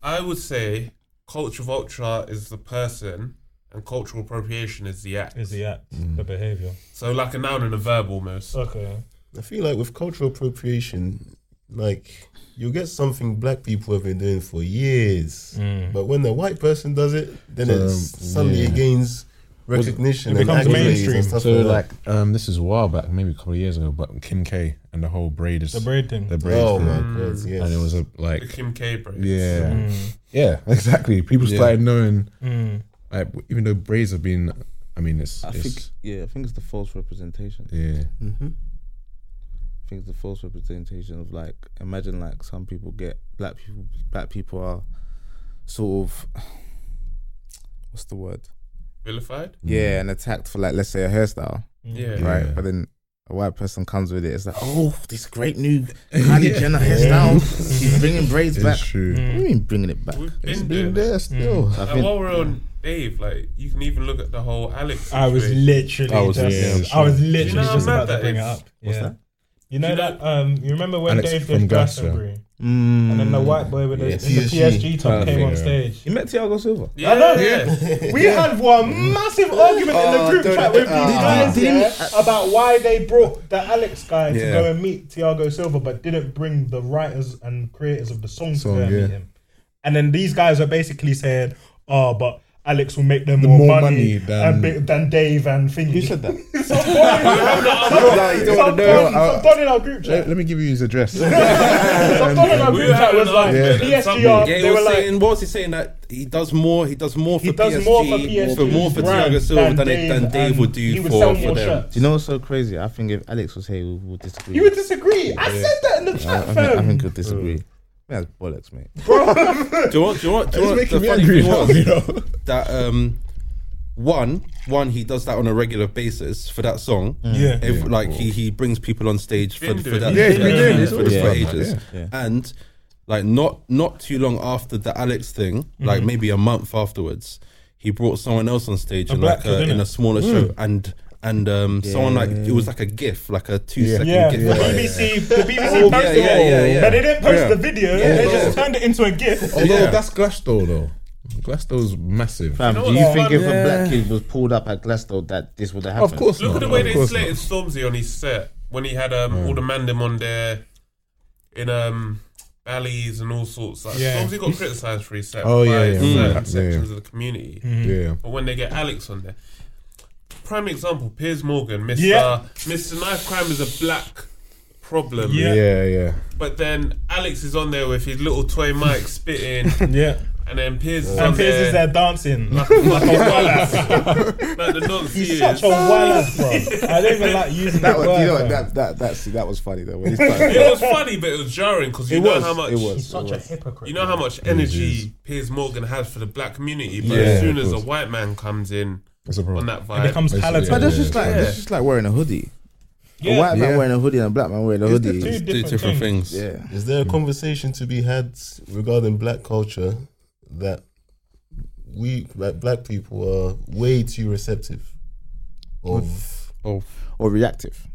S4: I would say culture vulture is the person and cultural appropriation is the act.
S2: Is the act, Oh. the behavior?
S4: So like a noun and a verb almost.
S2: Okay.
S3: I feel like with cultural appropriation, like you'll get something black people have been doing for years,
S2: Mm.
S4: Mm.
S3: but when the white person does it, then
S1: So,
S3: it's suddenly
S1: yeah.
S3: it gains recognition
S2: It
S3: and
S2: becomes
S3: accolades
S2: mainstream.
S3: and stuff
S1: So
S3: like,
S1: like, um, this is a while back, maybe a couple of years ago, but Kim K and the whole braiders,
S2: The braid thing.
S1: the
S3: that.
S1: braids,
S3: Oh
S1: thing.
S3: my god, yes.
S1: and it was a
S4: The
S1: like,
S4: Kim K break.
S1: yeah,
S2: Mm.
S1: yeah, exactly. People started knowing, like, even though braids have been, I mean, it's,
S5: I
S1: it's Mm-hmm.
S5: think yeah, I think it's the false representation.
S1: yeah,
S5: I think it's a false representation of like imagine like some people get black people black people are sort of what's the word
S4: Vilified?
S1: Mm.
S5: yeah and attacked for like let's say a hairstyle
S2: Mm.
S4: Yeah.
S5: right but then a white person comes with it it's like oh this great new Kylie Jenner hairstyle she's bringing braids back
S1: It's true.
S5: what do you mean bringing it back
S4: We've
S5: It's
S4: been
S5: been
S4: there.
S5: there still I
S4: Like,
S5: think-
S4: while we're on Dave, like you can even look at the whole Alex.
S2: I was
S4: situation.
S2: literally
S10: I was-
S2: just,
S10: yeah,
S2: I was
S1: sure.
S2: literally
S4: You know how
S2: just
S4: mad
S2: about to
S4: that
S2: bring it
S4: is?
S2: up.
S5: What's
S2: yeah.
S5: that?
S2: You know
S4: You know-
S2: that um you remember when
S1: Alex
S2: Dave
S1: from
S2: did
S1: Glasgow.
S2: Glastonbury
S5: Mm.
S2: and then the white boy with the,
S3: Yeah,
S2: in the
S3: PSG
S2: PSG top came on
S1: yeah.
S2: stage.
S5: you met Thiago Silva
S4: Yeah,
S2: I know.
S4: yeah.
S2: We had one massive argument
S1: Oh,
S2: in the group chat with these guys yeah, about why they brought the Alex guy to
S10: Yeah.
S2: go and meet Thiago Silva, but didn't bring the writers and creators of the song to go
S1: Song,
S2: and
S1: yeah.
S2: meet him. And then these guys are basically saying, "Oh, but." Alex will make them
S1: The
S2: more,
S1: more money
S2: money,
S1: than-
S2: and big- than Dave and Thingy. Who said
S5: that?
S2: Some
S1: know.
S2: some don in our group chat.
S1: Let, let me give you his address.
S2: Some don in our
S4: We
S2: group chat
S4: had
S2: was
S4: an
S2: like,
S4: argument at some
S2: PSGR,
S4: point.
S10: Yeah,
S2: they
S10: he
S2: were
S10: was
S2: like,
S10: saying, what was he saying? That he does more, he does more for
S2: He does
S10: PSG,
S2: more for PSG,
S10: for more for
S2: brand
S10: Thiago Silva than, it- than
S2: and
S10: Dave would do
S2: he
S10: for,
S2: would sell
S10: for
S2: more
S10: them.
S2: shirts.
S5: do you know what's so crazy I think if Alex was here we would disagree
S2: You would disagree. I said that in the chat,
S5: I think, I
S2: fam.
S5: think you'll disagree that's bollocks mate
S10: Do you want? Do you want? Do you
S1: It's
S10: want
S1: making
S10: the
S1: me
S10: funny
S1: angry
S10: thing
S1: now,
S10: was
S1: you know?
S10: that um, one, one he does that on a regular basis for that song.
S2: Yeah.
S10: If, like he, he brings people on stage for,
S4: Been
S10: for
S4: doing
S10: that.
S4: it. Yeah,
S1: he's been doing
S10: for-
S1: this all
S10: for
S1: this time, man,
S10: ages.
S5: yeah.
S10: And like not not too long after the Alex thing, like maybe a month afterwards, he brought someone else on stage in
S2: black
S10: like
S2: kid,
S10: a, in
S2: innit?
S10: a smaller show and. And um, someone like it was like a GIF, like a two second
S2: Yeah,
S10: GIF.
S2: the
S10: Yeah, yeah.
S2: BBC, the BBC
S10: yeah,
S2: posted
S10: yeah,
S2: it,
S10: yeah, yeah.
S2: but they didn't post
S10: Yeah.
S2: the video.
S10: Yeah,
S2: they
S10: no.
S2: just turned it into a GIF.
S1: Although
S10: Yeah.
S1: that's Glasgow though. Glasgow's massive.
S5: Fam,
S4: You know
S5: do you
S4: what?
S5: think if
S10: Yeah.
S5: a black kid was pulled up at Glasgow that this would have happened?
S1: Of course
S4: Look
S1: not.
S4: at the way
S1: of
S4: they
S1: course
S4: slated
S1: not.
S4: Stormzy on his set when he had um, all the mandem on there in um alleys and all sorts. Like
S2: Yeah.
S4: Stormzy got criticised for his set
S1: Oh,
S4: by
S1: yeah, yeah,
S4: certain
S1: yeah. Yeah.
S4: sections of the community,
S2: Mm-hmm.
S1: Yeah.
S4: but when they get Alex on there, prime example: Piers Morgan, Mister
S2: Yeah.
S4: Mister Knife Crime is a black problem.
S2: Yeah.
S1: Yeah, yeah.
S4: But then Alex is on there with his little toy mic spitting,
S2: Yeah,
S4: and then Piers is on
S2: and Piers is
S4: there.
S2: there dancing.
S4: Like a fucking wallace. like the nonce he
S2: He's
S4: is.
S2: such a wild bro. I don't even like using that,
S5: That was,
S2: word.
S5: you know,
S2: fam.
S5: what, that that that see, that was funny though. When he started,
S4: It was funny, but it was jarring because you
S5: it
S4: know
S5: was,
S4: how much
S5: it was,
S2: Such
S5: it
S2: a
S5: was.
S2: hypocrite.
S4: you know how much energy Piers Morgan has for the black community. But
S10: Yeah,
S4: as soon
S1: of
S4: as a
S1: course.
S4: white man comes in
S1: It's a
S4: on
S1: problem.
S4: that
S2: it
S4: vibe,
S2: becomes
S1: Basically,
S2: talented.
S1: yeah.
S5: But that's just like that's just like wearing a hoodie.
S2: Yeah.
S5: A white man
S1: Yeah.
S5: wearing a hoodie and a black man wearing a
S2: the
S5: hoodie.
S2: two
S10: Two
S2: different,
S10: different
S2: things.
S10: things.
S5: Yeah,
S3: Is there a conversation to be had regarding black culture that we like black people are way too receptive of
S10: Oh,
S5: or reactive.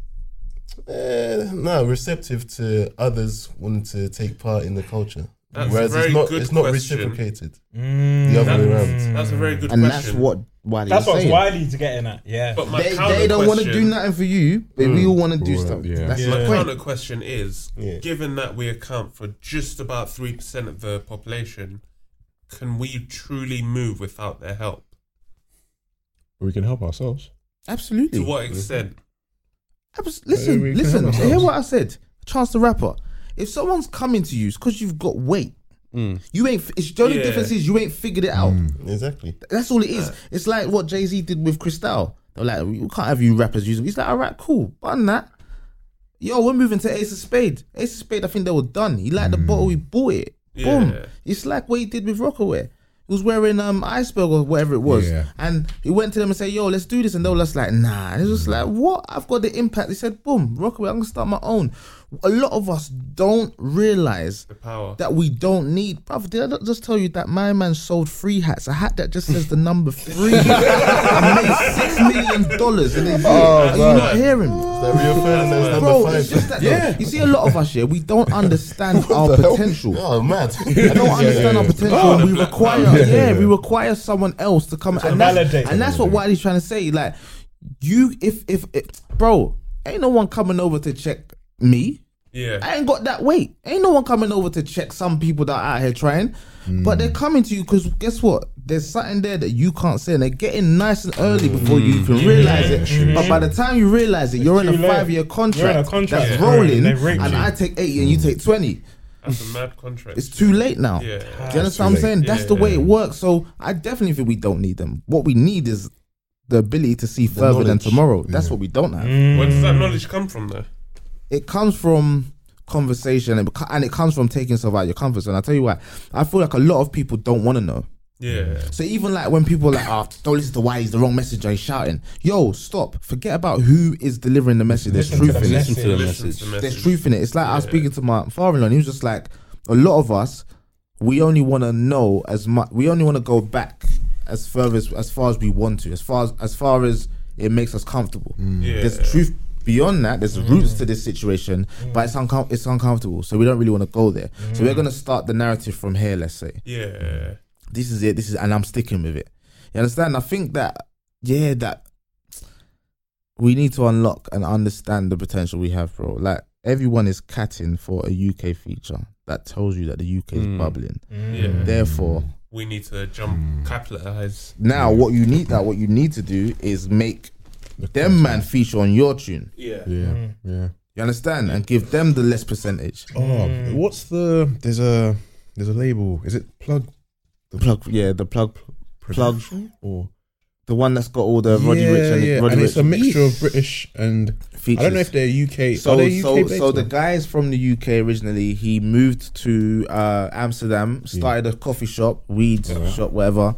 S3: eh, no receptive to others wanting to take part in the culture?
S4: That's a
S3: Whereas
S4: very
S3: it's not
S4: good
S3: it's not
S4: question.
S3: reciprocated
S2: Mm,
S3: the other way
S4: that's,
S3: around.
S4: that's a very good
S5: And
S4: question.
S5: that's what why
S2: that's
S5: they were
S2: what
S5: saying.
S2: Wiley's getting at. Yeah,
S4: But my
S5: They,
S4: counter
S5: they don't want to do
S4: question-
S5: nothing for you, but we all want to do
S1: Well,
S5: stuff.
S1: yeah.
S5: That's
S2: Yeah.
S5: the
S4: My
S5: point.
S4: counter question is:
S3: Yeah.
S4: Given that we account for just about three percent of the population, can we truly move without their help?
S1: We can help ourselves.
S5: Absolutely.
S4: To what extent?
S5: Abs-
S1: we
S5: listen,
S1: can help
S5: listen.
S1: ourselves.
S5: Hear what I said. Chance the rapper. If someone's coming to you, it's because you've got weight.
S1: Mm.
S5: You ain't. f- It's the only
S4: Yeah.
S5: difference is you ain't figured it out.
S3: exactly.
S5: That's all it is. It's like what Jay Z did with Cristal. They're like, we can't have you rappers using. He's like, all right, cool. But on that, yo, we're moving to Ace of Spade. Ace of Spade, I think they were done. He liked the bottle, he bought it.
S4: Hmm.
S5: Boom.
S4: Yeah.
S5: It's like what he did with Rockaway. He was wearing um iceberg or whatever it was,
S1: Yeah.
S5: and he went to them and said, "Yo, let's do this." And they were just like, "Nah." And it
S4: Hmm.
S5: was just like, "What? I've got the impact." He said, "Boom, Rockaway. I'm gonna start my own." A lot of us don't realize
S4: The power.
S5: that we don't need. Brother, did I not just tell you that my man sold three hats? A hat that just says the number three. I made six million dollars in a year. Are you not hearing me?
S3: That reaffirming as number
S5: Bro,
S3: five.
S5: it's just that. Yeah. You see, a lot of us here, we don't understand our potential.
S3: oh mad.
S5: I don't understand our potential.
S4: Oh,
S5: we
S4: the black
S5: require,
S4: man.
S5: yeah, we require someone else to come and that's,
S2: validate
S5: and that's what Wiley's trying to say. Like, you, if, if, if, bro, ain't no one coming over to check me.
S4: Yeah.
S5: I ain't got that weight. Ain't no one coming over to check some people that are out here trying, but they're coming to you because guess what? There's something there that you can't say, and they're getting nice and early before you can realize it. But by the time you realize it, you're in a
S2: Mm. too late.
S5: five year
S2: You're in a
S5: contract,
S2: contract.
S5: that's
S4: Yeah.
S5: rolling,
S2: They raped
S5: and
S2: you. Mm.
S5: I take eighty and you take twenty.
S4: That's a mad contract.
S5: It's too late now.
S4: yeah.
S5: Do you understand what I'm saying? That's the way it works. So I definitely think we don't need them. What we need is the ability to see further than
S3: knowledge.
S2: Mm.
S5: tomorrow. That's what we don't have.
S4: Where does that knowledge come from, though?
S5: it comes from conversation and it, beco- and it comes from taking yourself out of your comfort zone. I tell you why. I feel like a lot of people don't want to know.
S4: Yeah.
S5: So even like when people are like, oh, don't listen to why he's the wrong messenger, he's shouting. Yo, stop. Forget about who is delivering the message. There's
S2: Listen to
S5: truth
S2: the
S5: in it.
S10: Listen to the
S4: Listen
S10: message.
S4: to the
S5: There's
S4: message.
S5: truth in it. It's like I was speaking to my father-in-law, and he was just like, a lot of us, we only want to know as much. We only want to go back as far as as far as we want to, as far as as far as it makes us comfortable.
S4: Yeah.
S5: There's truth beyond that. There's roots to this situation, but it's uncom- it's uncomfortable. So we don't really want to go there. So we're gonna start the narrative from here. Let's say
S4: Yeah.
S5: this is it. This is, and I'm sticking with it. You understand? I think that, yeah, that we need to unlock and understand the potential we have, bro. Like everyone is catting for a UK feature that tells you that the UK is
S10: Mm.
S5: bubbling.
S1: Mm.
S4: Yeah.
S5: Therefore,
S4: We need to jump,
S5: Hmm.
S4: capitalize.
S5: now what you need that what you need to do is make them man feature on your tune.
S4: Yeah.
S1: Yeah,
S2: Mm.
S1: yeah.
S5: You understand? And give them the less percentage.
S1: Oh,
S4: Mm.
S1: what's the? There's a there's a label. Is it plug
S5: The plug, yeah, the plug, plug,
S1: or
S5: the one that's got all the Roddy
S1: yeah,
S5: Rich and
S1: yeah.
S5: Roddy
S1: and
S5: Rich
S1: it's a mixture of British and
S5: features.
S1: I don't know if they're UK.
S5: so
S1: are they UK
S5: oh, so
S1: based
S5: so the
S1: now?
S5: guy is from the UK originally. He moved to uh,
S1: Hmm.
S5: Amsterdam, started a coffee shop, weed shop, whatever.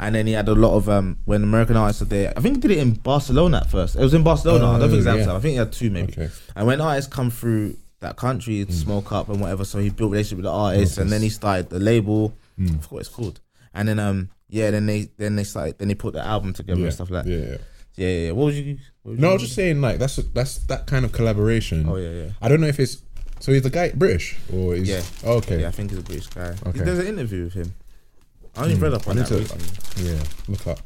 S5: And then he had a lot of um, when American artists are there. I think he did it in Barcelona at first. It was in Barcelona. I don't think it was
S1: Oh, yeah.
S5: Amsterdam. I think he had two maybe.
S1: Okay. Hmm.
S5: And when artists come through that country, he'd smoke up and whatever. So he built relationship with the artists, and then he started the label.
S1: Hmm.
S5: I forgot what it's called. And then um yeah, then they then they started then they put the album together
S1: yeah.
S5: and stuff like that.
S1: yeah, yeah.
S5: Yeah, yeah. yeah. What was you? What was
S1: No, I
S5: you
S1: was just saying like that's that's that kind of collaboration.
S5: Oh yeah, yeah.
S1: I don't know if it's so. Is the guy British or is
S5: Yeah.
S1: okay?
S5: Yeah, I think he's a British guy.
S1: Okay.
S5: There's an interview with him. I only read up on
S1: I need
S5: that
S1: to-
S5: recently.
S1: Yeah, look up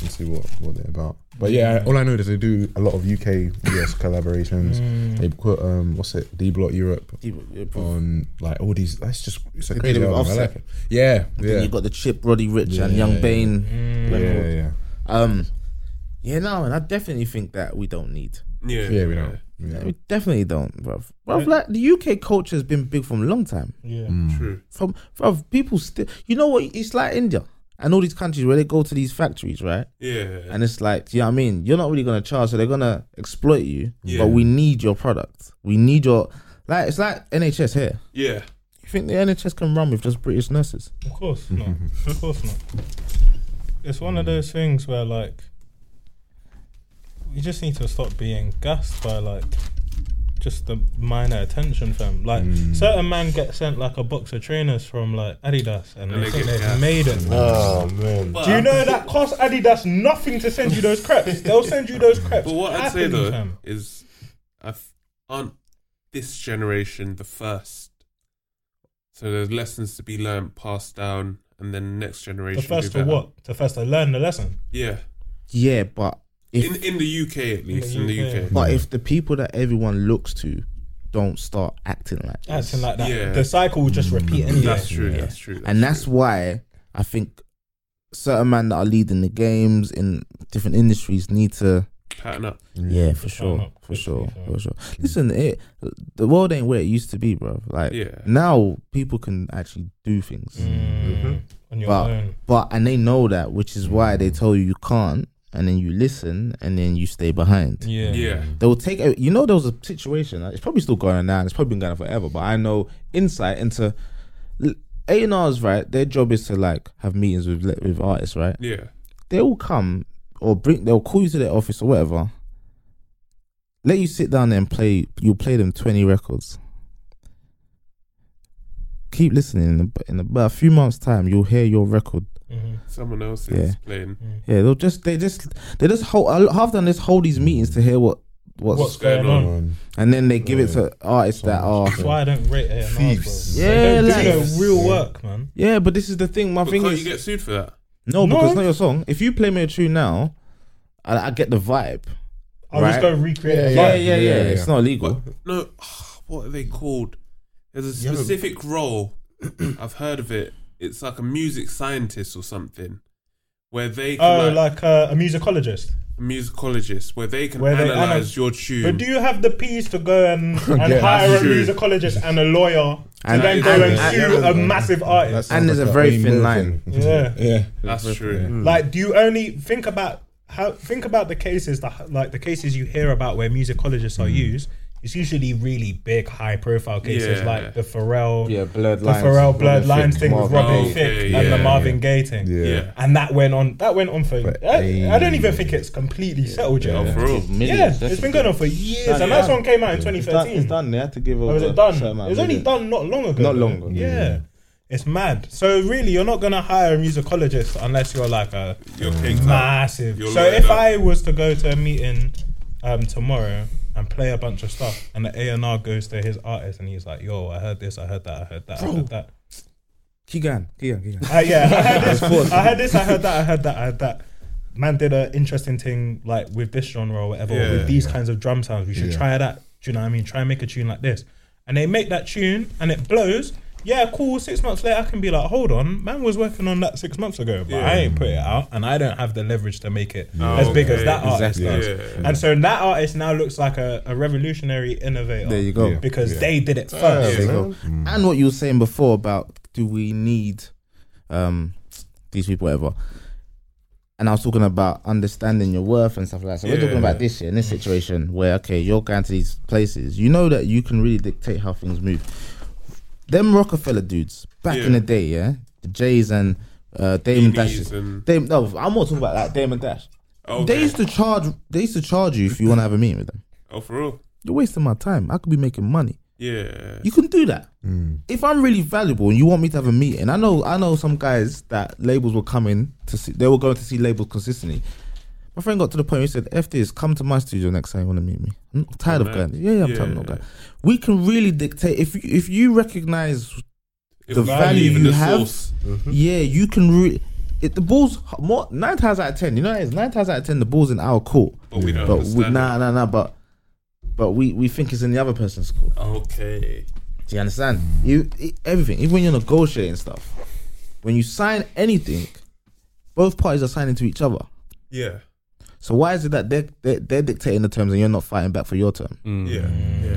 S1: and see what, what they're about. But yeah, all I know is they do a lot of UK US collaborations. They put um, what's it, D Block Europe
S5: People- yeah, proof.
S1: on like all these. That's just it's a
S5: They
S1: crazy
S5: did it with
S1: album. I
S5: Offset.
S1: like it. Yeah,
S5: Then
S1: yeah,
S5: you got the Chip, Roddy Rich, and
S1: Yeah,
S5: Young
S1: yeah.
S5: Bane.
S4: Mm.
S1: yeah, yeah,
S5: Um, yeah, no, and I definitely think that we don't need.
S4: Yeah.
S1: yeah. We don't.
S5: Yeah,
S1: Yeah.
S5: we definitely don't, bruv. Bruv, like the UK culture has been big from a long time.
S2: Yeah.
S5: Hmm.
S4: True.
S5: From bruv, people still, you know what? It's like India and all these countries where they go to these factories, right?
S4: Yeah.
S5: And it's like, you know what I mean? You're not really gonna charge, so they're gonna exploit you.
S4: Yeah.
S5: But we need your product. We need your like. It's like NHS here.
S4: Yeah.
S5: You think the NHS can run with just British nurses?
S2: Of course not. of course not. It's one
S4: Mm.
S2: of those things where like you just need to stop being gassed by like just the minor attention fam. Like
S4: Mm.
S2: certain man get sent like a box of trainers from like Adidas and,
S4: And
S2: they
S4: they
S2: think
S4: get
S2: they've
S4: gassed.
S2: made it.
S3: Oh man.
S4: But,
S2: Do you know that cost Adidas nothing to send you those creps? They'll send you those creps.
S4: But what I'd say
S2: happily,
S4: though
S2: fam.
S4: is, I've, aren't this generation the first? So there's lessons to be learnt, passed down, and then next generation.
S2: the first
S4: do
S2: to
S4: better.
S2: what? The first to learn the lesson.
S4: Yeah.
S5: Yeah, but if
S4: In in the UK at least, in the UK.
S2: UK.
S5: but if the people that everyone looks to don't start acting like this,
S2: Acting like that.
S4: Yeah. Mm.
S2: The cycle will just repeat anyway.
S4: That's true. That's true. That's
S5: and that's
S4: true.
S5: why I think certain men that are leading the games in different industries need to
S4: pattern up.
S5: yeah, for
S2: Turn
S5: sure,
S2: up
S5: for
S2: quickly,
S5: sure,
S2: fam.
S5: for sure. Listen, it the world ain't where it used to be, bro. Like
S4: Yeah.
S5: now people can actually do things. Mm-hmm.
S2: Mm, On your
S5: But-
S2: own.
S5: But and they know that, which is why they tell you you can't, and then you listen, and then you stay behind.
S2: Yeah.
S4: Yeah.
S5: They will take. You know, there was a situation. like, It's probably still going on now. And it's probably been going on forever. But I know insight into A and R's. Right, their job is to like have meetings with le- with artists. Right,
S4: Yeah.
S5: they will come or bring. They'll call you to their office or whatever. Let you sit down there and play. You'll play them twenty records. Keep listening. In, the, in about a few months' time, you'll hear your record
S2: Mhm.
S4: Someone else
S5: Yeah.
S4: is playing.
S5: Yeah, they'll just they just they just hold a lot- half of them just hold these meetings to hear what what's,
S2: What's going on?
S1: Um,
S5: and then they give it to artists that are
S2: That's why I don't rate A and R.
S3: Thieves.
S5: Yeah,
S2: do
S5: like-
S2: their real work, man.
S5: yeah. But this is the thing. My
S4: But
S5: thing
S4: can't
S5: is
S4: you get sued for that?
S5: no, because
S2: No.
S5: it's not your song. If you play me a tune now, I, I get the vibe.
S2: I'll
S5: Right.
S2: just go recreate.
S1: Yeah,
S2: it.
S5: Yeah, yeah,
S2: Like,
S5: yeah.
S1: yeah,
S5: It's
S1: yeah.
S5: not illegal.
S4: But no, Ah, what are they called? There's a specific role. I've heard of it. It's like a music scientist or something, where they can
S2: Oh,
S4: like,
S2: like uh, a musicologist.
S4: a musicologist, where they can
S2: Where they
S4: analyze
S2: analyze-
S4: your
S2: But
S4: tune.
S2: do you have the peas to go and, and
S1: Yeah,
S2: hire a
S4: that's true.
S2: musicologist and a lawyer
S5: And-
S2: to then
S4: and-
S2: go and,
S4: and-
S2: sue a massive
S1: that
S2: artist?
S1: sounds
S5: And there's
S1: like
S5: a very
S1: Wayne
S5: thin
S1: Mill
S5: line.
S1: thing.
S2: Yeah.
S1: yeah.
S4: That's true.
S2: Like, do you only think
S5: Mm.
S2: about how? Think about the cases that, like, the cases you hear about where musicologists are used. it's usually really big, high profile cases
S4: Yeah.
S2: like the Pharrell,
S5: Yeah, blurred
S2: the
S5: lines.
S2: Pharrell Blood Lines thing with
S5: Marvin.
S2: Robin
S4: Gaye.
S2: Thicke
S4: Oh, Yeah,
S2: and the
S4: yeah,
S2: Marvin Gaye thing.
S1: Yeah.
S4: Yeah.
S2: And that went on. That went on for. I, I don't even think it's completely settled yet.
S4: Oh, for real.
S2: Yeah, it's been going on for years, and
S4: yeah.
S2: that song came out in
S5: It's done, it's
S2: 2013.
S5: done. They had to give
S2: Or
S5: over.
S2: was
S5: a
S2: Oh, it done?
S5: certain
S2: It
S5: amount
S2: was
S5: of
S2: only
S5: minutes.
S2: done not long ago.
S5: Not long ago.
S2: Yeah. It's mad. So really, you're not gonna hire a musicologist unless you're like a
S4: You're kicked out.
S2: massive.
S4: You're
S2: So
S4: loaded
S2: if
S4: up.
S2: I was to go to a meeting um, tomorrow and play a bunch of stuff, and the A and R goes to his artist, and he's like, "Yo, I heard this, I heard that, I heard that, I heard that."
S9: Keegan, Keegan, Keegan.
S2: Uh, yeah, I heard this. I heard this. I heard that. I heard that. I heard that. Man did an interesting thing like with this genre or whatever, or
S4: Yeah.
S2: with these kinds of drum sounds. We should
S1: Yeah.
S2: try that. Do you know what I mean? Try and make a tune like this. And they make that tune and it blows. Yeah, cool. Six months later, I can be like, hold on, man was working on that six months ago, but I ain't put it out, and I don't have the leverage to make it
S4: Oh,
S2: as big as
S4: okay.
S2: that artist
S4: Yeah.
S2: does. And so that artist now looks like a, a revolutionary innovator.
S5: There you go.
S1: Yeah.
S2: Because they did it first.
S5: There you go. "Mm." And what you were saying before about do we need um, these people, whatever. And I was talking about understanding your worth and stuff like that. So we're talking
S4: Yeah.
S5: about this year in this situation where okay, you're going to these places. You know that you can really dictate how things move. Them Rockefeller dudes back in
S4: Yeah.
S5: the day, yeah, the Jays and uh, Damon Dashes.
S4: Beanies and-
S5: Dame, no, I'm more talking about that Damon Dash.
S4: Okay.
S5: They used to charge. They used to charge you if you want to have a meeting with them.
S4: Oh, for real.
S5: You're wasting my time. I could be making money.
S4: Yeah.
S5: You can do that. If I'm really valuable and you want me to have a meeting, I know I know some guys that labels were coming to see they were going to see labels consistently. My friend got to the point where he said, F this, come to my studio next time you want to meet me. I'm not tired of
S4: man.
S5: going. Yeah, yeah, I'm tired of not going. We can really dictate if you if you recognize
S4: If
S5: the
S4: not
S5: value
S4: even
S5: you
S4: the
S5: have-
S4: source. Mm-hmm.
S5: yeah, you can re- it, the ball's h- more nine times out of ten, you know what it is? Nine times out of ten the ball's in our court.
S4: But we don't
S5: But we,
S4: understand.
S5: nah nah nah but but we, we think it's in the other person's court.
S4: Okay.
S5: Do you understand? You e- everything, even when you're negotiating stuff, when you sign anything, both parties are signing to each other.
S4: Yeah.
S5: So why is it that they're they're, they're dictating the terms and you're not fighting back for your term?
S4: Yeah. Yeah.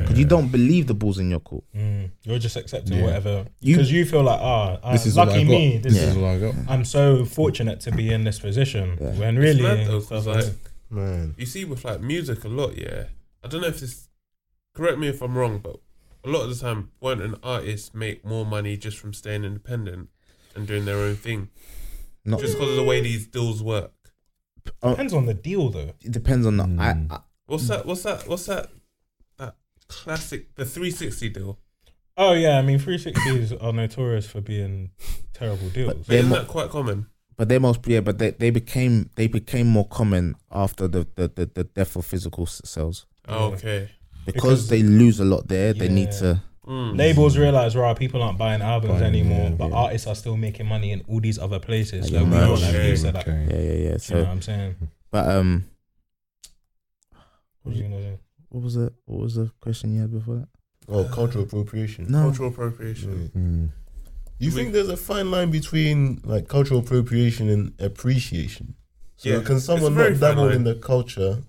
S5: Because Mm. you don't believe the ball's in your court.
S2: Mm, you're just accepting
S1: Yeah.
S2: whatever
S5: You-
S2: because you, feel like, ah, oh,
S1: This is what I
S2: lucky
S1: got.
S2: me. This
S1: This
S2: is,
S1: is what I got.
S2: I'm so fortunate to be in this position.
S5: Yeah.
S2: When
S4: It's
S2: really,
S4: mad though, 'cause, like,
S3: Man.
S4: you see with like music a lot, yeah. I don't know if this correct me if I'm wrong, but a lot of the time won't an artist make more money just from staying independent and doing their own thing?
S5: Not
S4: Just because of the way these deals work.
S2: depends on the deal though.
S5: it depends on the I, I,
S2: Hmm.
S4: What's that what's that what's that that classic the three sixty deal?
S2: Oh yeah, I mean, 360s are notorious for being terrible deals.
S5: They're
S4: Isn't
S5: mo-
S4: that quite common?
S5: but they most yeah, but they, they became they became more common after the the, the, the death of physical s- sales
S4: Oh, okay.
S5: because, they lose a lot there. They need
S2: Yeah.
S5: to
S4: Mm.
S2: Labels realize, right, people aren't buying albums
S1: Buying,
S2: anymore,
S1: yeah,
S2: but artists are still making money in all these other places.
S5: Like
S2: that we
S5: merch.
S2: don't have these, so that-
S1: Okay.
S5: yeah yeah yeah.
S2: You
S5: So
S2: know what I'm saying?
S5: but um,
S2: What are you gonna do?
S5: what was it? What was the question you had before that?
S3: Oh, cultural appropriation.
S5: No,
S4: Cultural appropriation.
S1: Mm.
S3: You think there's a fine line between like cultural appropriation and appreciation? So
S4: Yeah,
S3: can
S4: it's
S3: someone
S4: a very
S3: not
S4: fine
S3: dabble
S4: line.
S3: in the culture,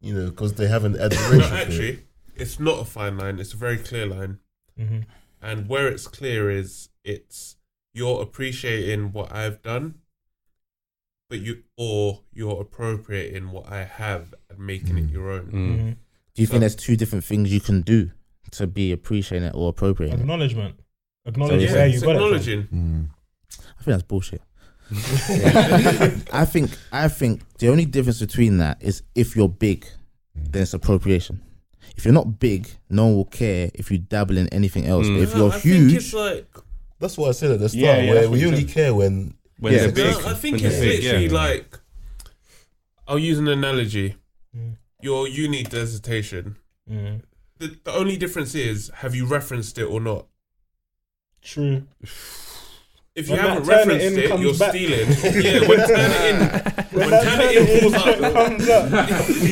S3: you know, because they have an
S4: No,
S3: admiration for it?
S4: actually, it's not a fine line, it's a very clear line.
S2: hmm
S4: and where it's clear is it's you're appreciating what I've done, but you or you're appropriating what I have and making it your own.
S2: hmm
S5: Do you think there's two different things you can do to be appreciating it or appropriating it?
S2: Acknowledgement, acknowledge
S5: yeah,
S4: Yeah,
S2: where you
S4: it's
S2: got it. from.
S4: acknowledging.
S1: Mm.
S5: I think that's bullshit. I think I think the only difference between that is if you're big, then it's appropriation. If you're not big, no one will care if you dabble in anything else. But if
S4: No,
S5: you're
S4: Mm. I think
S5: huge,
S4: it's like
S3: That's what I said at the start,
S11: Yeah, yeah,
S3: where
S11: that's what
S3: we
S11: you
S3: only
S11: said.
S3: care when
S11: When
S5: Yeah.
S11: they're
S5: No,
S11: big.
S4: No, I think
S11: When
S4: it's
S11: they're big, yeah.
S4: literally like I'll use an analogy.
S2: Mm.
S4: Your uni dissertation.
S2: Mhm.
S4: The, the only difference is have you referenced it or not.
S2: True.
S4: If you
S2: When that
S4: haven't
S2: turn it
S4: referenced
S2: in
S4: it,
S2: comes
S4: you're
S2: back.
S4: stealing. yeah, when turn it in, when turn it in pulls up,
S2: comes up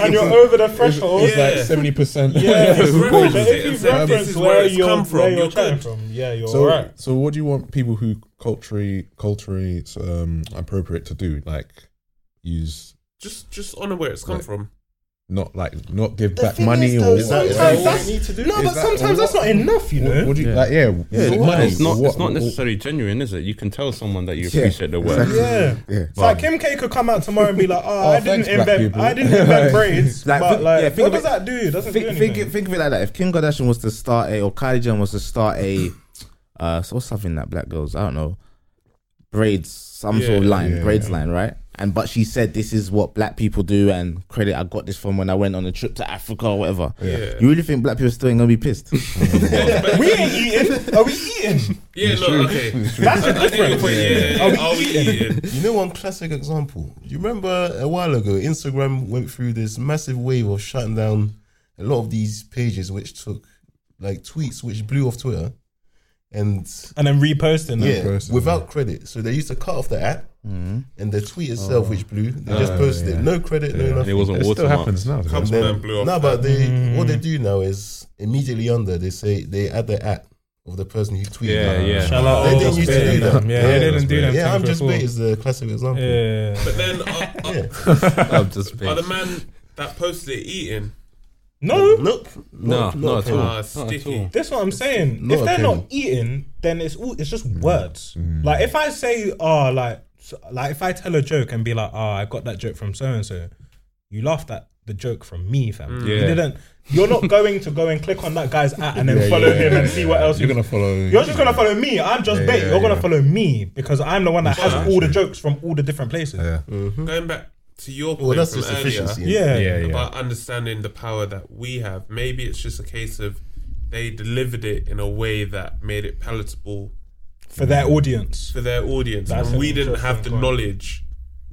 S2: and you're over the
S5: Oh,
S2: threshold.
S1: It's like
S4: Yeah.
S1: seventy percent.
S2: Yeah,
S4: If you
S2: but
S4: reference it
S2: if
S4: and
S2: you've
S4: say, this
S2: referenced
S4: is
S2: where
S4: where it's
S2: you're,
S4: come
S2: where
S4: from,
S2: you're
S4: you're
S2: chatting
S4: good.
S2: from, yeah, you're
S1: So,
S2: right.
S1: so what do you want people who culturally culturally um, appropriate to do? Like use
S4: Just, just honor where it's come
S1: Right.
S4: from.
S1: not like not give back
S2: thing
S1: money
S2: is,
S1: or
S2: though,
S1: what?
S2: sometimes
S1: What-
S2: that's- No, but
S1: that-
S2: sometimes that's not enough, you know.
S1: What do you like? Yeah,
S10: It's
S1: what-
S10: not, it's not,
S1: what-
S10: it's not
S1: what-
S10: necessarily genuine, is it? You can tell someone that you
S5: Yeah,
S10: appreciate their work.
S5: exactly.
S2: Yeah.
S5: Yeah.
S2: It's like Kim K could come out tomorrow and be like, "Oh,
S1: Oh,
S2: I didn't
S1: thanks, black
S2: invent,
S1: people."
S2: I didn't invent braids."
S5: Like,
S2: but
S5: think-
S2: like,
S5: yeah,
S2: what
S5: think
S2: does
S5: of
S2: that do? It doesn't do
S5: Think,
S2: anything.
S5: think, think of it like that. If Kim Kardashian was to start a, or Kylie Jenner was to start a, uh, so what's something that black girls, I don't know, braids, some sort of
S4: Yeah,
S5: line,
S1: yeah,
S5: braids line, right? And but she said this is what black people do, and credit I got this from when I went on a trip to Africa or whatever.
S4: Yeah.
S5: You really think black people still ain't gonna be pissed?
S2: we ain't eating. Are we eating?
S4: Yeah, no, okay.
S2: That's the
S4: I get your
S2: difference.
S4: point. Yeah, yeah, yeah. Are we eating?
S3: You know one classic example. You remember a while ago, Instagram went through this massive wave of shutting down a lot of these pages, which took like tweets which blew off Twitter, and
S2: And then reposting. them.
S3: yeah,
S1: person,
S3: without credit. So they used to cut off the app and the tweet itself, which blew. They just
S1: Oh,
S3: posted
S1: yeah.
S3: it, no credit, no
S10: And it
S3: nothing.
S10: wasn't
S1: It still
S10: watermarked.
S1: happens now. though.
S4: Comes
S3: Then-
S4: man blew off.
S3: no,
S4: that.
S3: but they what they do now is immediately under they say they add the app of the person who tweeted.
S10: Yeah, yeah.
S2: Shout out.
S3: They
S2: all
S3: didn't
S2: those
S3: used to
S2: big
S3: do
S2: them.
S3: that.
S2: Yeah,
S3: Yeah,
S2: they
S1: that's
S2: didn't do
S1: bad.
S2: them.
S3: Yeah, I'm
S2: things
S3: just
S2: before.
S3: bait is the classic example.
S2: Yeah.
S4: But then are, are,
S3: Yeah.
S10: I'm just
S4: are the
S10: being-
S4: man that posted it eating?
S2: No,
S3: Nope.
S10: No,
S3: Nope,
S10: not
S3: nope.
S10: at all.
S4: Ah,
S10: Not at
S4: sticky.
S10: all.
S2: That's what I'm saying.
S3: Not
S2: if they're
S3: appealing.
S2: not eating, then it's all it's
S1: Mm.
S2: just words. Like if I say, oh, like so- like if I tell a joke and be like, oh, I got that joke from so and so, you laughed at the joke from me, fam. You
S10: Yeah.
S2: didn't. You're not going to go and click on that guy's at and then follow him and see what else
S1: You're
S2: you
S1: gonna follow.
S2: You're just gonna follow me. I'm just
S1: Yeah,
S2: bait.
S1: yeah,
S2: You're gonna
S1: yeah.
S2: follow me because I'm the one that has
S4: Yeah.
S2: all the jokes from all the different places.
S1: Yeah,
S4: Going back to your point
S3: Well, that's
S4: from
S3: just
S4: earlier
S3: efficiency.
S2: Yeah.
S1: yeah, yeah.
S4: about understanding the power that we have, maybe it's just a case of they delivered it in a way that made it palatable
S2: for their audience.
S4: for their audience,
S2: That's
S4: and we
S2: an
S4: didn't have the
S2: interesting point.
S4: knowledge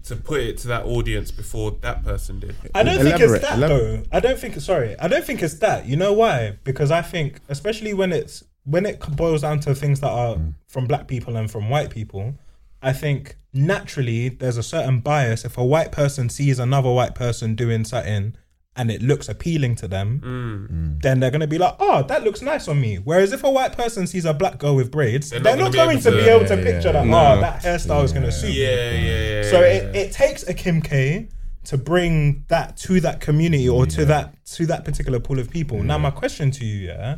S4: to put it to that audience before that person did.
S2: I don't think
S5: Elaborate,
S2: it's that
S5: elaborate.
S2: though. I don't think sorry. I don't think it's that. You know why? Because I think especially when it's when it boils down to things that are from black people and from white people, I think naturally there's a certain bias if a white person sees another white person doing something and it looks appealing to them,
S4: Mm.
S2: then they're gonna be like, "Oh, that looks nice on me." Whereas if a white person sees a black girl with braids, they're,
S4: not
S2: not,
S4: gonna be
S2: going
S4: able
S2: to
S4: to-
S2: be able to
S1: yeah,
S2: picture that.
S10: yeah.
S2: Oh,
S10: No.
S2: that hairstyle is gonna suit. me."
S4: Yeah,
S3: Mm.
S4: yeah, yeah.
S2: So
S4: yeah.
S2: it, it takes a Kim K to bring that to that community or to that to that particular pool of people. Now my question to you, yeah,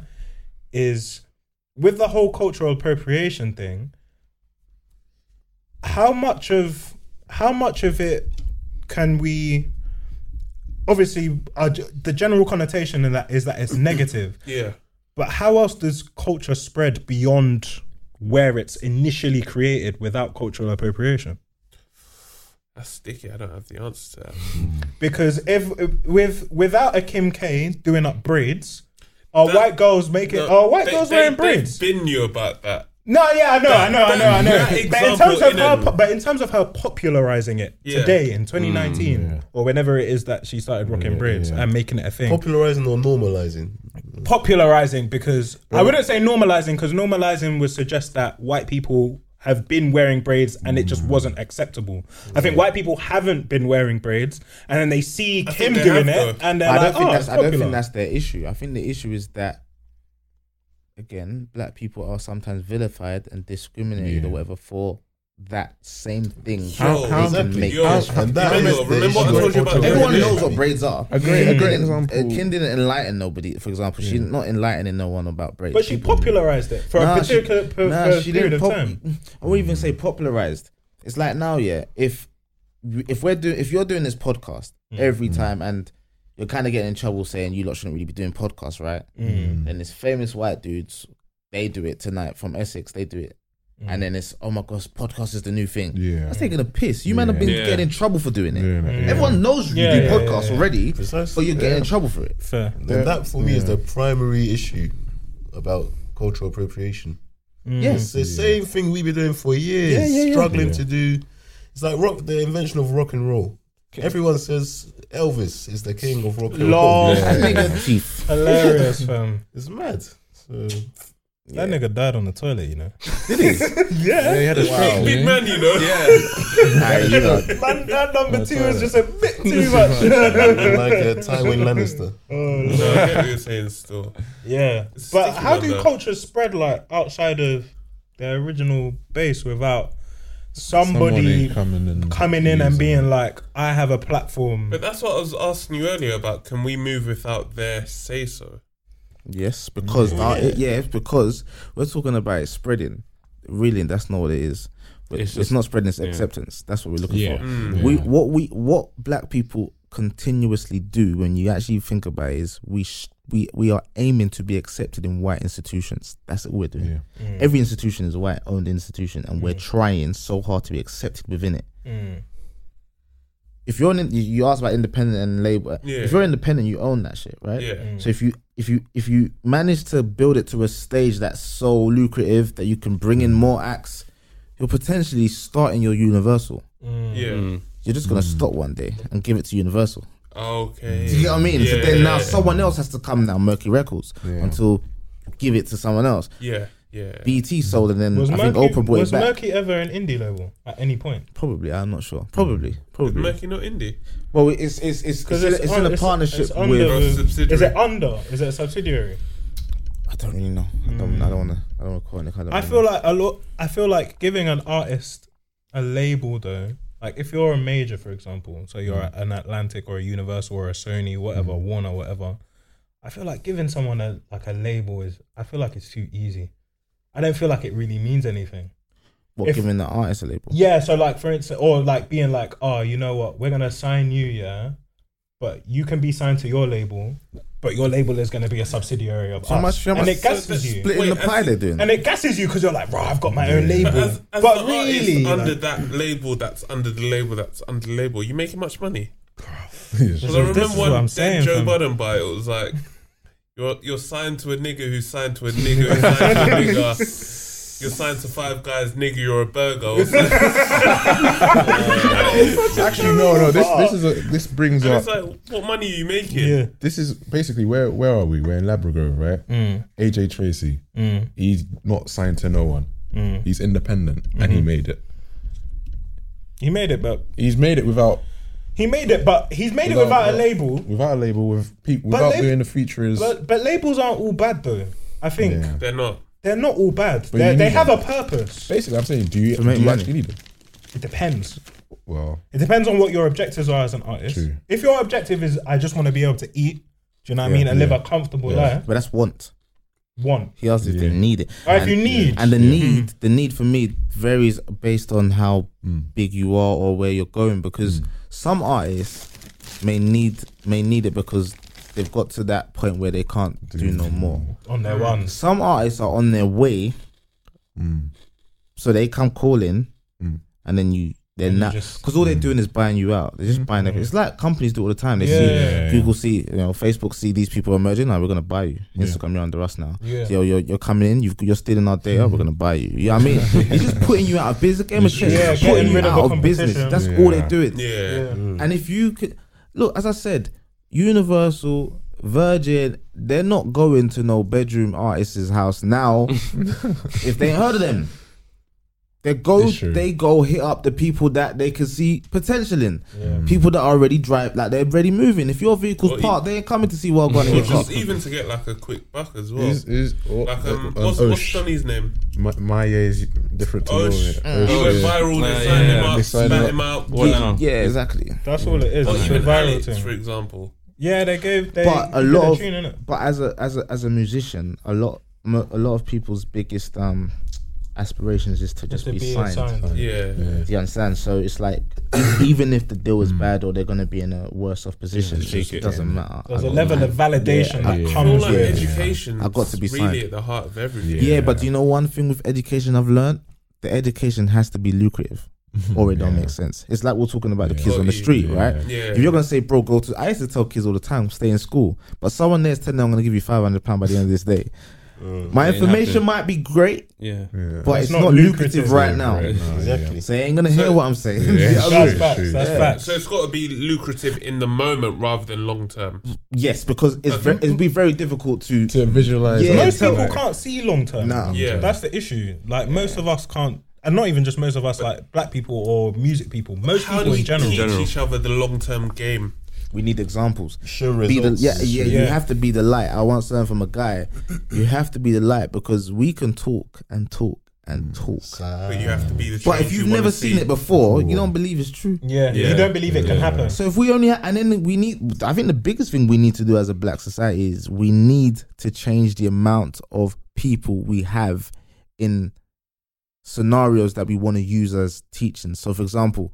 S2: is with the whole cultural appropriation thing, how much of how much of it can we obviously uh, the general connotation in that is that it's negative
S4: yeah.
S2: but how else does culture spread beyond where it's initially created without cultural appropriation
S4: That's sticky. I don't have the answer to that.
S2: because if with without a Kim K doing up braids, are
S4: That-
S2: white girls making
S4: No,
S2: are white
S4: they-
S2: girls
S4: they-
S2: wearing
S4: they
S2: braids?
S4: Bin you about that.
S2: no, yeah, I know, I know, I know, I know.
S4: that
S2: But in
S4: example
S2: terms of
S4: in
S2: her,
S4: and-
S2: po- but in terms of her popularizing it
S4: Yeah.
S2: today in 2019
S1: Mm, yeah.
S2: or whenever it is that she started rocking braids
S1: yeah.
S2: and making it a thing,
S3: Popularizing or normalizing?
S2: popularizing because I wouldn't say normalizing because normalizing would suggest that white people have been wearing braids and it just
S5: Mm.
S2: wasn't acceptable. I think white people haven't been wearing braids and then they see Kim
S4: think they
S2: doing
S4: have,
S2: it
S4: though.
S2: and they're
S5: I
S2: like,
S5: don't think
S2: oh,
S5: that's
S2: it's
S5: I don't
S2: popular.
S5: think that's their issue. I think the issue is that again, black people are sometimes vilified and discriminated or whatever for that same thing.
S4: How- how-
S5: they can
S4: Exactly.
S5: make
S4: Yo,
S5: this
S4: how-
S5: happen.
S3: that
S4: Remember-
S3: is the
S4: remember what I
S3: issue.
S4: told you about
S5: Everyone
S4: Yeah.
S5: knows what braids are.
S1: A great, a great
S5: Kim didn't-
S1: example.
S5: uh, Kim didn't enlighten nobody, for example. She's not enlightening no one about braids.
S2: But she
S5: People-
S2: popularized it for
S5: Nah,
S2: a
S5: she-
S2: particular per,
S5: nah,
S2: per
S5: she
S2: period
S5: didn't
S2: of
S5: pop-
S2: time.
S5: I wouldn't even say popularized. It's like now, yeah. If if we're doing, if you're doing this podcast
S2: Mm.
S5: every time, and you're kind of getting in trouble saying you lot shouldn't really be doing podcasts, right?
S2: Mm.
S5: And this famous white dudes, they do it tonight from Essex. They do it,
S2: Mm.
S5: and then it's oh my gosh, podcast is the new thing.
S1: Yeah.
S5: That's taking a piss. You might have been
S10: Yeah.
S5: getting in trouble for doing it.
S1: Yeah, yeah.
S5: Everyone knows you
S2: Yeah,
S5: do
S2: yeah,
S5: podcasts
S2: yeah, yeah.
S5: already, but
S3: Precisely.
S5: you're getting
S3: Yeah.
S5: in trouble for it.
S2: Fair.
S3: And that for me is the primary issue about cultural appropriation. It's
S5: Yes,
S3: the same thing we've been doing for years,
S5: Yeah, yeah, yeah.
S3: struggling to do. It's like rock, the invention of rock and roll. Everyone says Elvis is the king of rock and
S2: Lol.
S3: roll.
S5: I think it's chief.
S2: Hilarious, fam.
S3: It's mad. So,
S2: That nigga died on the toilet, you know.
S1: Yeah, he had a stroke,
S4: Big
S1: yeah.
S4: man, you know. Yeah.
S2: Man, that number two is just a bit too
S3: like uh, Tywin Lannister.
S2: much.
S4: No, I get what you're saying still.
S2: Yeah,
S4: It's
S2: but
S4: sticky
S2: how
S4: one,
S2: do
S4: though.
S2: cultures spread like outside of their original base without somebody
S1: coming and
S2: coming in and being like, I have a platform.
S4: But that's what I was asking you earlier about. Can we move without their say so?
S5: Yes, because yeah, our, yeah it's because we're talking about it spreading. Really, that's not what it is. But
S4: It's
S5: it's,
S4: just-
S5: not spreading; it's acceptance. That's what we're looking
S1: Yeah.
S5: for.
S4: Mm.
S5: We what we what black people continuously do when you actually think about it is we sh- we we are aiming to be accepted in white institutions. That's what we're doing.
S1: yeah.
S4: Mm.
S5: Every institution is a white owned institution, and we're trying so hard to be accepted within it.
S2: Mm.
S5: If you're an, you- you asked about independent and labor,
S4: Yeah.
S5: if you're independent, you own that shit, right?
S4: Yeah.
S5: So if you if you if you manage to build it to a stage that's so lucrative that you can bring in
S4: Mm.
S5: more acts, you're potentially starting your universal.
S2: Mm.
S4: Yeah.
S5: You're just gonna
S4: Mm.
S5: stop one day and give it to Universal.
S4: Okay.
S5: Do you get what I mean? so
S4: Yeah,
S5: then
S4: yeah,
S5: now
S4: yeah.
S5: someone else has to come now, Mercury Records, until give it to someone else.
S4: Yeah. Yeah.
S5: BT sold and then
S2: Was
S5: I
S2: Murky,
S5: think Oprah bought
S2: was
S5: it back.
S2: Murky ever an indie label at any point?
S5: Probably, I'm not sure. Probably,
S4: Is
S5: probably.
S4: Mercury not indie?
S5: Well, it's it's it's it's, in, a- it's in
S2: un-
S5: a partnership
S2: it's under
S5: with.
S4: Or
S2: the-
S4: subsidiary?
S2: Is it under? Is it a subsidiary?
S5: I don't really know. I don't. I don't want to. I don't want to call it. I, don't
S2: I feel like a lot. I feel like giving an artist a label, though. Like if you're a major, for example, so you're
S5: Mm.
S2: an Atlantic or a Universal or a Sony, whatever, Warner, whatever. I feel like giving someone a like a label is. I feel like it's too easy. I don't feel like it really means anything.
S5: what
S2: if-
S5: giving the artist a label.
S2: Yeah, so like for instance, or like being like, oh, you know what, we're gonna sign you, yeah, but you can be signed to your label, but your label is gonna be a subsidiary of
S5: So
S2: us,
S5: much- so
S2: and
S5: much-
S2: it gasses you,
S5: Splitting
S4: Wait,
S5: the
S4: as
S5: pie
S4: the-
S5: they're doing.
S2: and it gasses you because you're like, right, I've got my own label,
S4: But as, as
S2: but
S4: the artist
S2: really, like,
S4: under that label, that's under the label, that's under the label. You making much money?
S1: Yes.
S4: Because I
S2: This is
S4: remember
S2: what I'm
S4: one
S2: saying,
S4: dead Joe
S2: fam.
S4: Budden by it was like, you're you're signed to a nigga who's signed to a nigga who's signed to a nigga. You're signed to five guys, nigga. You're a burger. Or something.
S1: Actually, no, no. This this is a, this brings
S4: And
S1: up
S4: it's like, what money are you making?
S2: yeah,
S1: this is basically where where are we? We're in Labrador, right? AJ Tracy, he's not signed to no one. He's independent, and he made it.
S2: he made it, but
S1: He's made it without
S2: he made it, but he's made it
S1: Without
S2: without a
S1: what?
S2: label.
S1: without a label, with people without
S2: lab-
S1: doing the features.
S2: But but labels aren't all bad though. I think
S1: Yeah.
S4: They're not.
S2: they're not all bad.
S1: you
S2: They
S1: need
S2: they have
S1: them.
S2: a purpose.
S1: Basically, I'm saying, do you, do
S5: make
S1: you
S5: money.
S1: actually need it?
S2: It depends.
S1: Well,
S2: It depends on what your objectives are as an artist.
S1: True.
S2: If your objective is I just want to be able to eat, do you know what I mean, and live a comfortable life,
S5: But that's want.
S2: one.
S5: He asked if they need it.
S2: Or if
S5: And-
S2: you need,
S5: and the need the need for me varies based on how big you are or where you're going because some artists may need may need it because they've got to that point where they can't do no more
S2: on
S4: Mm.
S2: their ones.
S5: some artists are on their way
S2: Mm.
S5: so they come calling and then you they're
S2: you
S5: not
S2: just- Mm.
S5: because all they're doing is buying you out. They're just buying. Everything. It's like companies do all the time. They
S2: Yeah.
S5: see Google see you know Facebook see these people emerging. Now we're gonna buy you. Instagram, you're under us now.
S2: Yeah.
S5: So you're, you're coming in. You've, you're stealing our data. We're gonna buy you. You know what I mean? it's just putting you out of business. Game of chess,
S2: Yeah,
S5: just
S2: getting
S5: putting you
S2: rid of
S5: out
S2: the
S5: of business.
S2: competition.
S5: That's all they're
S1: Yeah.
S5: doing.
S4: Yeah.
S5: And if you could look, as I said, Universal, Virgin, they're not going to no bedroom artist's house now if they ain't heard of them. They go,
S1: It's true.
S5: they go hit up the people that they can see potential in. People that are already drive, like they're already moving. If your vehicle's
S4: Or e-
S5: parked, they ain't coming to see well gone in
S4: Or
S5: your car.
S4: just even to get like a quick buck as well.
S1: is is or,
S4: Like um,
S1: uh,
S4: what's,
S1: oh,
S4: what's
S1: sh-
S4: Donny's name?
S1: my, my year is different to
S4: Oh,
S1: yours.
S4: sh-
S1: Oh,
S4: He
S1: yeah.
S4: went viral.
S10: Yeah,
S4: They
S10: yeah,
S4: signed him
S10: yeah.
S4: up,
S1: They signed
S4: spat
S1: him
S4: him out.
S10: Well done.
S5: Yeah, exactly.
S2: That's all it is.
S4: Or
S2: It's a
S4: even
S2: viral
S4: Alex, for
S2: thing.
S4: example.
S2: Yeah, they gave they
S5: but a
S2: did
S5: lot of
S2: tune in it.
S5: but as a as a as a musician, a lot mo- a lot of people's biggest um aspirations is to just
S2: To
S5: be,
S2: be
S5: signed.
S2: signed.
S4: Yeah.
S5: Do you understand? So it's like e-, even if the deal is bad or they're gonna be in a worse off position, it just doesn't matter.
S2: There's a
S5: I don't
S2: level
S5: know.
S2: of validation that
S1: yeah.
S4: I feel
S2: comes
S4: like
S2: with
S4: education
S5: I got to be
S4: really
S5: signed.
S4: at the heart of everything.
S5: yeah. but do you know one thing with education I've learned? The education has to be lucrative. Or it don't make sense. It's like we're talking about the kids
S4: Got
S5: on the
S4: you.
S5: street, right?
S4: Yeah.
S5: If you're gonna say, bro, go to I used to tell kids all the time, stay in school. But someone there's telling them I'm gonna give you five hundred pounds by the end of this day. My
S10: ain't
S5: information
S10: happening.
S5: might be great,
S10: Yeah.
S5: but it's,
S2: not
S5: not,
S2: lucrative
S5: lucrative right now.
S3: Exactly.
S5: So you ain't gonna hear what I'm saying.
S1: Yeah.
S2: That's
S1: True,
S2: facts.
S1: true.
S2: That's
S1: Yeah.
S2: facts.
S4: So it's got to be lucrative in the moment rather than long term.
S5: yes, because it's ver- it'd be very difficult to.
S1: To visualize,
S5: Yeah.
S1: like,
S2: most
S5: tell-
S2: people can't see long term.
S5: Nah.
S4: Yeah.
S2: That's the issue. Like most of us can't, and not even just most of us, like black people or music people. Most
S4: How do
S2: people
S4: we
S2: in general.
S4: teach each other the long term game?
S5: We need examples.
S3: Show
S5: Be the,
S3: results.
S5: yeah, yeah, You
S2: Yeah.
S5: have to be the light. I once learned from a guy, you have to be the light because we can talk and talk and talk.
S4: But you have to be the.
S5: But
S4: change
S5: if
S4: you
S5: you've
S4: wanna
S5: never seen
S4: see.
S5: it before, you don't believe it's true.
S2: Yeah,
S4: Yeah.
S2: you don't believe it can happen.
S5: So if we only ha- and then we need, I think the biggest thing we need to do as a black society is we need to change the amount of people we have in scenarios that we want to use as teaching. So, for example,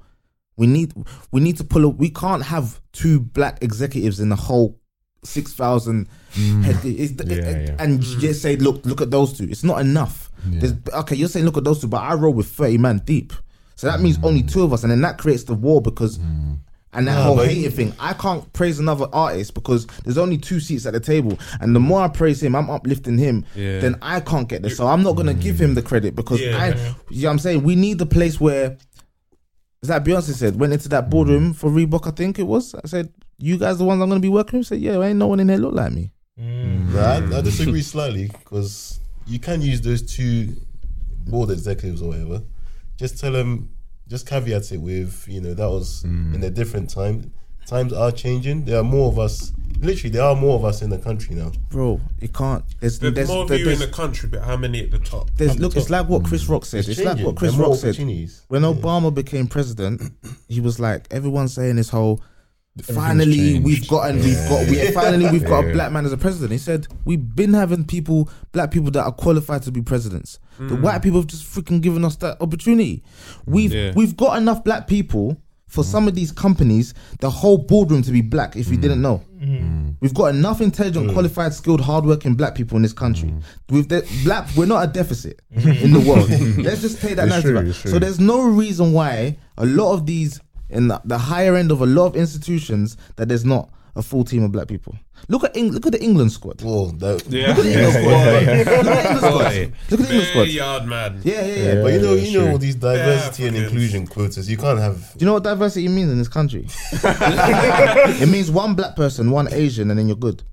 S5: we need we need to pull. A, we can't have two black executives in the whole six thousand.
S1: Mm. Yeah, yeah.
S5: And just say, look, look at those two. It's not enough. There's, okay, you're saying look at those two, but I roll with thirty man deep. So that
S1: Mm.
S5: means only two of us, and then that creates the war because and that whole hating thing. I can't praise another artist because there's only two seats at the table, and the more I praise him, I'm uplifting him.
S10: Yeah.
S5: Then I can't get this, so I'm not gonna
S1: Mm.
S5: give him the credit because I, you know, what I'm saying we need the place where, is that Beyonce said went into that boardroom for Reebok, I think it was. I said, you guys the ones I'm gonna be working with. Said, yeah, ain't no one in there look like me.
S3: Nah, I, I disagree slightly because you can use those two board executives or whatever. Just tell them, just caveat it with, you know, that was
S5: Mm.
S3: in a different time. Times are changing. There are more of us. Literally, there are more of us in the country now.
S5: Bro, it can't. There's
S4: There's,
S5: there's
S4: more of
S5: there's,
S4: you in the country, but how many at the top?
S5: there's- look. It's like what Chris Rock said. It's, like
S3: Mm. changing.
S5: what Chris
S3: There are more
S5: Rock said.
S3: opportunities.
S5: When Obama became president, he was like, everyone's saying this whole. Finally,
S1: changed.
S5: we've got and we've got. We finally we've got a black man as a president. He said we've been having people, black people that are qualified to be presidents. The white people have just freaking given us that opportunity. We've
S10: Yeah.
S5: we've got enough black people
S3: Mm.
S5: for some of these companies, the whole boardroom to be black. If you didn't know, we've got enough intelligent,
S1: Mm.
S5: qualified, skilled, hardworking black people in this country. We've de- black, we're not a deficit in the world. Let's just take that
S1: Mm. It's true,
S5: narrative. out.
S1: it's true.
S5: So there's no reason why a lot of these in the, the higher end of a lot of institutions that there's not a full team of black people. Look at Eng- look at the England squad.
S3: Well, that,
S4: Yeah,
S5: Look at the England squad. Look at the England squad. Look at the England
S4: Bare
S5: squad.
S4: yard man.
S5: Yeah, yeah, yeah.
S3: but you know, you know all these diversity and
S4: fucking-
S3: inclusion quotas. You can't have.
S5: Do you know what diversity means in this country? it means one black person, one Asian, and then you're good.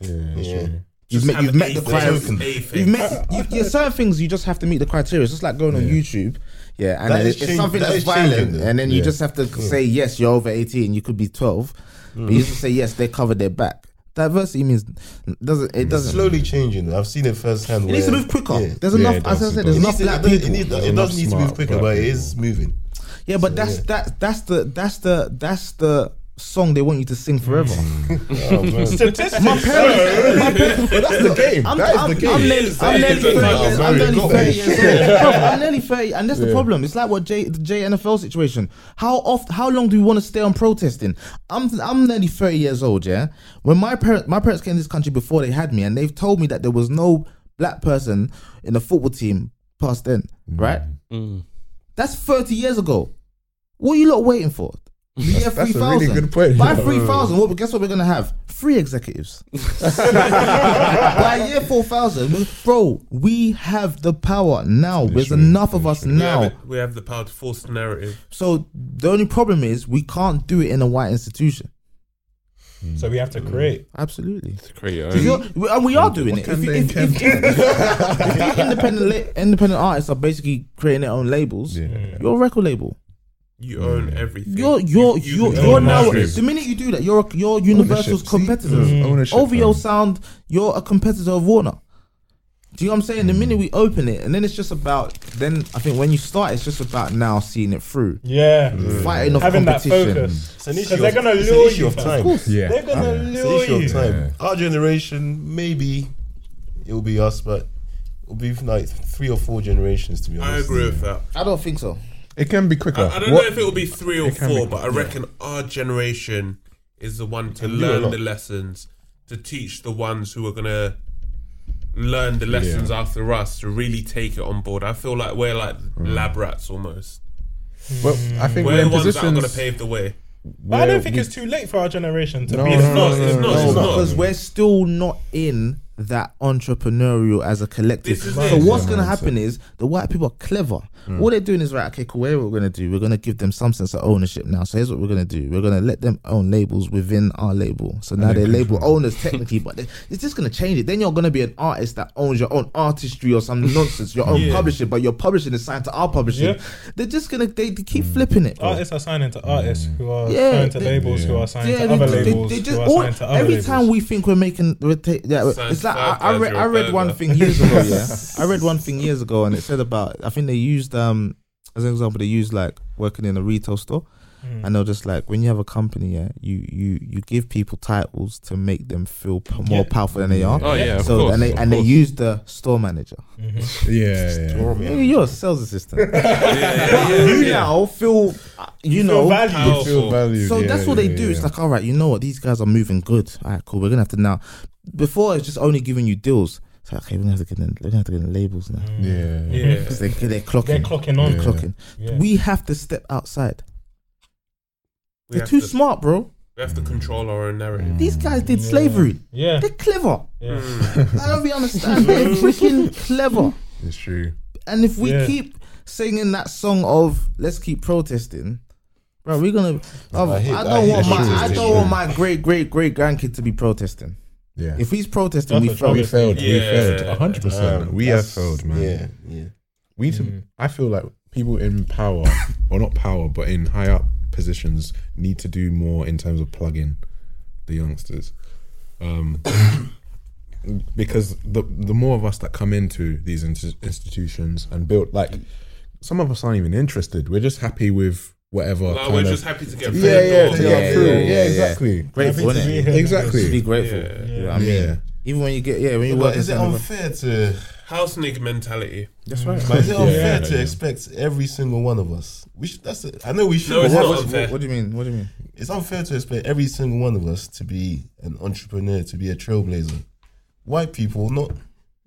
S3: Yeah.
S5: You've, met,
S4: Have
S5: you've met
S4: a
S5: the
S4: face,
S5: criteria.
S4: a
S5: You've
S4: face.
S5: met you, yeah, certain things. You just have to meet the criteria. It's just like going on YouTube, yeah, and
S3: That
S5: then
S3: is
S5: it's
S3: changing-
S5: something
S3: that
S5: that's
S3: is changing
S5: violent,
S3: though.
S5: and then you just have to say yes, you're over eighteen. You could be twelve, but you just say yes, they covered their back. Diversity means doesn't it doesn't.
S3: Slowly changing. I've seen it firsthand.
S5: It needs to
S3: where-
S5: move quicker.
S3: Yeah.
S5: There's
S1: Yeah,
S5: enough,
S1: it
S5: as I
S1: does, it does.
S5: said, there's
S3: It
S5: enough
S3: needs to-
S5: black
S3: it does-
S5: people.
S3: It, needs- it
S1: Enough
S3: does need to
S1: smart
S3: move quicker,
S1: black
S3: but it
S1: people.
S3: is moving.
S5: Yeah, but that's that's that's the that's the that's the song they want you to sing forever. my parents, my parents that's the game. I'm,
S1: That is
S5: I'm,
S1: the game.
S5: I'm nearly,
S4: It
S5: I'm
S4: is.
S5: nearly
S4: It is.
S5: 30 years,
S1: Very
S5: I'm nearly
S1: good.
S5: 30 years old. I'm nearly 30, and that's the problem. It's like what J, the JNFL situation. How oft, how long do we want to stay on protesting? I'm I'm nearly 30 years old, yeah? When my parents my parents came to this country before they had me, and they've told me that there was no black person in the football team past then, right? That's 30 years ago. What are you lot waiting for? The year
S1: that's a
S5: 3000.
S1: really good point.
S5: By 3000, what, guess what we're going to have? Three executives. By year 4000, we- bro, we have the power now. There's enough of us
S4: We have,
S5: now.
S4: it- we have the power to force the narrative.
S5: So the only problem is we can't do it in a white institution.
S2: So we have to create.
S5: Absolutely.
S10: to create your
S5: If
S10: own.
S5: you're- we- and we are doing it. If,
S1: Can
S5: you-
S1: they
S5: if,
S1: can
S5: if independent, la- independent artists are basically creating their own labels, you're a record label.
S4: You
S1: Mm.
S4: own everything.
S5: You're you're
S4: You- you
S5: you're,
S4: can
S5: you're
S4: own
S5: now
S4: markets.
S5: the minute you do that, you're you're Universal's
S1: Ownership, see?
S5: competitor.
S1: Mm. Ownership,
S5: OVO
S1: man.
S5: Sound, you're a competitor of Warner. Do you know what I'm saying?
S1: Mm.
S5: The minute we open it, and then it's just about then I think when you start, it's just about now seeing it through,
S2: Yeah,
S1: Mm.
S5: fighting off
S2: having that
S5: competition.
S2: focus.
S3: It's an issue.
S2: 'Cause
S3: Of,
S2: they're gonna
S3: it's an
S2: lure
S3: issue
S2: you,
S3: of
S2: fam.
S3: time.
S1: Yeah.
S2: They're gonna
S3: It's an
S2: lure
S3: issue
S2: you.
S3: of time.
S1: Yeah.
S3: Our generation, maybe it will be us, but it'll be like three or four generations to be
S4: I
S3: honest.
S4: agree with that.
S5: I don't think so.
S1: It can be quicker.
S4: I don't
S1: Uh, What-
S4: know if it will be three or
S1: It can be
S4: four, but I reckon our generation is the one to
S3: do a
S4: learn
S3: lot.
S4: the lessons, to teach the ones who are gonna learn the lessons after us to really take it on board. I feel like we're like
S1: Mm.
S4: lab rats almost.
S1: Well, I think
S4: We're
S1: we're
S4: the
S1: in
S4: ones that are
S1: positions.
S4: gonna pave the way.
S2: But I
S1: where
S2: don't think
S1: we-
S2: it's too late for our generation to
S1: No,
S2: be.
S1: no,
S4: It's not. It's not.
S5: No,
S4: It's
S5: because
S4: not.
S5: we're still not in that entrepreneurial as a collective.
S4: This is
S5: So
S4: it.
S5: what's
S1: Yeah,
S5: going
S1: man,
S5: to happen is the white people are clever.
S4: Mm.
S5: All they're doing is right. Okay, cool. What we're going to do, we're going to give them some sense of ownership now. So here's what we're going to do: we're going to let them own labels within our label. So now they're label owners technically, but they- it's just going to change it. Then you're going to be an artist that owns your own artistry or some nonsense, your own publishing, but your publishing is signed to our publishing.
S2: Yeah.
S5: They're just going to they, they keep flipping it. bro.
S2: Artists are signing to artists who are
S5: Yeah,
S2: signed to
S5: they-
S2: labels who are signed
S5: Yeah,
S2: to
S5: they,
S2: other
S5: they-
S2: labels
S5: they
S2: who
S5: just
S2: are
S5: all,
S2: signed to other
S5: every
S2: labels.
S5: time we think we're making we're ta- yeah,
S4: Signed
S5: it's
S4: to
S5: like I, I, read, I read one thing years ago. Yeah, I read one thing years ago, and it said about I think they used um as an example they used like working in a retail store,
S2: Mm.
S5: and they're just like when you have a company, yeah, you you you give people titles to make them feel p- more
S2: Yeah.
S5: powerful than they are.
S12: Oh yeah, of
S5: so
S12: course,
S5: and they
S12: of
S5: and they
S12: course.
S5: use the store manager.
S1: Yeah, yeah.
S5: Maybe you're a sales assistant.
S4: yeah, yeah,
S5: you
S4: yeah.
S5: now feel uh, you know
S2: valued.
S1: Feel valued,
S5: So
S1: yeah,
S5: that's what
S1: yeah,
S5: they do.
S1: yeah.
S5: It's like, all right, you know what? These guys are moving good. All right, cool. We're gonna have to now. Before it's just only giving you deals. It's like, okay, we're gonna have to get them. We're gonna have to get them labels now
S1: yeah, yeah.
S4: yeah.
S5: because they, they're clocking.
S2: They're clocking on.
S5: They're clocking.
S2: Yeah.
S5: We have to step outside.
S4: We
S5: They're
S4: have
S5: too
S4: to-
S5: smart, bro.
S4: We have to control our own narrative. Mm.
S5: These guys did
S2: Yeah.
S5: slavery.
S2: Yeah.
S5: They're clever.
S1: Mm.
S2: yeah.
S5: I don't really understand. They're freaking clever.
S1: It's true.
S5: And if we
S2: Yeah.
S5: keep singing that song of "Let's keep protesting," bro, we're gonna. bruv, I,
S3: hate- I
S5: don't
S3: hate
S5: want my
S3: that
S5: I
S3: shit.
S5: don't want my great great great grandkid to be protesting.
S1: Yeah.
S5: If he's protesting, we
S2: That's what
S5: failed.
S1: we failed. We
S4: Yeah.
S1: failed. A hundred percent.
S3: Um,
S1: We have
S3: that's-
S1: failed, man.
S3: Yeah, yeah.
S1: We. To, I feel like people in power, or not power, but in high up positions, need to do more in terms of plugging the youngsters, um, because the the more of us that come into these in- institutions and build, like some of us aren't even interested. We're just happy with whatever.
S4: Like,
S1: kind
S4: we're
S1: of-
S4: just happy to get through
S1: yeah, yeah,
S4: the
S1: to
S4: door.
S1: get
S5: Yeah,
S1: through.
S5: yeah,
S1: Yeah,
S5: yeah, yeah.
S1: exactly.
S5: Grateful,
S2: Happy to be
S5: innit?
S2: here.
S5: Just be
S1: Exactly.
S5: grateful.
S4: Yeah.
S5: You know what I mean,
S1: Yeah.
S5: even when you get yeah, when you work
S3: But is it
S5: in Sandhurst-
S3: unfair to?
S4: House nigga mentality.
S5: That's right.
S3: But is it
S1: Yeah.
S3: unfair to expect every single one of us? We should, that's it. I know we should.
S4: No, it's
S3: but
S4: not
S3: what-
S4: unfair.
S5: What do you mean? What do you mean?
S3: It's unfair to expect every single one of us to be an entrepreneur, to be a trailblazer. White people, not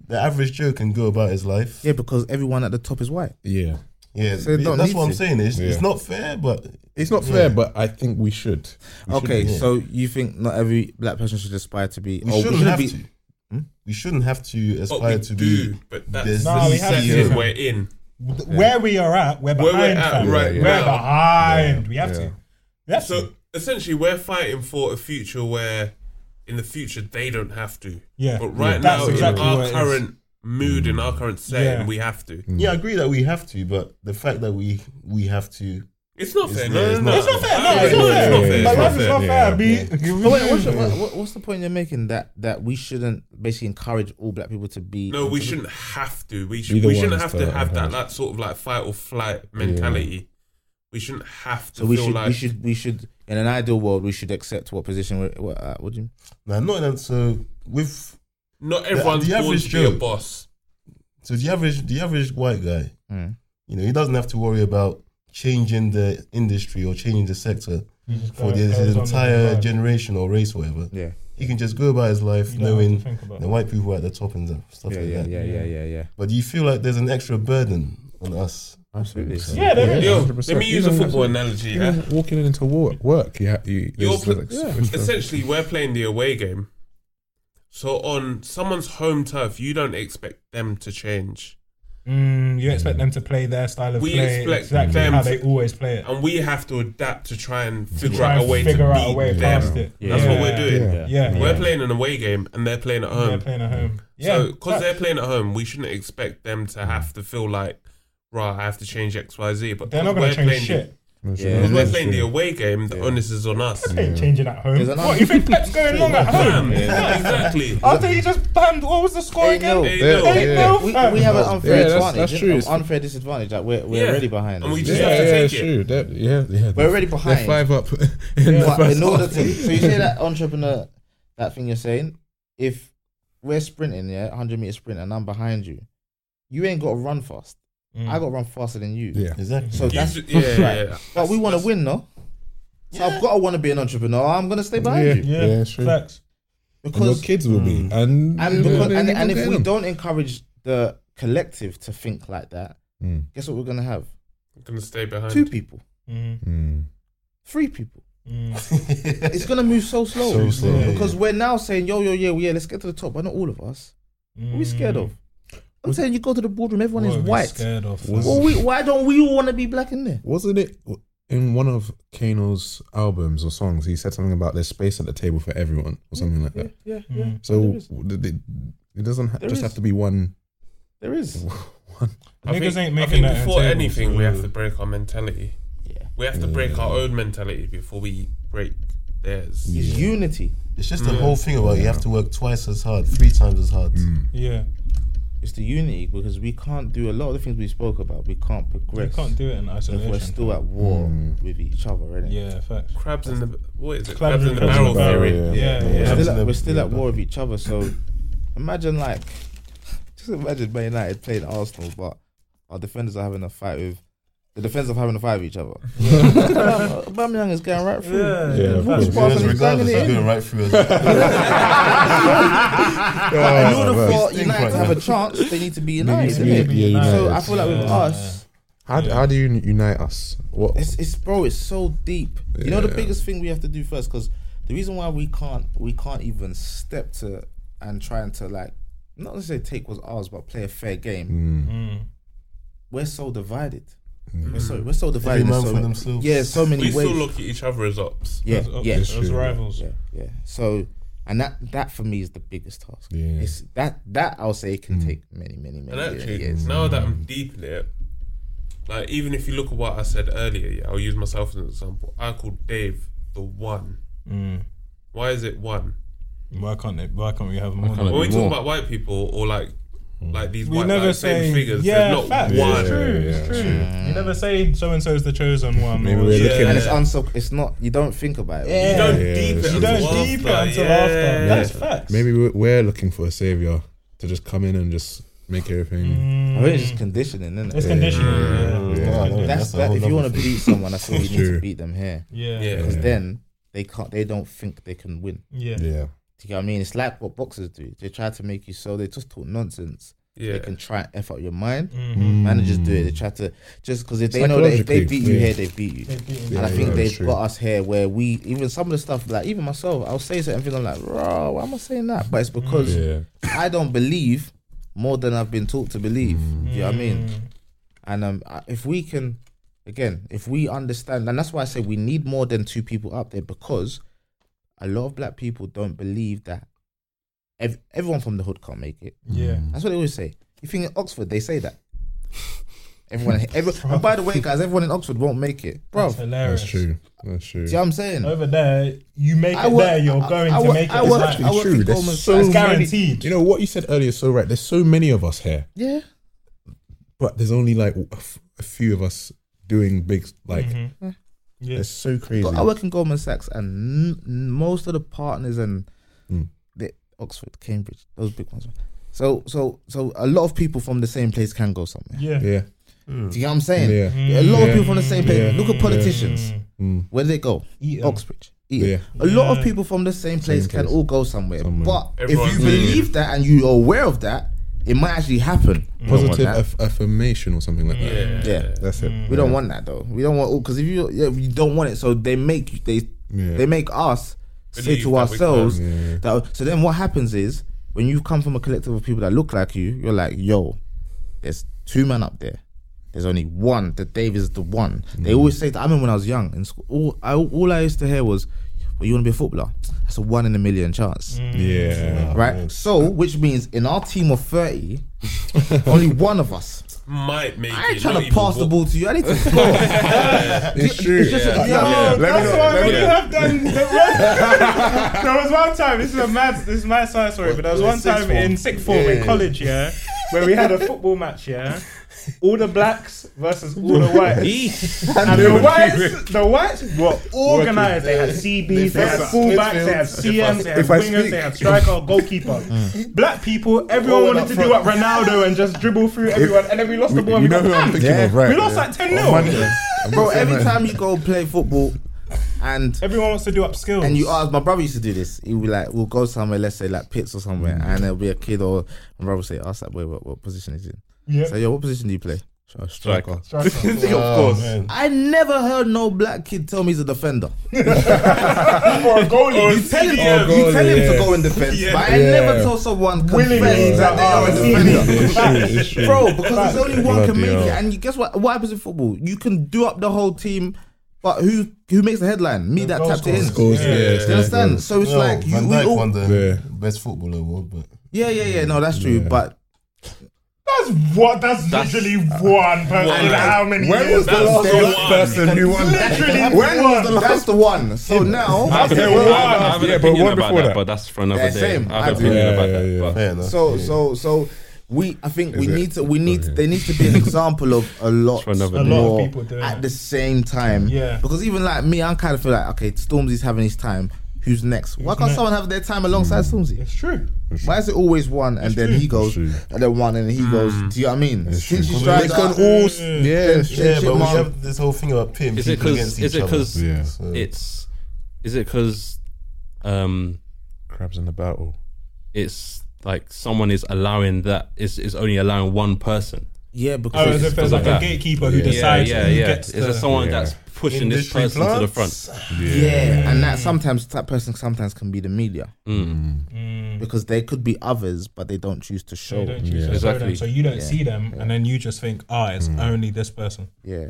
S3: the average Joe, can go about his life.
S5: Yeah, because everyone at the top is white.
S1: Yeah.
S3: Yeah,
S5: So they don't
S3: that's
S5: need
S3: what I'm
S5: to.
S3: saying. It's,
S1: Yeah.
S3: it's not fair, but
S1: It's not fair, but I think we should. We should
S5: okay,
S1: do more.
S5: so you think not every black person should aspire to be?
S3: we
S5: oh,
S3: shouldn't
S5: should
S3: have
S5: be-
S3: to. Hmm? We shouldn't have to
S4: But
S3: aspire
S4: Oh, we
S3: to
S4: do.
S3: be.
S4: But that's
S3: There's
S2: Nah, we
S3: this
S2: have to.
S3: CEO.
S4: where we're in.
S2: Where we are at, we're
S4: Where
S2: behind.
S4: we're at
S2: fam.
S4: right
S2: we're
S4: now.
S2: behind. We have
S1: Yeah.
S2: to. We have
S4: So
S2: to.
S4: essentially, we're fighting for a future where, in the future, they don't have to.
S2: Yeah.
S4: But right
S2: Yeah.
S4: now,
S2: That's exactly
S4: in our
S2: what it is.
S4: current mood, in our current setting,
S2: Yeah.
S4: we have to.
S3: Yeah, I agree that we have to, but the fact that we we have to.
S4: It's not fair.
S3: It's-
S4: No, no,
S3: yeah, it's
S4: no.
S3: not
S2: It's not fair. No,
S4: I
S2: it's
S4: agree,
S2: not fair.
S1: yeah,
S2: My
S1: it's
S2: life is not fair, B.
S3: Yeah.
S5: Oh, wait, what's, your- what, what- what's the point you're making that that we shouldn't basically encourage all black people to be?
S4: No, we shouldn't have to. We
S1: Be
S4: should.
S1: the
S4: We shouldn't
S1: ones
S4: have to
S1: that
S4: have that
S1: have-
S4: that sort of like fight or flight mentality. We shouldn't have to
S5: So we
S4: feel
S5: should
S4: like
S5: we should we should in an ideal world we should accept what position we're what, uh, what do you?
S3: Now, not that. So with
S4: not everyone's
S3: the
S4: born
S3: average
S4: to be a
S3: Joe-
S4: boss.
S3: so the average the average white guy,
S5: Mm.
S3: you know, he doesn't have to worry about changing the industry or changing the sector
S2: You just go-
S3: for this,
S2: goes
S3: his
S2: Uh, on
S3: entire
S2: with the vibe.
S3: generation or race, whatever.
S5: Yeah.
S3: He can just go about his life
S2: You don't have to
S3: knowing
S2: think about
S3: the
S2: it.
S3: white people at the top and that- stuff
S5: Yeah,
S3: like
S5: yeah,
S3: that.
S5: yeah, yeah, yeah, yeah.
S3: But do you feel like there's an extra burden on us?
S5: Absolutely.
S2: Yeah, there is.
S4: Yo,
S1: 100%.
S4: let me use a
S1: Even-
S4: football analogy.
S1: Even
S4: Yeah?
S1: walking into work, work you have you.
S4: You're
S1: there's
S4: pl-
S1: like- it's-
S4: essentially we're playing the away game. So on someone's home turf, you don't expect them to change,
S2: Mm, you expect them to play their style of
S4: We
S2: play
S4: expect
S2: exactly
S4: them
S2: how
S4: to-
S2: they always play it.
S4: and we have to adapt to try and figure
S2: Try
S4: out
S2: and
S4: a way
S2: figure
S4: to
S2: out
S4: beat
S2: a way
S4: them.
S2: past it.
S4: That's what we're doing.
S1: Yeah.
S2: Yeah, yeah.
S4: We're playing an away game, and they're playing at
S2: They're
S4: home.
S2: playing at home. Yeah,
S4: So, because
S2: that-
S4: they're playing at home, we shouldn't expect them to
S5: Mm-hmm.
S4: have to feel like, right, I have to change X, Y, Z. But
S2: they're
S4: 'cause
S2: not going
S4: we're
S2: to change
S4: playing
S2: shit.
S4: The,
S5: Yeah.
S4: because we're playing the away game, the onus is on us.
S2: They ain't changing at home.
S5: There's another-
S2: What you think Pep's going long at
S4: Damn,
S2: home?
S4: yeah, exactly.
S2: After he just banned, what was the score
S5: Eight
S2: again?
S5: nil.
S4: Hey,
S1: Yeah,
S4: no.
S1: yeah.
S2: Eight nil,
S5: We,
S2: fam.
S5: we have an unfair
S1: Yeah, that's-
S5: advantage,
S1: that's
S5: an
S1: true. It's-
S5: unfair disadvantage. Like we're we're
S4: Yeah.
S5: already behind.
S4: And we
S5: us.
S4: just
S1: yeah,
S4: have to
S1: yeah,
S4: take
S1: true. That, yeah, yeah.
S5: we're already
S1: They're
S5: behind.
S1: five up. in the
S5: But
S1: first
S5: in order
S1: half.
S5: to, so you say that entrepreneur, that thing you're saying, if we're sprinting, yeah, 100 meter sprint, and I'm behind you, you ain't got to run fast. I
S2: Mm.
S5: got to run faster than you.
S1: Mm. Yeah.
S3: Exactly.
S5: So that's
S4: yeah, yeah, yeah.
S5: but we want to win, no. So I've got to want to be an entrepreneur. I'm gonna stay behind
S1: yeah,
S5: you
S1: yeah,
S2: Yeah,
S1: it's true.
S2: Facts.
S1: And your
S5: because
S1: kids will be, Mm. and
S5: and
S1: yeah,
S5: because,
S1: they ain't
S5: and, and
S1: gonna
S5: if
S1: get
S5: we
S1: them.
S5: don't encourage the collective to think like that,
S1: Mm.
S5: guess what we're gonna have?
S4: I'm gonna stay behind.
S5: Two people,
S2: Mm,
S1: Mm.
S5: three people.
S2: mm.
S5: It's gonna move so slow.
S3: So slow, yeah,
S5: Because we're now saying, yo, yo, yeah, yeah, let's get to the top, but not all of us. What are we scared of? I'm saying you go to the boardroom, everyone
S2: What
S5: is
S2: are Mm. we
S5: white.
S2: Scared of.
S1: Was-
S5: Well, we, why don't we all want to be black in there?
S1: Wasn't it in one of Kano's albums or songs? He said something about there's space at the table for everyone or something like that.
S5: Yeah,
S2: yeah. Mm.
S1: So
S5: There is.
S1: th- th- it doesn't ha-
S5: There
S1: just
S5: is.
S1: have to be one.
S5: there is.
S1: one.
S4: I
S2: Niggas
S4: think,
S2: ain't
S4: I
S2: making
S4: think
S2: that
S4: before
S2: in tables.
S4: anything, we have to break our mentality.
S5: Yeah.
S4: We have to break our own mentality before we break theirs.
S5: It's unity.
S3: It's just the whole thing about you have to work twice as hard, three times as hard.
S5: Mm.
S2: Yeah,
S5: It's the unity because we can't do a lot of the things we spoke about. We can't
S2: you
S5: progress
S2: can't do it in
S5: if
S2: isolation.
S5: we're still at war with each other, right?
S2: yeah, facts.
S4: Crabs in the what is it? Crabs,
S2: Crabs in
S4: in
S2: the
S4: the barrel
S2: barrel,
S4: theory.
S1: yeah.
S2: Yeah,
S5: We're
S2: yeah.
S5: still, at,
S3: Absolutely.
S5: we're still at war with each other. So imagine like, just imagine Man United playing Arsenal, but our defenders are having a fight with. The defenders are having a fight with each other. Aubameyang is going right through.
S2: Yeah,
S1: Yeah, of
S2: facts.
S1: course.
S3: Regardless,
S5: He's banging it
S3: regardless, it's
S5: in.
S3: going right through us.
S5: In order
S1: Oh,
S5: for
S3: Think
S5: United to
S3: right
S5: have a
S3: now.
S5: chance, they need to be
S1: man.
S5: United.
S1: We need to
S5: innit?
S1: be
S2: Yeah,
S5: So
S1: united.
S5: I feel like with
S2: Yeah.
S5: us,
S1: How, how do you unite us? What?
S5: it's, it's bro, it's so deep. You know the
S1: Yeah.
S5: biggest thing we have to do first, because the reason why we can't we can't even step to and trying to like not necessarily take what's ours, but play a fair game.
S2: Mm.
S5: we're so divided. We're so we're so
S3: Every
S5: divided. in
S3: man
S5: so
S3: for
S5: many-
S3: themselves.
S5: yeah, so many
S4: We
S5: ways.
S4: still look at each other as ops.
S5: yeah,
S2: Those-
S5: yeah,
S2: those rivals.
S5: yeah, yeah. So, and that that for me is the biggest task.
S1: Yeah.
S5: It's that that I'll say it can take many, many,
S4: And
S5: many
S4: actually,
S5: years.
S4: now that I'm deep in it, like even if you look at what I said earlier, yeah, I'll use myself as an example. I called Dave the one.
S2: Mm.
S4: Why is it one?
S2: Why can't it? Why can't we have more?
S13: can't
S2: than-
S13: it-
S4: When we talk
S13: More.
S4: about white people or like like these
S2: We
S4: white
S2: never
S4: like,
S2: say
S4: same figures,
S2: yeah,
S4: there's not
S2: facts.
S1: Yeah,
S4: one.
S2: It's true. It's
S1: yeah,
S2: true. You never say so and so is the chosen one.
S1: Maybe
S2: or-
S1: we're
S4: Yeah.
S1: looking at
S5: and it's unsub. It's not. You don't think about it.
S2: Yeah.
S4: You don't
S1: Yeah,
S4: deep it
S1: it's
S4: until
S2: You don't
S4: after.
S2: deep it until
S4: yeah.
S2: after. That's facts.
S1: Maybe we're, we're looking for a savior to just come in and just make everything.
S5: I think Mm.
S4: Mm.
S5: it's just conditioning, isn't
S2: It's
S5: it?
S2: conditioning. Yeah.
S3: Yeah, I know,
S5: That's,
S3: a
S5: that.
S3: whole
S5: If you
S3: other
S5: want to
S3: thing.
S5: beat someone, that's what you need to
S1: True.
S5: beat them here,
S2: Yeah.
S4: Yeah.
S5: because
S1: Yeah.
S5: then they can't. They don't think they can win.
S1: Yeah,
S2: Yeah.
S5: Do you get what I mean? It's like what boxers do. They try to make you so they just talk nonsense.
S4: Yeah.
S5: They can try and f up your mind.
S2: Mhm.
S5: Managers do it. They try to just because if they know that if
S1: Psychologically,
S5: they beat you
S1: yeah.
S5: here, they beat you.
S2: They beat
S5: and I
S1: Yeah,
S5: think
S1: yeah,
S5: they've
S1: it's true.
S5: got us here where we even some of the stuff like even myself, I'll say certain things. I'm like, bro, why am I saying that? But it's because
S1: yeah.
S5: I don't believe more than I've been taught to believe. Do you know what I mean?
S2: Mm.
S5: And um, I- if we can, again, if we understand, and that's why I say we need more than two people up there because a lot of black people don't believe that ev- everyone from the hood can't make it.
S2: Yeah.
S5: That's what they always say. You think in Oxford they say that. Everyone, every, and by the way, guys, everyone in Oxford won't make it, bro.
S2: That's
S5: Do
S2: hilarious.
S1: That's true. That's true.
S5: you know what I'm saying?
S2: Over there, you make it there, you're going to
S5: work-
S2: make it.
S5: I
S2: It's
S5: work,
S2: like-
S5: I work
S1: True,
S5: in
S1: there's
S5: Goldman
S1: so
S5: Sachs.
S2: it's guaranteed.
S1: You know what you said earlier is so right. There's so many of us here,
S5: Yeah,
S1: but there's only like a f- a few of us doing big. Like
S2: Mm-hmm. Yeah.
S1: it's so crazy.
S5: but I work in Goldman Sachs, and n- n- most of the partners and
S1: Mm.
S5: the Oxford, Cambridge, those big ones. So, so, so a lot of people from the same place can go somewhere.
S2: Yeah.
S1: yeah,
S2: Hmm.
S5: Do you know what I'm saying?
S1: yeah,
S5: A lot of
S1: Yeah.
S5: people from the same place.
S1: Yeah.
S5: Look at politicians.
S1: Mm.
S5: Where do they go?
S2: Hmm. Eat 'em.
S5: Oxbridge. Eton.
S1: yeah.
S5: A lot of
S2: Yeah.
S5: people from the same place can
S1: place.
S5: all go somewhere.
S1: Somewhere.
S5: But if
S4: Everyone's
S5: you
S4: doing it.
S5: believe that and you're aware of that, it might actually happen.
S2: Hmm.
S5: We don't want
S1: Positive
S5: that.
S1: aff- affirmation or something like that.
S4: Yeah.
S5: Yeah. Mm.
S1: That's it.
S5: We don't want that though. We don't want because if you yeah, you don't want it, so they make you they
S1: Yeah.
S5: they make us say
S4: Believe
S5: to
S4: that we
S5: ourselves
S1: can. Yeah.
S5: that. So then what happens is when you come from a collective of people that look like you, you're like, yo, there's two men up there. There's only one. That Dave is the one.
S1: Mm.
S5: They always say that. I remember when I was young in school, all I all I used to hear was, "Well, you want to be a footballer? That's a one in a million chance."
S4: Mm.
S1: Yeah.
S5: Right, so which means in our team of thirty, only one of us
S4: Might make
S5: I
S4: it.
S5: ain't trying
S4: not
S5: to
S4: even
S5: pass the
S4: walk.
S5: ball to you. I need to score. it's
S1: true.
S5: just
S4: Yeah.
S5: a- yeah.
S2: No,
S1: Let me
S2: Oh, that's
S1: know-
S2: why
S1: let
S2: when
S1: me
S2: you
S1: know.
S2: have done the one- there was one time. This is a mad. This is my side story. But there was
S3: In
S2: one
S3: sixth
S2: time
S3: form.
S2: in sixth form in
S3: Yeah.
S2: college, yeah, where we had a football match, yeah. All the blacks versus all the whites, and the whites, the whites were organised. They had CBs, they had
S3: Defense,
S2: fullbacks, they had
S3: midfield.
S2: CMs, they had
S13: If I
S2: wingers,
S13: speak-
S2: they had striker, goalkeeper. Black people, everyone
S3: All
S2: wanted
S3: up
S2: to do what
S3: front.
S2: Ronaldo and just dribble through everyone, and then we lost the ball. And
S13: you
S2: we,
S13: know
S2: got
S13: who I'm
S2: banned.
S13: thinking of, right?
S2: we lost like ten 0
S5: Bro, every time you go play football and
S2: Everyone wants to do up skills.
S5: and you ask, my brother used to do this. He would be like, we'll go somewhere, let's say like pits or somewhere, and there'll be a kid or my brother would say, ask that boy what, what position is he in.
S2: yeah.
S5: So, yo, what position do you play? "Oh, Striker.
S2: Striker.
S5: Of
S3: Oh, man.
S5: I never heard no black kid tell me he's a defender.
S2: for a goalie.
S5: You tell him,
S4: Yeah,
S5: you tell him to
S1: yeah.
S5: go in defense,
S4: Yeah.
S5: but I
S1: Yeah.
S5: never saw someone
S2: Willingly
S5: confess that they are a
S2: that
S5: defender.
S1: "Oh, It's true, it's true.
S5: bro. Because there's only one
S1: Bloody
S5: can make it,
S1: hell.
S5: and you guess what? What happens in football? You can do up the whole team, but who who makes the headline? Me that
S2: goal
S5: tapped it in.
S1: Scores, yeah,
S4: Yeah.
S1: it's
S5: Do you
S1: like-
S5: understand? So it's
S3: Well,
S5: like you,
S3: Van
S5: we
S3: Dijk
S5: all,
S3: won the
S1: Yeah.
S3: best footballer award, but
S5: yeah, yeah, yeah. No, that's true. But
S2: That's what. That's, literally one person. in how many?
S1: When was
S2: years?
S1: the last
S4: the
S1: black
S4: one.
S1: person who won that?
S2: literally
S5: When
S2: one.
S5: was the last one? So now,
S10: I have,
S1: Okay,
S10: an,
S1: well,
S10: I have, I have an
S1: yeah, but
S10: opinion
S1: one
S10: about
S1: before
S10: that,
S1: that.
S10: but that's for another
S5: Yeah,
S10: day.
S5: same.
S10: I have
S5: I
S10: an
S5: do.
S10: opinion
S1: Yeah,
S10: about
S1: yeah, yeah.
S10: that. But
S3: Fair enough.
S5: so so so we. I think we
S1: Is it?
S5: need to. We need.
S1: Okay.
S5: There needs to be an example of a lot
S10: for another
S2: A
S10: day.
S2: lot
S5: more
S2: of people doing
S5: at
S2: it.
S5: the same time.
S2: Yeah.
S5: Because even like me, I'm kind of feel like okay, Stormzy's having his time. Who's next? Why can't
S2: next?
S5: someone have their time alongside Stormzy?
S2: It's true.
S5: Why is it always one and then he goes
S1: true.
S5: and then one and he goes? Do you know what I mean? Since you
S3: Well,
S5: strike
S3: they
S5: out,
S3: can
S5: all
S1: Yeah,
S3: Yeah, but we
S5: Chipmunk.
S3: have this whole thing about pitting
S10: Is it
S3: people
S10: because?
S3: against each
S10: Is it
S3: other.
S10: because?
S1: yeah.
S3: So-
S10: It's. Is it because? Um,
S1: Crabs in the battle.
S10: it's like someone is allowing that is is only allowing one person.
S5: yeah,
S2: Oh,
S5: because
S2: as if there's like a gatekeeper who decides
S10: yeah,
S2: who
S10: yeah.
S2: gets
S10: is there
S2: the-
S10: someone
S1: Yeah.
S10: that's pushing this
S3: Industry
S10: person to the
S3: plants?
S10: front?
S5: yeah, and that sometimes that person sometimes can be the media
S10: Mm.
S5: because they could be others, but they don't choose to
S2: So
S5: show.
S2: you don't choose to show
S10: Exactly.
S2: them, so you don't
S5: Yeah.
S2: see them, and then you just think, ah, it's only this person.
S5: Yeah,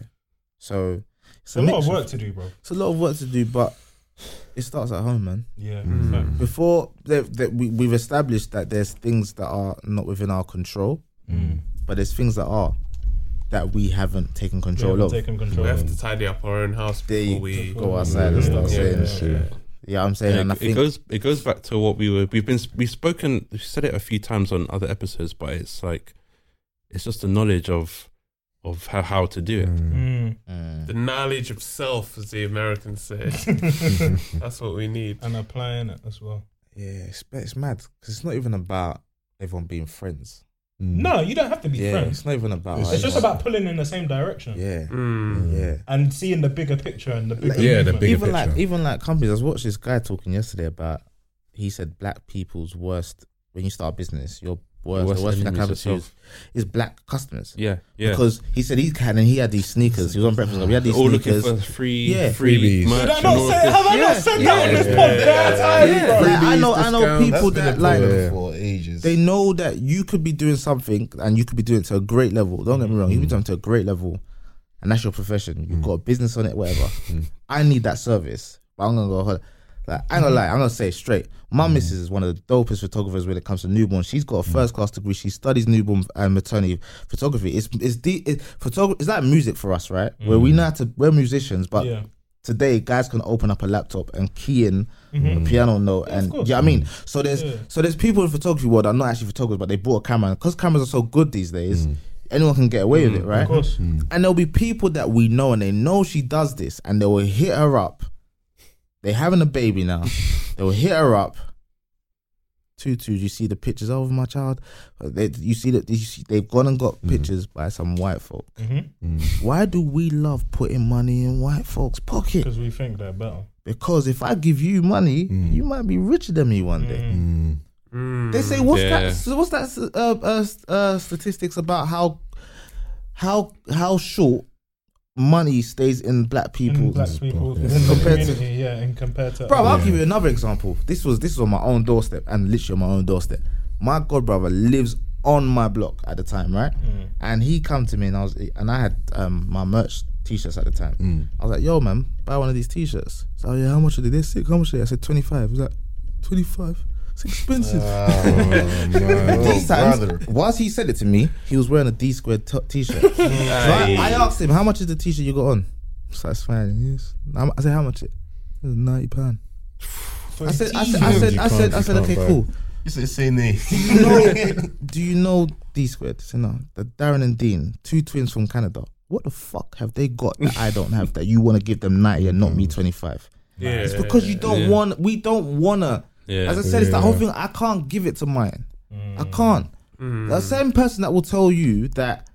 S5: so it's
S2: It's a lot of
S5: mix
S2: work to do, bro.
S5: It's a lot of work to do, but it starts at home, man.
S2: Yeah.
S1: Mm.
S5: Before that, that we, we've established that there's things that are not within our control,
S2: mm.
S5: but there's things that are that we haven't taken control
S2: Yeah,
S5: of.
S2: taking control.
S4: We have to tidy up our own house
S5: There
S4: before we
S5: you go outside and start saying,
S1: That's true.
S5: yeah, I'm saying,
S10: It,
S5: and I
S10: it
S5: think
S10: goes it goes back to what we were we've been we've spoken we've said it a few times on other episodes, but it's like it's just the knowledge of of how, how to do it.
S2: Mm.
S4: the knowledge of self, as the Americans say. That's what we need.
S2: Mm. And applying it as well.
S5: yeah, it's, it's mad because it's not even about everyone being friends.
S2: No, you don't have to be
S5: yeah,
S2: friends.
S5: it's not even about.
S2: It's just about pulling in the same direction
S5: yeah,
S4: Mm.
S5: yeah.
S2: and seeing the bigger picture and the bigger.
S1: Yeah, the
S2: movement.
S1: bigger
S5: even like
S1: picture.
S5: even like companies. I was watching this guy talking yesterday about. He said black people's worst when you start a business. Your worst, the worst thing that
S10: enemies
S5: can happen to you is,
S10: yourself.
S5: is black customers.
S10: Yeah, yeah.
S5: Because he said he can and he had these sneakers. He was on Breakfast Club. He had these
S10: all
S5: sneakers.
S10: looking for free
S5: Yeah.
S10: free
S1: Freebies.
S10: merch.
S2: Did I
S10: and
S2: not
S10: all
S2: say?
S10: this.
S2: Have I not
S5: Yeah.
S2: said
S5: Yeah.
S2: that on this
S1: Yeah.
S2: podcast?
S5: Yeah. Like, I know I know
S1: discounts.
S5: people
S3: That's
S5: that
S3: been a
S5: like
S3: problem
S1: Yeah.
S3: for ages.
S5: they know that you could be doing something and you could be doing it to a great level. Don't get me wrong, you could be doing it to a great level, and that's your profession. You've got a business on it, whatever. I need that service, but I'm gonna go. Hold like, I ain't gonna lie, I'm gonna say it straight. My missus is one of the dopest photographers when it comes to newborn. She's got a first class degree. She studies newborn and maternity photography. It's it's the it, photography. It's like music for us, right? Where we know how to we're musicians, but
S2: Yeah.
S5: today guys can open up a laptop and key in a piano note and yeah
S2: Mm-hmm. course.
S5: I mean so there's
S2: Yeah.
S5: so there's people in photography world that are not actually photographers but they bought a camera because cameras are so good these days anyone can get away with it right
S2: Mm. Of
S5: Mm.
S2: course.
S5: and there'll be people that we know and they know she does this and they will hit her up they're having a baby now they will hit her up tutus you see the pictures of my child Uh, they, you see that you see, they've gone and
S2: Mm-hmm.
S5: got pictures by some white folk why do we love putting money in white folks pocket
S2: Because we think they're better.
S5: because if I give you money, you might be richer than me one day.
S2: Mm.
S4: Hmm.
S5: They say what's that? so What's that? Uh, uh, uh, statistics about how how how short money stays in black
S2: In
S5: people's
S2: black people,
S1: Yeah.
S2: in the
S5: Compared to-
S2: community, yeah, and compared to.
S5: Bro, I'll
S2: Yeah.
S5: give you another example. This was this was on my own doorstep and literally on my own doorstep. My god brother lives on my block at the time, right? And he come to me and I was and I had um my merch t-shirts at the time. I was like, yo man, buy one of these t-shirts. So yeah, how much are they? They're sick, how much are they? I said twenty five. He's like, twenty five? It's expensive.
S1: Oh,
S5: These times,
S3: Oh, brother.
S5: whilst he said it to me, he was wearing a D squared t- t-shirt. so I, I asked him, "How much is the t-shirt you got on?" So that's fine. Yes. I'm- I said, "How much?" It It was ninety pound. I said, I said, I said, I said, I said,
S1: You
S5: okay,
S1: can't buy
S5: cool.
S3: It's the same name.
S5: Do you know D squared? I said, no. The Darren and Dean, two twins from Canada. What the fuck have they got that I don't have that you want to give them ninety and not me twenty five?
S4: Yeah.
S5: It's because you don't
S10: Mm. Yeah.
S5: want. We don't wanna.
S10: Yeah.
S5: As I said, it's that whole thing. I can't give it to mine. I can't. The same person that will tell you that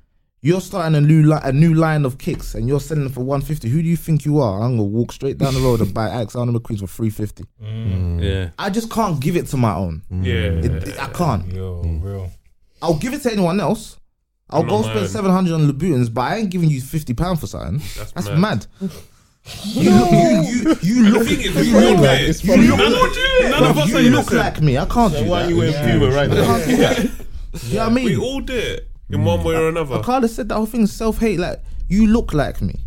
S5: you're starting a new li- a new line of kicks and you're selling them for one fifty. Who do you think you are? I'm gonna walk straight down the road and buy Alexander McQueen for three fifty.
S10: yeah.
S5: I just can't give it to my own.
S4: Yeah.
S5: It- it- I can't.
S2: Yo, real.
S5: I'll give it to anyone else. I'll
S4: Not
S5: go
S4: mine.
S5: spend seven hundred on Labutins, but I ain't giving you fifty pound for something.
S4: That's
S5: That's,
S4: mad.
S5: mad. you, look- you, you, you
S4: The
S5: look,
S4: thing is, we all
S5: like-
S4: know it.
S5: you look,
S4: None of- none of us are
S5: you look
S4: innocent.
S5: like me. I can't do
S3: Why
S5: that.
S3: are you wearing Puma right
S5: I
S3: now?
S5: can't do that. You know what I mean?
S4: We all do it in
S5: Hmm.
S4: one way or another.
S5: Carla said that whole thing self hate. Like you look like me.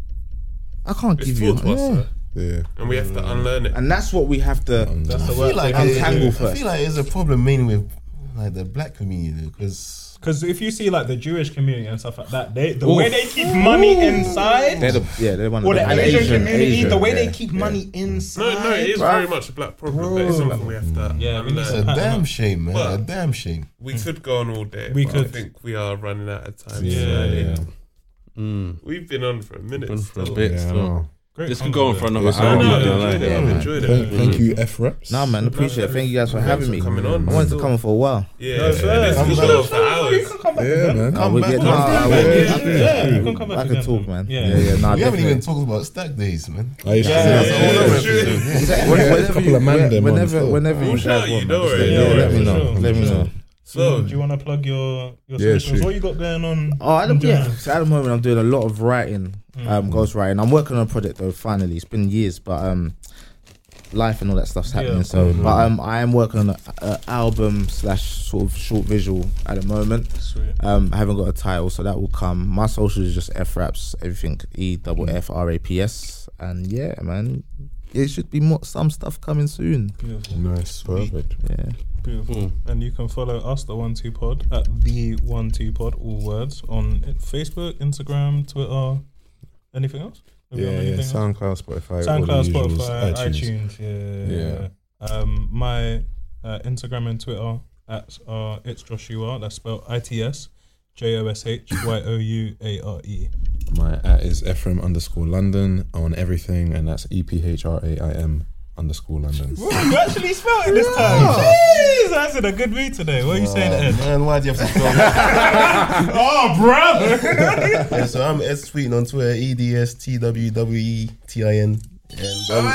S5: I can't
S4: It's
S5: give you.
S4: taught to us,
S5: Yeah.
S4: sir,
S1: Yeah.
S4: and we have to unlearn it.
S5: And that's what we have to.
S2: That's the
S3: I feel
S2: word.
S3: like
S5: Untangle
S3: it- I
S5: first.
S3: feel like it's a problem mainly with like the black community because
S2: Because if you see like the Jewish community and stuff like that, they the way they keep money inside,
S5: They're the, yeah, they're one
S2: or
S5: of
S2: the
S5: the
S2: Asian,
S5: and
S2: community,
S5: Asian,
S2: the way
S5: yeah.
S2: they keep money inside.
S4: No, no, it is
S2: bruv.
S4: very much a black problem, but it's something we have to.
S2: Yeah, we need
S4: unlearn.
S2: to
S3: a
S2: pattern
S3: damn
S2: up.
S3: shame, man.
S4: Well-
S3: a damn shame.
S4: We could go on all day.
S2: We
S4: but I
S2: could.
S4: think we are running out of time.
S2: uh, Yeah,
S4: so
S2: yeah.
S11: Mm.
S4: We've been on for a minute.
S11: Been for a
S4: still.
S11: bit,
S1: Yeah, I
S11: still.
S1: know.
S2: Great
S11: This could go on for
S2: content.
S11: another
S1: Yeah,
S11: hour.
S4: I
S1: I'm
S4: know,
S1: not
S4: I've
S1: doing
S4: enjoyed it.
S5: yeah,
S4: I've
S5: man.
S4: enjoyed
S1: Thank,
S4: it.
S1: thank you, F reps.
S5: Nah, man, appreciate it. Thank you guys for
S4: Thanks
S5: having
S4: for
S5: me.
S4: coming on.
S5: I wanted to come on for a while.
S4: Yeah,
S2: No, it's fair.
S4: this
S2: Come
S4: could
S2: back.
S4: go on for
S2: You
S4: hours.
S2: can come back
S1: Yeah,
S2: again.
S1: man.
S5: I would get,
S2: Come
S5: nah, I
S2: back
S5: would
S2: again.
S5: get,
S2: Yeah, yeah, you can come back
S5: I
S2: again,
S5: can
S2: man.
S5: talk, man.
S2: Yeah.
S5: Yeah, yeah, nah,
S3: we haven't
S5: definitely.
S3: even talked about stack days, man.
S1: I used
S2: Yeah,
S1: to
S2: yeah,
S1: say
S2: yeah,
S1: that.
S2: yeah,
S1: Yeah,
S4: sure.
S1: Whenever you- whenever-
S5: whenever,
S1: whenever
S5: whenever
S4: you
S5: you
S4: guys want,
S5: guys want,
S4: man, just
S2: let me
S5: yeah,
S2: know.
S5: let me
S2: For
S5: know.
S2: sure.
S5: Let me know.
S4: So,
S2: Do you want to plug your your
S1: Yeah,
S2: socials?
S1: shoot.
S2: What you got going on?
S5: Oh, I
S2: in
S5: don't, yeah.
S2: general?
S5: So at the moment, I'm doing a lot of writing, um,
S2: Mm.
S5: ghost writing. I'm working on a project though. Finally, it's been years, but um, life and all that stuff's happening.
S2: Yeah.
S5: so, but um, I am working on an album slash sort of short visual at the moment.
S2: Sweet.
S5: Um, I haven't got a title, so that will come. My social is just F Raps, everything E double F R A P S, and yeah, man, it should be more some stuff coming soon.
S2: Beautiful.
S1: Nice, perfect.
S5: Yeah,
S2: Beautiful.
S1: Hmm.
S2: And you can follow us, the One Two Pod, at the One Two Pod, all words on it- Facebook, Instagram, Twitter, anything else? Have you
S1: Yeah,
S2: done
S1: yeah.
S2: anything else?
S1: SoundCloud, Spotify, all
S2: SoundCloud,
S1: the usuals,
S2: Spotify,
S1: iTunes.
S2: iTunes. yeah, yeah, yeah. Um, my uh, Instagram and Twitter at uh, it's Joshua. That's spelled I T S J O S H Y O U A R E.
S1: My at is Ephraim underscore London on everything, and that's E P H R A I M underscore London.
S2: You actually spelled it this time. Jeez, that's in a good mood today. What are you saying,
S3: Uh,
S2: Ed?
S3: man, why do you have to spell that?
S2: Oh, brother.
S3: yeah, so I'm S Tweeting on Twitter, E D S T W W E T I N. And I'm,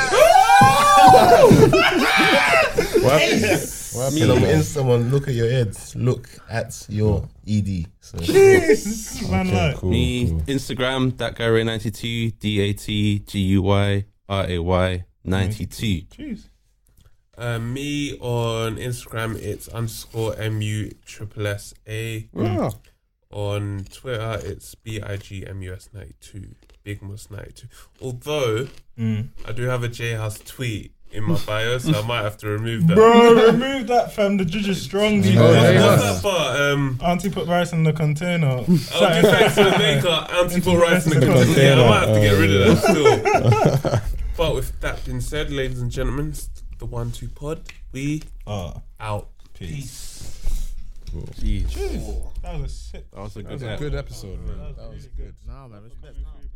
S3: and I'm in someone, look at your head. Look at your E ED. So,
S2: Jeez, man,
S1: Okay,
S2: like.
S1: cool,
S11: Me,
S1: cool.
S11: Instagram, that guy ray 92, D A T G U Y R A Y 92.
S2: Jeez.
S4: uh, me on Instagram, it's underscore M U triple S A.
S10: Yeah.
S4: On Twitter, it's B I G M U S 92, Big Mus 92. Although,
S2: Mm.
S4: I do have a J House tweet in my bio, so I might have to remove that.
S2: Bro, remove that from the judges strong. these
S1: Oh,
S2: days.
S1: yeah.
S4: What's that part? Um,
S2: Auntie put rice in the container.
S4: I'll do Oh, thanks to the maker and to put rice in the
S2: Into the
S4: container. Yeah, I might have
S1: container.
S4: to get rid of that still. but with that being said, ladies and gentlemen, it's the one two pod, we
S2: Ah,
S4: out.
S2: peace.
S11: Jeez.
S2: That was a sick.
S11: That was a good,
S1: That was
S11: app.
S1: a good episode, man. That was
S2: really good.
S5: nah, man, respect.
S2: That was really good.